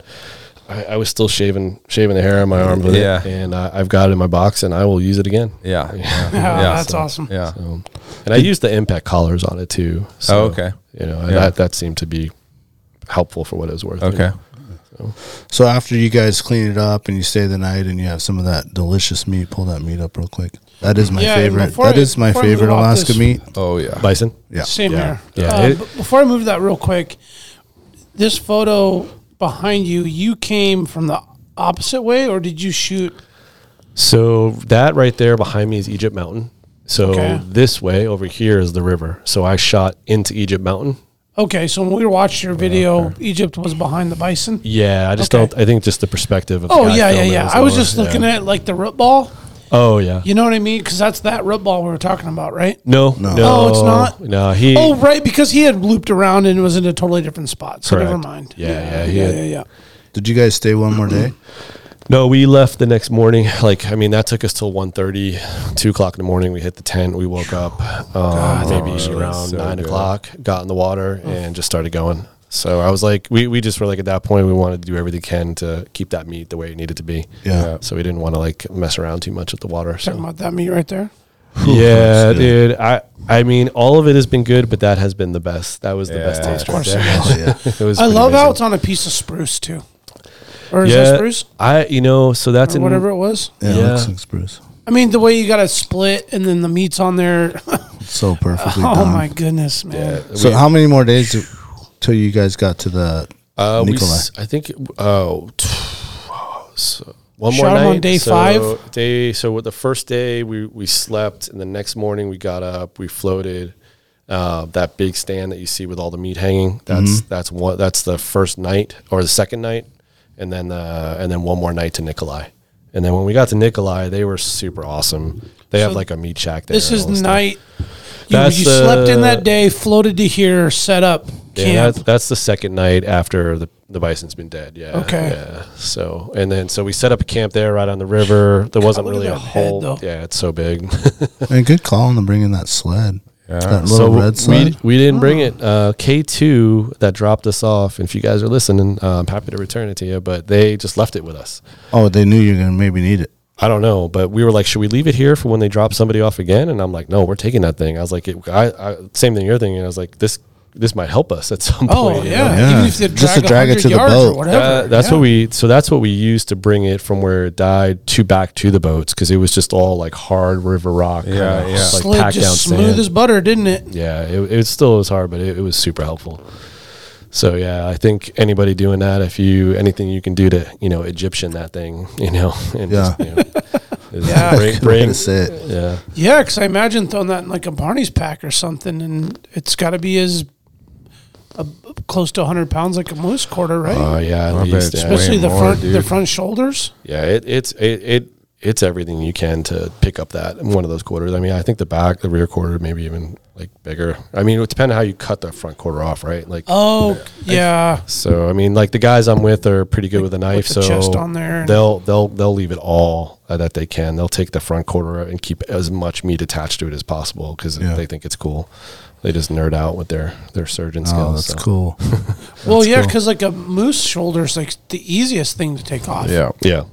S4: I, I was still shaving, shaving the hair on my arm with
S2: Yeah.
S4: it, and uh, I've got it in my box, and I will use it again.
S2: yeah, yeah,
S3: Yeah,
S2: yeah.
S3: Oh, that's
S2: So-
S3: awesome.
S2: yeah.
S4: So, and I used the impact collars on it too. So,
S2: Oh, okay.
S4: You know,
S2: Yeah.
S4: that, that seemed to be helpful for what it was worth. you
S2: Okay.
S4: know.
S1: So after you guys clean it up and you stay the night and you have some of that delicious meat, pull that meat up real quick. That is my
S3: Yeah, and
S1: favorite.
S3: before
S1: That
S3: I-
S1: is my
S3: before I
S1: favorite
S3: move off
S1: Alaska
S3: this-
S1: meat.
S2: Oh yeah.
S4: Bison.
S1: Yeah.
S3: Same
S4: Yeah.
S3: here.
S4: Yeah,
S3: Uh,
S4: it-
S3: b- before I move to that real quick, this photo behind you, you came from the opposite way, or did you shoot?
S4: So that right there behind me is Egypt Mountain. So
S3: Okay.
S4: this way over here is the river. So I shot into Egypt Mountain.
S3: Okay, so when we watched your video, Egypt was behind the bison.
S4: Yeah, I just
S3: Okay.
S4: don't. I think just the perspective of. the
S3: Oh yeah,
S4: guy
S3: yeah,
S4: filming
S3: yeah.
S4: is
S3: I was
S4: lower.
S3: just looking
S4: Yeah.
S3: at like the root ball.
S4: Oh yeah.
S3: You know what I mean? Because that's that root ball we were talking about, right?
S4: no, no,
S3: Oh, it's not?
S4: No, he.
S3: Oh, right, because he had looped around and was in a totally different spot. So never
S4: Correct.
S3: mind.
S4: Yeah, yeah, he
S3: yeah, yeah,
S4: had-
S3: yeah, yeah.
S1: Did you guys stay one more day?
S4: No, we left the next morning. Like, I mean, that took us till 1.30, 2 o'clock in the morning. We hit the tent. We woke up um, maybe
S2: that's
S4: around
S2: so
S4: 9
S2: good.
S4: o'clock, got in the water, and just started going. So I was like, we, we just were like, at that point, we wanted to do everything we can to keep that meat the way it needed to be.
S1: Yeah.
S4: So we didn't want to like mess around too much with the water.
S3: Talking
S4: So
S3: about that meat right there.
S4: yeah, dude. I I mean, all of it has been good, but that has been the best. That was the best
S2: Yeah.
S4: taste.
S2: Of
S4: right
S3: course it
S4: there.
S1: Oh, yeah.
S4: it was.
S3: I
S4: pretty
S3: love how
S4: amazing.
S3: it's on a piece of spruce too, or is that spruce
S4: I you know so that's
S3: or
S4: in
S3: whatever it was?
S1: Yeah,
S4: Yeah.
S1: It looks like spruce.
S3: I mean, the way you got to split and then the meat's on there.
S1: It's so perfectly
S3: oh
S1: done.
S3: my goodness, man!
S1: So how many more days do- till you guys got to the
S4: Uh, we,
S1: Nikolai.
S4: s- I think uh, t- so one
S3: Shot
S4: more
S3: him
S4: night
S3: on day
S4: so
S3: five?
S4: Day so with the first day we we slept, and the next morning we got up, we floated. Uh, that big stand that you see with all the meat hanging. That's that's one. That's the first night or the second night, and then uh, and then one more night to Nikolai. And then when we got to Nikolai, they were super awesome. They have like a meat shack there.
S3: This
S4: and
S3: is
S4: all this stuff.
S3: night. You,
S4: That's,
S3: you slept in
S4: uh,
S3: that day, floated to here, set up
S4: Yeah,
S3: camp.
S4: that's, that's the second night after the, the bison's been dead. Yeah.
S3: Okay.
S4: Yeah. So and then so we set up a camp there right on the river. There wasn't
S3: look at
S4: really a
S3: that head,
S4: hole.
S3: though.
S4: yeah, it's so big.
S1: and good call on them bringing that sled. Yeah. That
S4: so
S1: little red
S4: we
S1: sled.
S4: we didn't
S3: Oh.
S4: bring it. Uh, K two that dropped us off. And if you guys are listening, uh, I'm happy to return it to you. But they just left it with us.
S1: oh, they knew you were gonna maybe need it.
S4: I don't know, but we were like, should we leave it here for when they drop somebody off again? And I'm like, no, we're taking that thing. I was like, it, I, I same thing you're thinking. I was like, this this might help us at some
S3: oh
S4: point. you know?
S3: yeah.
S1: Yeah.
S3: even if they
S1: Just
S3: drag
S1: to drag it
S3: 100
S1: to the
S3: yards
S1: boat.
S3: or whatever.
S4: That- that's
S3: yeah.
S4: what we so that's what we used to bring it from where it died to back to the boats because it was just all like hard river rock.
S2: Yeah, yeah.
S4: Just like
S3: slid
S4: packed down
S3: just smooth
S4: sand.
S3: as butter, didn't it?
S4: yeah, it, it still was hard, but it, it was super helpful. So yeah, I think anybody doing that, if you anything you can do to you know Egyptian that thing, you know, and just,
S1: Yeah.
S4: you know, is
S3: Yeah.
S4: bring,
S1: Way
S4: bring,
S1: to say it.
S4: yeah,
S3: Yeah, because I imagine throwing that in like a Barney's pack or something, and it's got to be as uh, close to 100 pounds like a moose quarter, right?
S1: Uh,
S4: oh yeah, at
S2: bet
S4: least,
S2: it's
S4: yeah.
S2: way
S3: Especially the
S2: more,
S3: front, the
S2: dude.
S3: front shoulders.
S4: Yeah, it, it's it, it it's everything you can to pick up that one of those quarters. I mean, I think the back, the rear quarter, maybe even like bigger. I mean, it depends on how you cut the front quarter off, right? Like,
S3: Oh yeah,
S4: so I mean, like the guys I'm with are pretty good with a knife,
S3: the
S4: so
S3: chest on there and-
S4: they'll they'll they'll leave it all uh, that they can. They'll take the front quarter out and keep as much meat attached to it as possible because
S1: Yeah.
S4: they think it's cool. They just nerd out with their their surgeon skills.
S1: Oh, that's
S4: so.
S1: cool.
S3: well yeah, because like a moose shoulder is like the easiest thing to take off.
S2: Yeah.
S4: Yeah.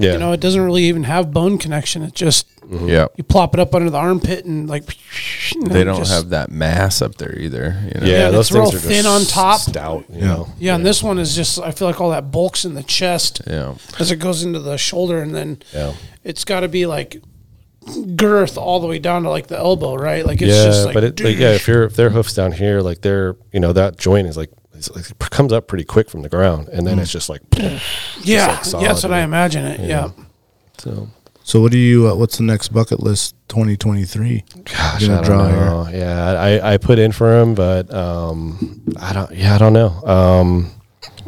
S4: Yeah.
S3: You know, it doesn't really even have bone connection. It just
S2: Yeah.
S3: you plop it up under the armpit and like and
S2: Mm. They
S3: it
S2: don't
S3: just-
S2: have that mass up there either. You know?
S4: yeah,
S3: and
S4: those
S3: it's real
S4: things are just
S3: thin on top.
S4: stout. You
S2: Yeah.
S4: know,
S3: Yeah, and this one is just I feel like all that bulks in the chest
S2: Yeah.
S3: as it goes into the shoulder and then
S4: yeah,
S3: it's got to be like girth all the way down to like the elbow, right? Like it's
S4: yeah.
S3: just like,
S4: but it, like, yeah, if your if their hoofs down here, like their you know that joint is like, is, like it comes up pretty quick from the ground, and then it's just like
S3: yeah,
S4: like, solid,
S3: yeah, that's what I
S4: yeah.
S3: imagine it. Yeah.
S4: so.
S1: So what do you? Uh, what's the next bucket list? Twenty twenty three.
S4: Gosh,
S1: Gonna
S4: I don't
S1: draw here.
S4: know. Yeah, I, I put in for him, but um, I don't. Yeah, I don't know. Um,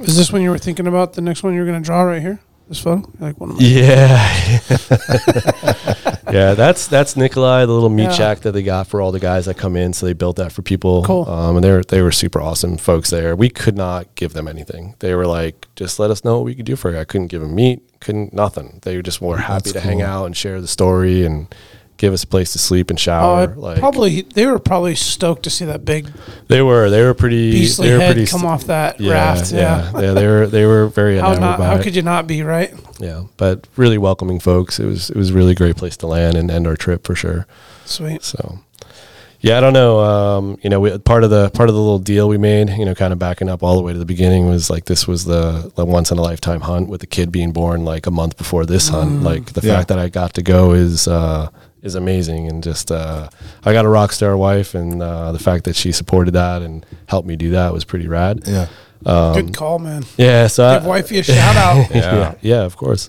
S3: Is this one you were thinking about? The next one you're going to draw right here? This photo? Like one of my,
S4: yeah, yeah. That's that's Nikolai, the little meat
S3: Yeah.
S4: shack that they got for all the guys that come in. So they built that for people.
S3: Cool.
S4: Um, and they were they were super awesome folks there. We could not give them anything. They were like, just let us know what we could do for you. I couldn't give them meat. Couldn't nothing. They just were happy to hang out and share the story and give us a place to sleep and
S3: Oh, I
S4: shower. like
S3: probably they were probably stoked to see that big
S4: they were they were pretty
S3: beastly
S4: they were
S3: head
S4: pretty
S3: come
S4: st-
S3: off that raft. Yeah.
S4: yeah, They were they were very
S3: How
S4: enamored
S3: not?
S4: by
S3: How
S4: it.
S3: could you not be right?
S4: yeah, but really welcoming folks. It was it was really a great place to land and end our trip for sure.
S3: Sweet.
S4: So, yeah, I don't know. Um, you know, we, part of the part of the little deal we made, you know, kind of backing up all the way to the beginning was like this was the, the once in a lifetime hunt with the kid being born like a month before this hunt. Like the
S1: Yeah.
S4: fact that I got to go is uh, is amazing, and just uh, I got a rock star wife, and uh, the fact that she supported that and helped me do that was pretty rad.
S1: Yeah.
S3: Good call, man.
S4: Yeah, so I,
S3: Give wifey a shout out.
S4: Um, uh, yeah, yeah, of course.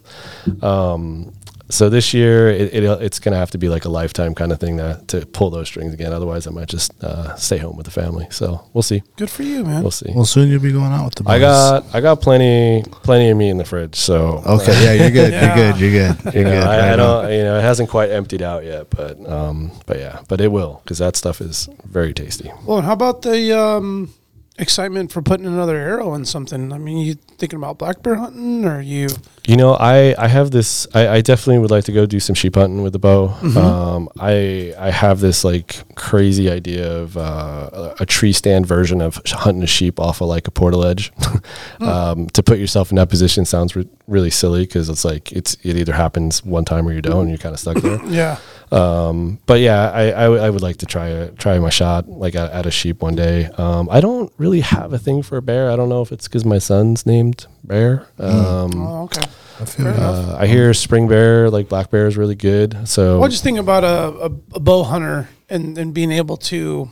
S4: Um, so this year, it, it, it's going to have to be like a lifetime kind of thing to, to pull those strings again. Otherwise, I might just uh, stay home with the family. So we'll see.
S3: Good for you, man.
S4: We'll see.
S1: Well, soon you'll be going out with the. Boys.
S4: I got I got plenty plenty of meat in the fridge. So
S1: Okay. Yeah, you're good.
S3: Yeah.
S1: You're good. You're good. You're
S4: you know,
S1: good.
S4: I, I
S1: Right on.
S4: don't. You know, it hasn't quite emptied out yet, but um, but yeah, but it will because that stuff is very tasty.
S3: Well, and how about the um, excitement for putting another arrow in something? I mean, you thinking about black bear hunting, or you?
S4: You know, I, I have this. I, I definitely would like to go do some sheep hunting with the bow. Um, I I have this like crazy idea of uh, a a tree stand version of sh- hunting a sheep off of like a portal edge. um, to put yourself in that position sounds re- really silly because it's like it's it either happens one time or you don't. And you're kind of stuck there.
S3: Yeah,
S4: Um, but yeah, I I would- I would like to try a, try my shot like at, at a sheep one day. Um, I don't really have a thing for a bear. I don't know if it's because my son's named Bear. Um,
S3: oh, okay.
S1: I feel
S3: Fair
S1: that.
S3: enough.
S4: uh, I hear spring bear, like black bear, is really good. So
S3: What do you think about a, a, a bow hunter and, and being able to,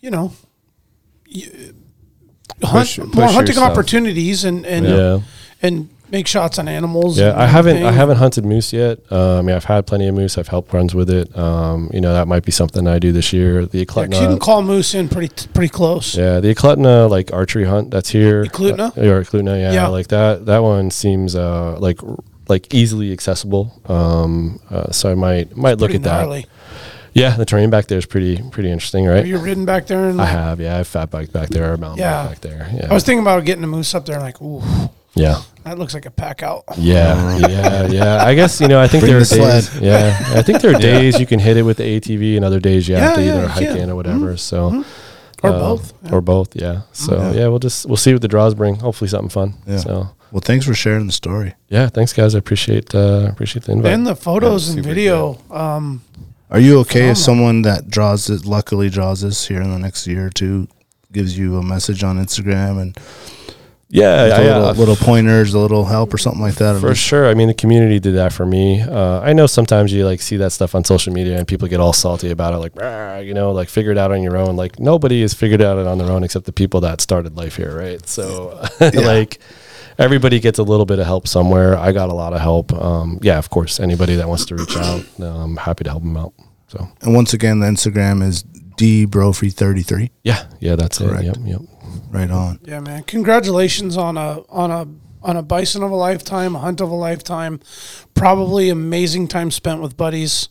S3: you know, y- hunt
S2: Push-
S3: more
S2: push
S3: hunting
S2: yourself.
S3: opportunities and and
S4: yeah,
S3: and make shots on animals?
S4: yeah.
S3: and
S4: I haven't I
S3: everything?
S4: haven't hunted moose yet. Uh, I mean, I've had plenty of moose. I've helped runs with it. Um, you know, that might be something I do this year. The
S3: Yeah, 'cause you can
S4: eclutna,
S3: call moose in pretty t- pretty close.
S4: yeah, the eclutna like archery hunt that's here.
S3: Eclutna?
S4: Uh, or eclutna, yeah,
S3: E-, Yeah.
S4: like that. That one seems uh like r- like easily accessible. Um, uh, so I might might look
S3: Pretty
S4: at that.
S3: gnarly.
S4: Yeah, the terrain back there is pretty pretty interesting, right?
S3: Have you ridden back there? And
S4: I
S3: like-
S4: have, yeah. I have fat bike back there, or mountain
S3: Yeah.
S4: bike back there. Yeah,
S3: I was thinking about getting a moose up there, and like, ooh,
S4: yeah.
S3: that looks like a pack out.
S4: Yeah, yeah, yeah. I guess you know. I think
S1: Bring
S4: there are
S1: the sled.
S4: days. Yeah, I think there are days you can hit it with the ATV, and other days you have
S3: Yeah,
S4: to
S3: yeah,
S4: either
S3: you
S4: hike
S3: can.
S4: in or whatever. So,
S3: Or
S4: uh,
S3: both, yeah.
S4: or both. Yeah. So yeah. we'll just we'll see what the draws bring. Hopefully something fun.
S1: Yeah.
S4: So
S1: Well, thanks for sharing the story.
S4: yeah, thanks guys. I appreciate uh, appreciate the invite.
S3: And the photos and
S2: super
S3: video. Um,
S1: Are you okay
S3: Phenomenal.
S1: if someone that draws it, luckily draws this here in the next year or two, gives you a message on Instagram and
S4: yeah,
S1: with
S4: yeah,
S1: a
S4: yeah.
S1: little, little pointers, a little help or something like that?
S4: For sure. I mean, the community did that for me. Uh, I know sometimes you like see that stuff on social media and people get all salty about it, like, "Rah," you know, like figure it out on your own. Like nobody has figured out it on their own except the people that started life here, right? So, like, everybody gets a little bit of help somewhere. I got a lot of help. Um, yeah, of course. Anybody that wants to reach out, I'm happy to help them out. So,
S1: And once again, the Instagram is dbrofree33.
S4: yeah, yeah, that's
S1: Correct.
S4: it. Yep, yep.
S1: Right on.
S3: yeah, man. Congratulations on a on a on a bison of a lifetime, a hunt of a lifetime. Probably amazing time spent with buddies,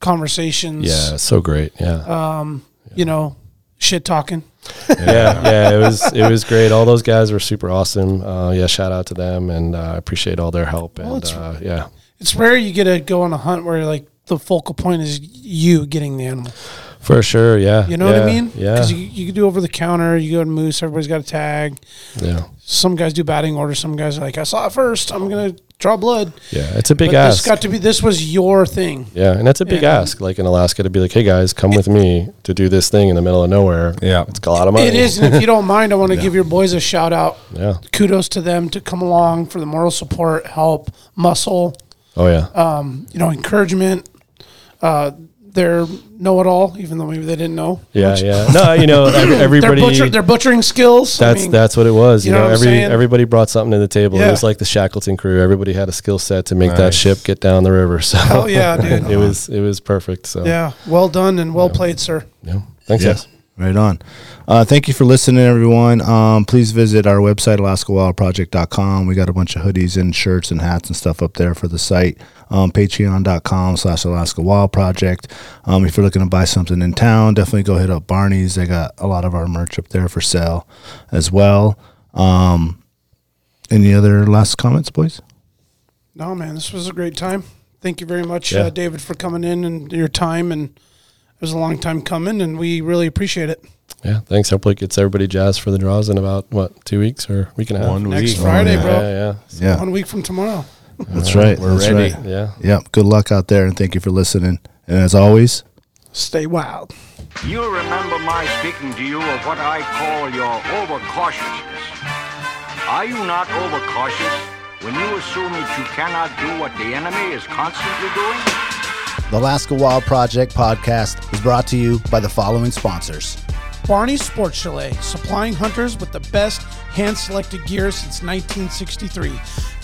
S3: conversations.
S4: Yeah, so great. Yeah.
S3: You know, shit talking.
S4: yeah, yeah, it was it was great. All those guys were super awesome. Uh, yeah, shout out to them, and uh, I appreciate all their help. And
S3: it's-
S4: uh, yeah,
S3: It's rare you get to go on a hunt where like the focal point is you getting the animal.
S4: for sure. Yeah,
S3: You know what I
S4: yeah,
S3: mean?
S4: Yeah,
S3: Because you, you can do over the counter. You go to moose. Everybody's got a tag.
S4: yeah,
S3: Some guys do batting order. Some guys are like, I saw it first. I'm gonna draw blood.
S4: Yeah, it's a big
S3: but this
S4: ask.
S3: got to be this was your thing.
S4: yeah, and that's a big ask. Like in Alaska, to be like, hey guys, come with me to do this thing in the middle of nowhere.
S7: Yeah.
S4: it's a lot of money.
S3: It is, and if you don't mind, I want to give your boys a shout out.
S4: Yeah.
S3: Kudos to them to come along for the moral support, help, muscle,
S4: Oh yeah.
S3: Uh, you know, encouragement. Uh, they're know it all, even though maybe they didn't know.
S4: yeah, yeah. No, you know, ev-
S3: Their,
S4: everybody.
S3: butcher, their butchering skills. I
S4: that's
S3: mean,
S4: that's what it was. You,
S3: you know
S4: know,
S3: what I'm
S4: every
S3: saying?
S4: everybody brought something to the table.
S3: Yeah.
S4: It was like the Shackleton crew. Everybody had a skill set to make that
S7: Nice.
S4: ship get down the river. So
S3: Hell yeah, dude.
S4: it was it was perfect. So
S3: Yeah, well done and well played, sir.
S4: uh, yeah. thanks guys.
S8: Right on. Uh, thank you for listening, everyone. Um, please visit our website, alaskawildproject.com. We got a bunch of hoodies and shirts and hats and stuff up there for the site. Um, Patreon.com slash Alaska Wild Project. Um, if you're looking to buy something in town, definitely go hit up Barney's. They got a lot of our merch up there for sale as well. Um, any other last comments, boys?
S3: No, man, this was a great time. Thank you very much,
S4: Yeah.
S3: uh, David, for coming in and your time. And it was a long time coming, and we really appreciate it.
S4: Yeah, thanks. Hopefully, it gets everybody jazzed for the draws in about what two weeks or week and a half.
S7: One
S3: Next
S7: week.
S3: Friday,
S4: Yeah,
S3: bro.
S4: yeah,
S8: Yeah,
S3: One week from tomorrow.
S8: that's right.
S7: We're
S8: that's
S7: ready.
S8: Right.
S4: yeah.
S8: Yep. Good luck out there, and thank you for listening. And as always,
S3: Stay wild.
S9: You remember my speaking to you of what I call your overcautiousness. Are you not overcautious when you assume that you cannot do what the enemy is constantly doing?
S1: The Alaska Wild Project podcast is brought to you by the following sponsors.
S3: Barney Sports Chalet, supplying hunters with the best hand selected gear since 1963.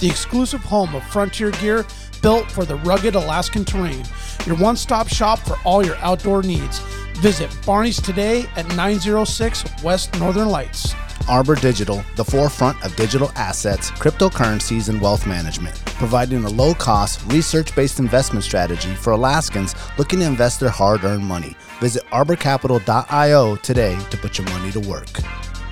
S3: The exclusive home of frontier gear built for the rugged Alaskan terrain. Your one stop shop for all your outdoor needs. Visit Barney's today at 906 West Northern Lights.
S1: Arbor Digital, the forefront of digital assets, cryptocurrencies, and wealth management, providing a low cost, research based investment strategy for Alaskans looking to invest their hard earned money. Visit arborcapital.io today to put your money to work.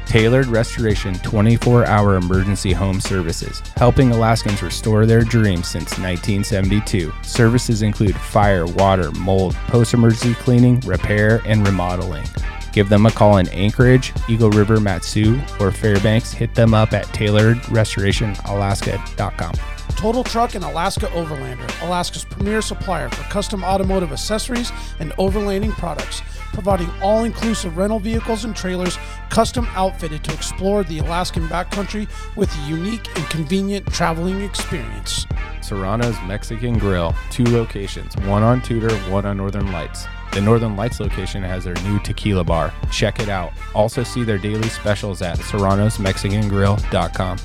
S2: Tailored Restoration 24 hour emergency home services, helping Alaskans restore their dreams since 1972. Services include fire, water, mold, post emergency cleaning, repair, and remodeling. Give them a call in Anchorage, Eagle River, Matsu, or Fairbanks. Hit them up at tailoredrestorationalaska.com.
S3: Total Truck and Alaska Overlander, Alaska's premier supplier for custom automotive accessories and overlanding products, providing all inclusive rental vehicles and trailers custom outfitted to explore the Alaskan backcountry with a unique and convenient traveling experience.
S2: Serrano's Mexican Grill, two locations, one on Tudor, one on Northern Lights. The Northern Lights location has their new tequila bar. Check it out. Also see their daily specials at serranosmexicangrill.com.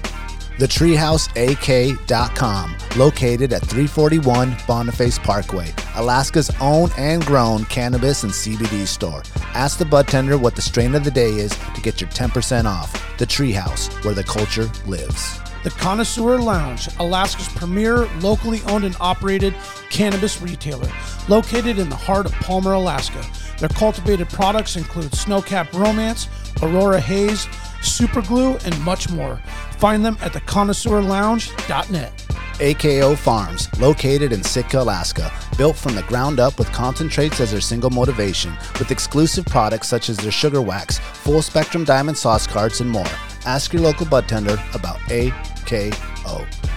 S1: TheTreehouseAK.com, located at 341 Boniface Parkway, Alaska's own and grown cannabis and CBD store. Ask the bud tender what the strain of the day is to get your 10% off. The Treehouse, where the culture lives.
S3: The Connoisseur Lounge, Alaska's premier locally owned and operated cannabis retailer, located in the heart of Palmer, Alaska. Their cultivated products include Snowcap Romance, Aurora Haze, Superglue, and much more. Find them at theconnoisseurlounge.net.
S1: AKO Farms, located in Sitka, Alaska, built from the ground up with concentrates as their single motivation, with exclusive products such as their sugar wax, full spectrum diamond sauce carts, and more. Ask your local bud tender about AKO.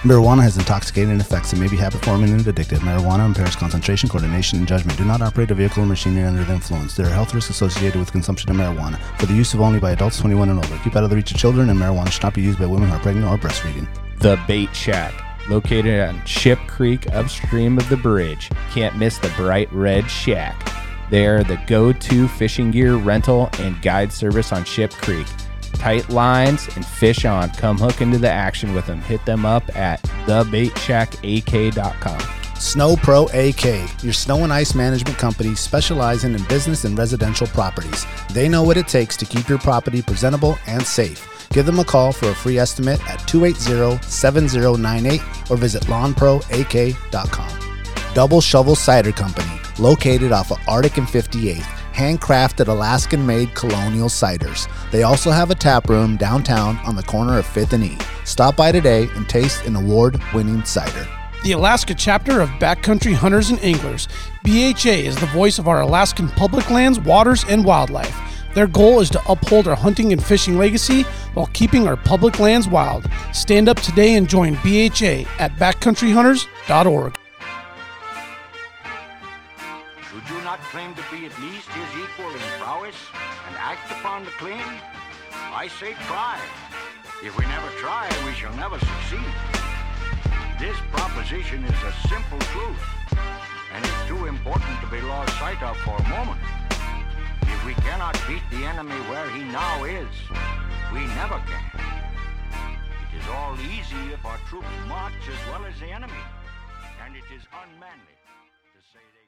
S1: Marijuana has intoxicating effects and may be habit forming and addictive. Marijuana impairs concentration, coordination, and judgment. Do not operate a vehicle or machinery under the influence. There are health risks associated with consumption of marijuana for the use of only by adults 21 and older. Keep out of the reach of children, and marijuana should not be used by women who are pregnant or breastfeeding.
S2: The Bait Shack, located on Ship Creek upstream of the bridge. Can't miss the bright red shack. They are the go to fishing gear rental and guide service on Ship Creek. Tight lines and fish on. Come hook into the action with them. Hit them up at thebaitshackak.com.
S1: Snow Pro AK, your snow and ice management company specializing in business and residential properties. They know what it takes to keep your property presentable and safe. Give them a call for a free estimate at 280-7098 or visit lawnproak.com. Double Shovel Cider Company, located off of Arctic and 58th, handcrafted Alaskan made colonial ciders. They also have a tap room downtown on the corner of 5th and E. Stop by today and taste an award winning cider.
S3: The Alaska chapter of Backcountry Hunters and Anglers. BHA is the voice of our Alaskan public lands, waters, and wildlife. Their goal is to uphold our hunting and fishing legacy while keeping our public lands wild. Stand up today and join BHA at backcountryhunters.org.
S9: Should you not claim to be at least his equal in prowess and act upon the claim? I say try. If we never try, we shall never succeed. This proposition is a simple truth, and it's too important to be lost sight of for a moment. If we cannot beat the enemy where he now is, we never can. It is all easy if our troops march as well as the enemy, and it is unmanly to say they...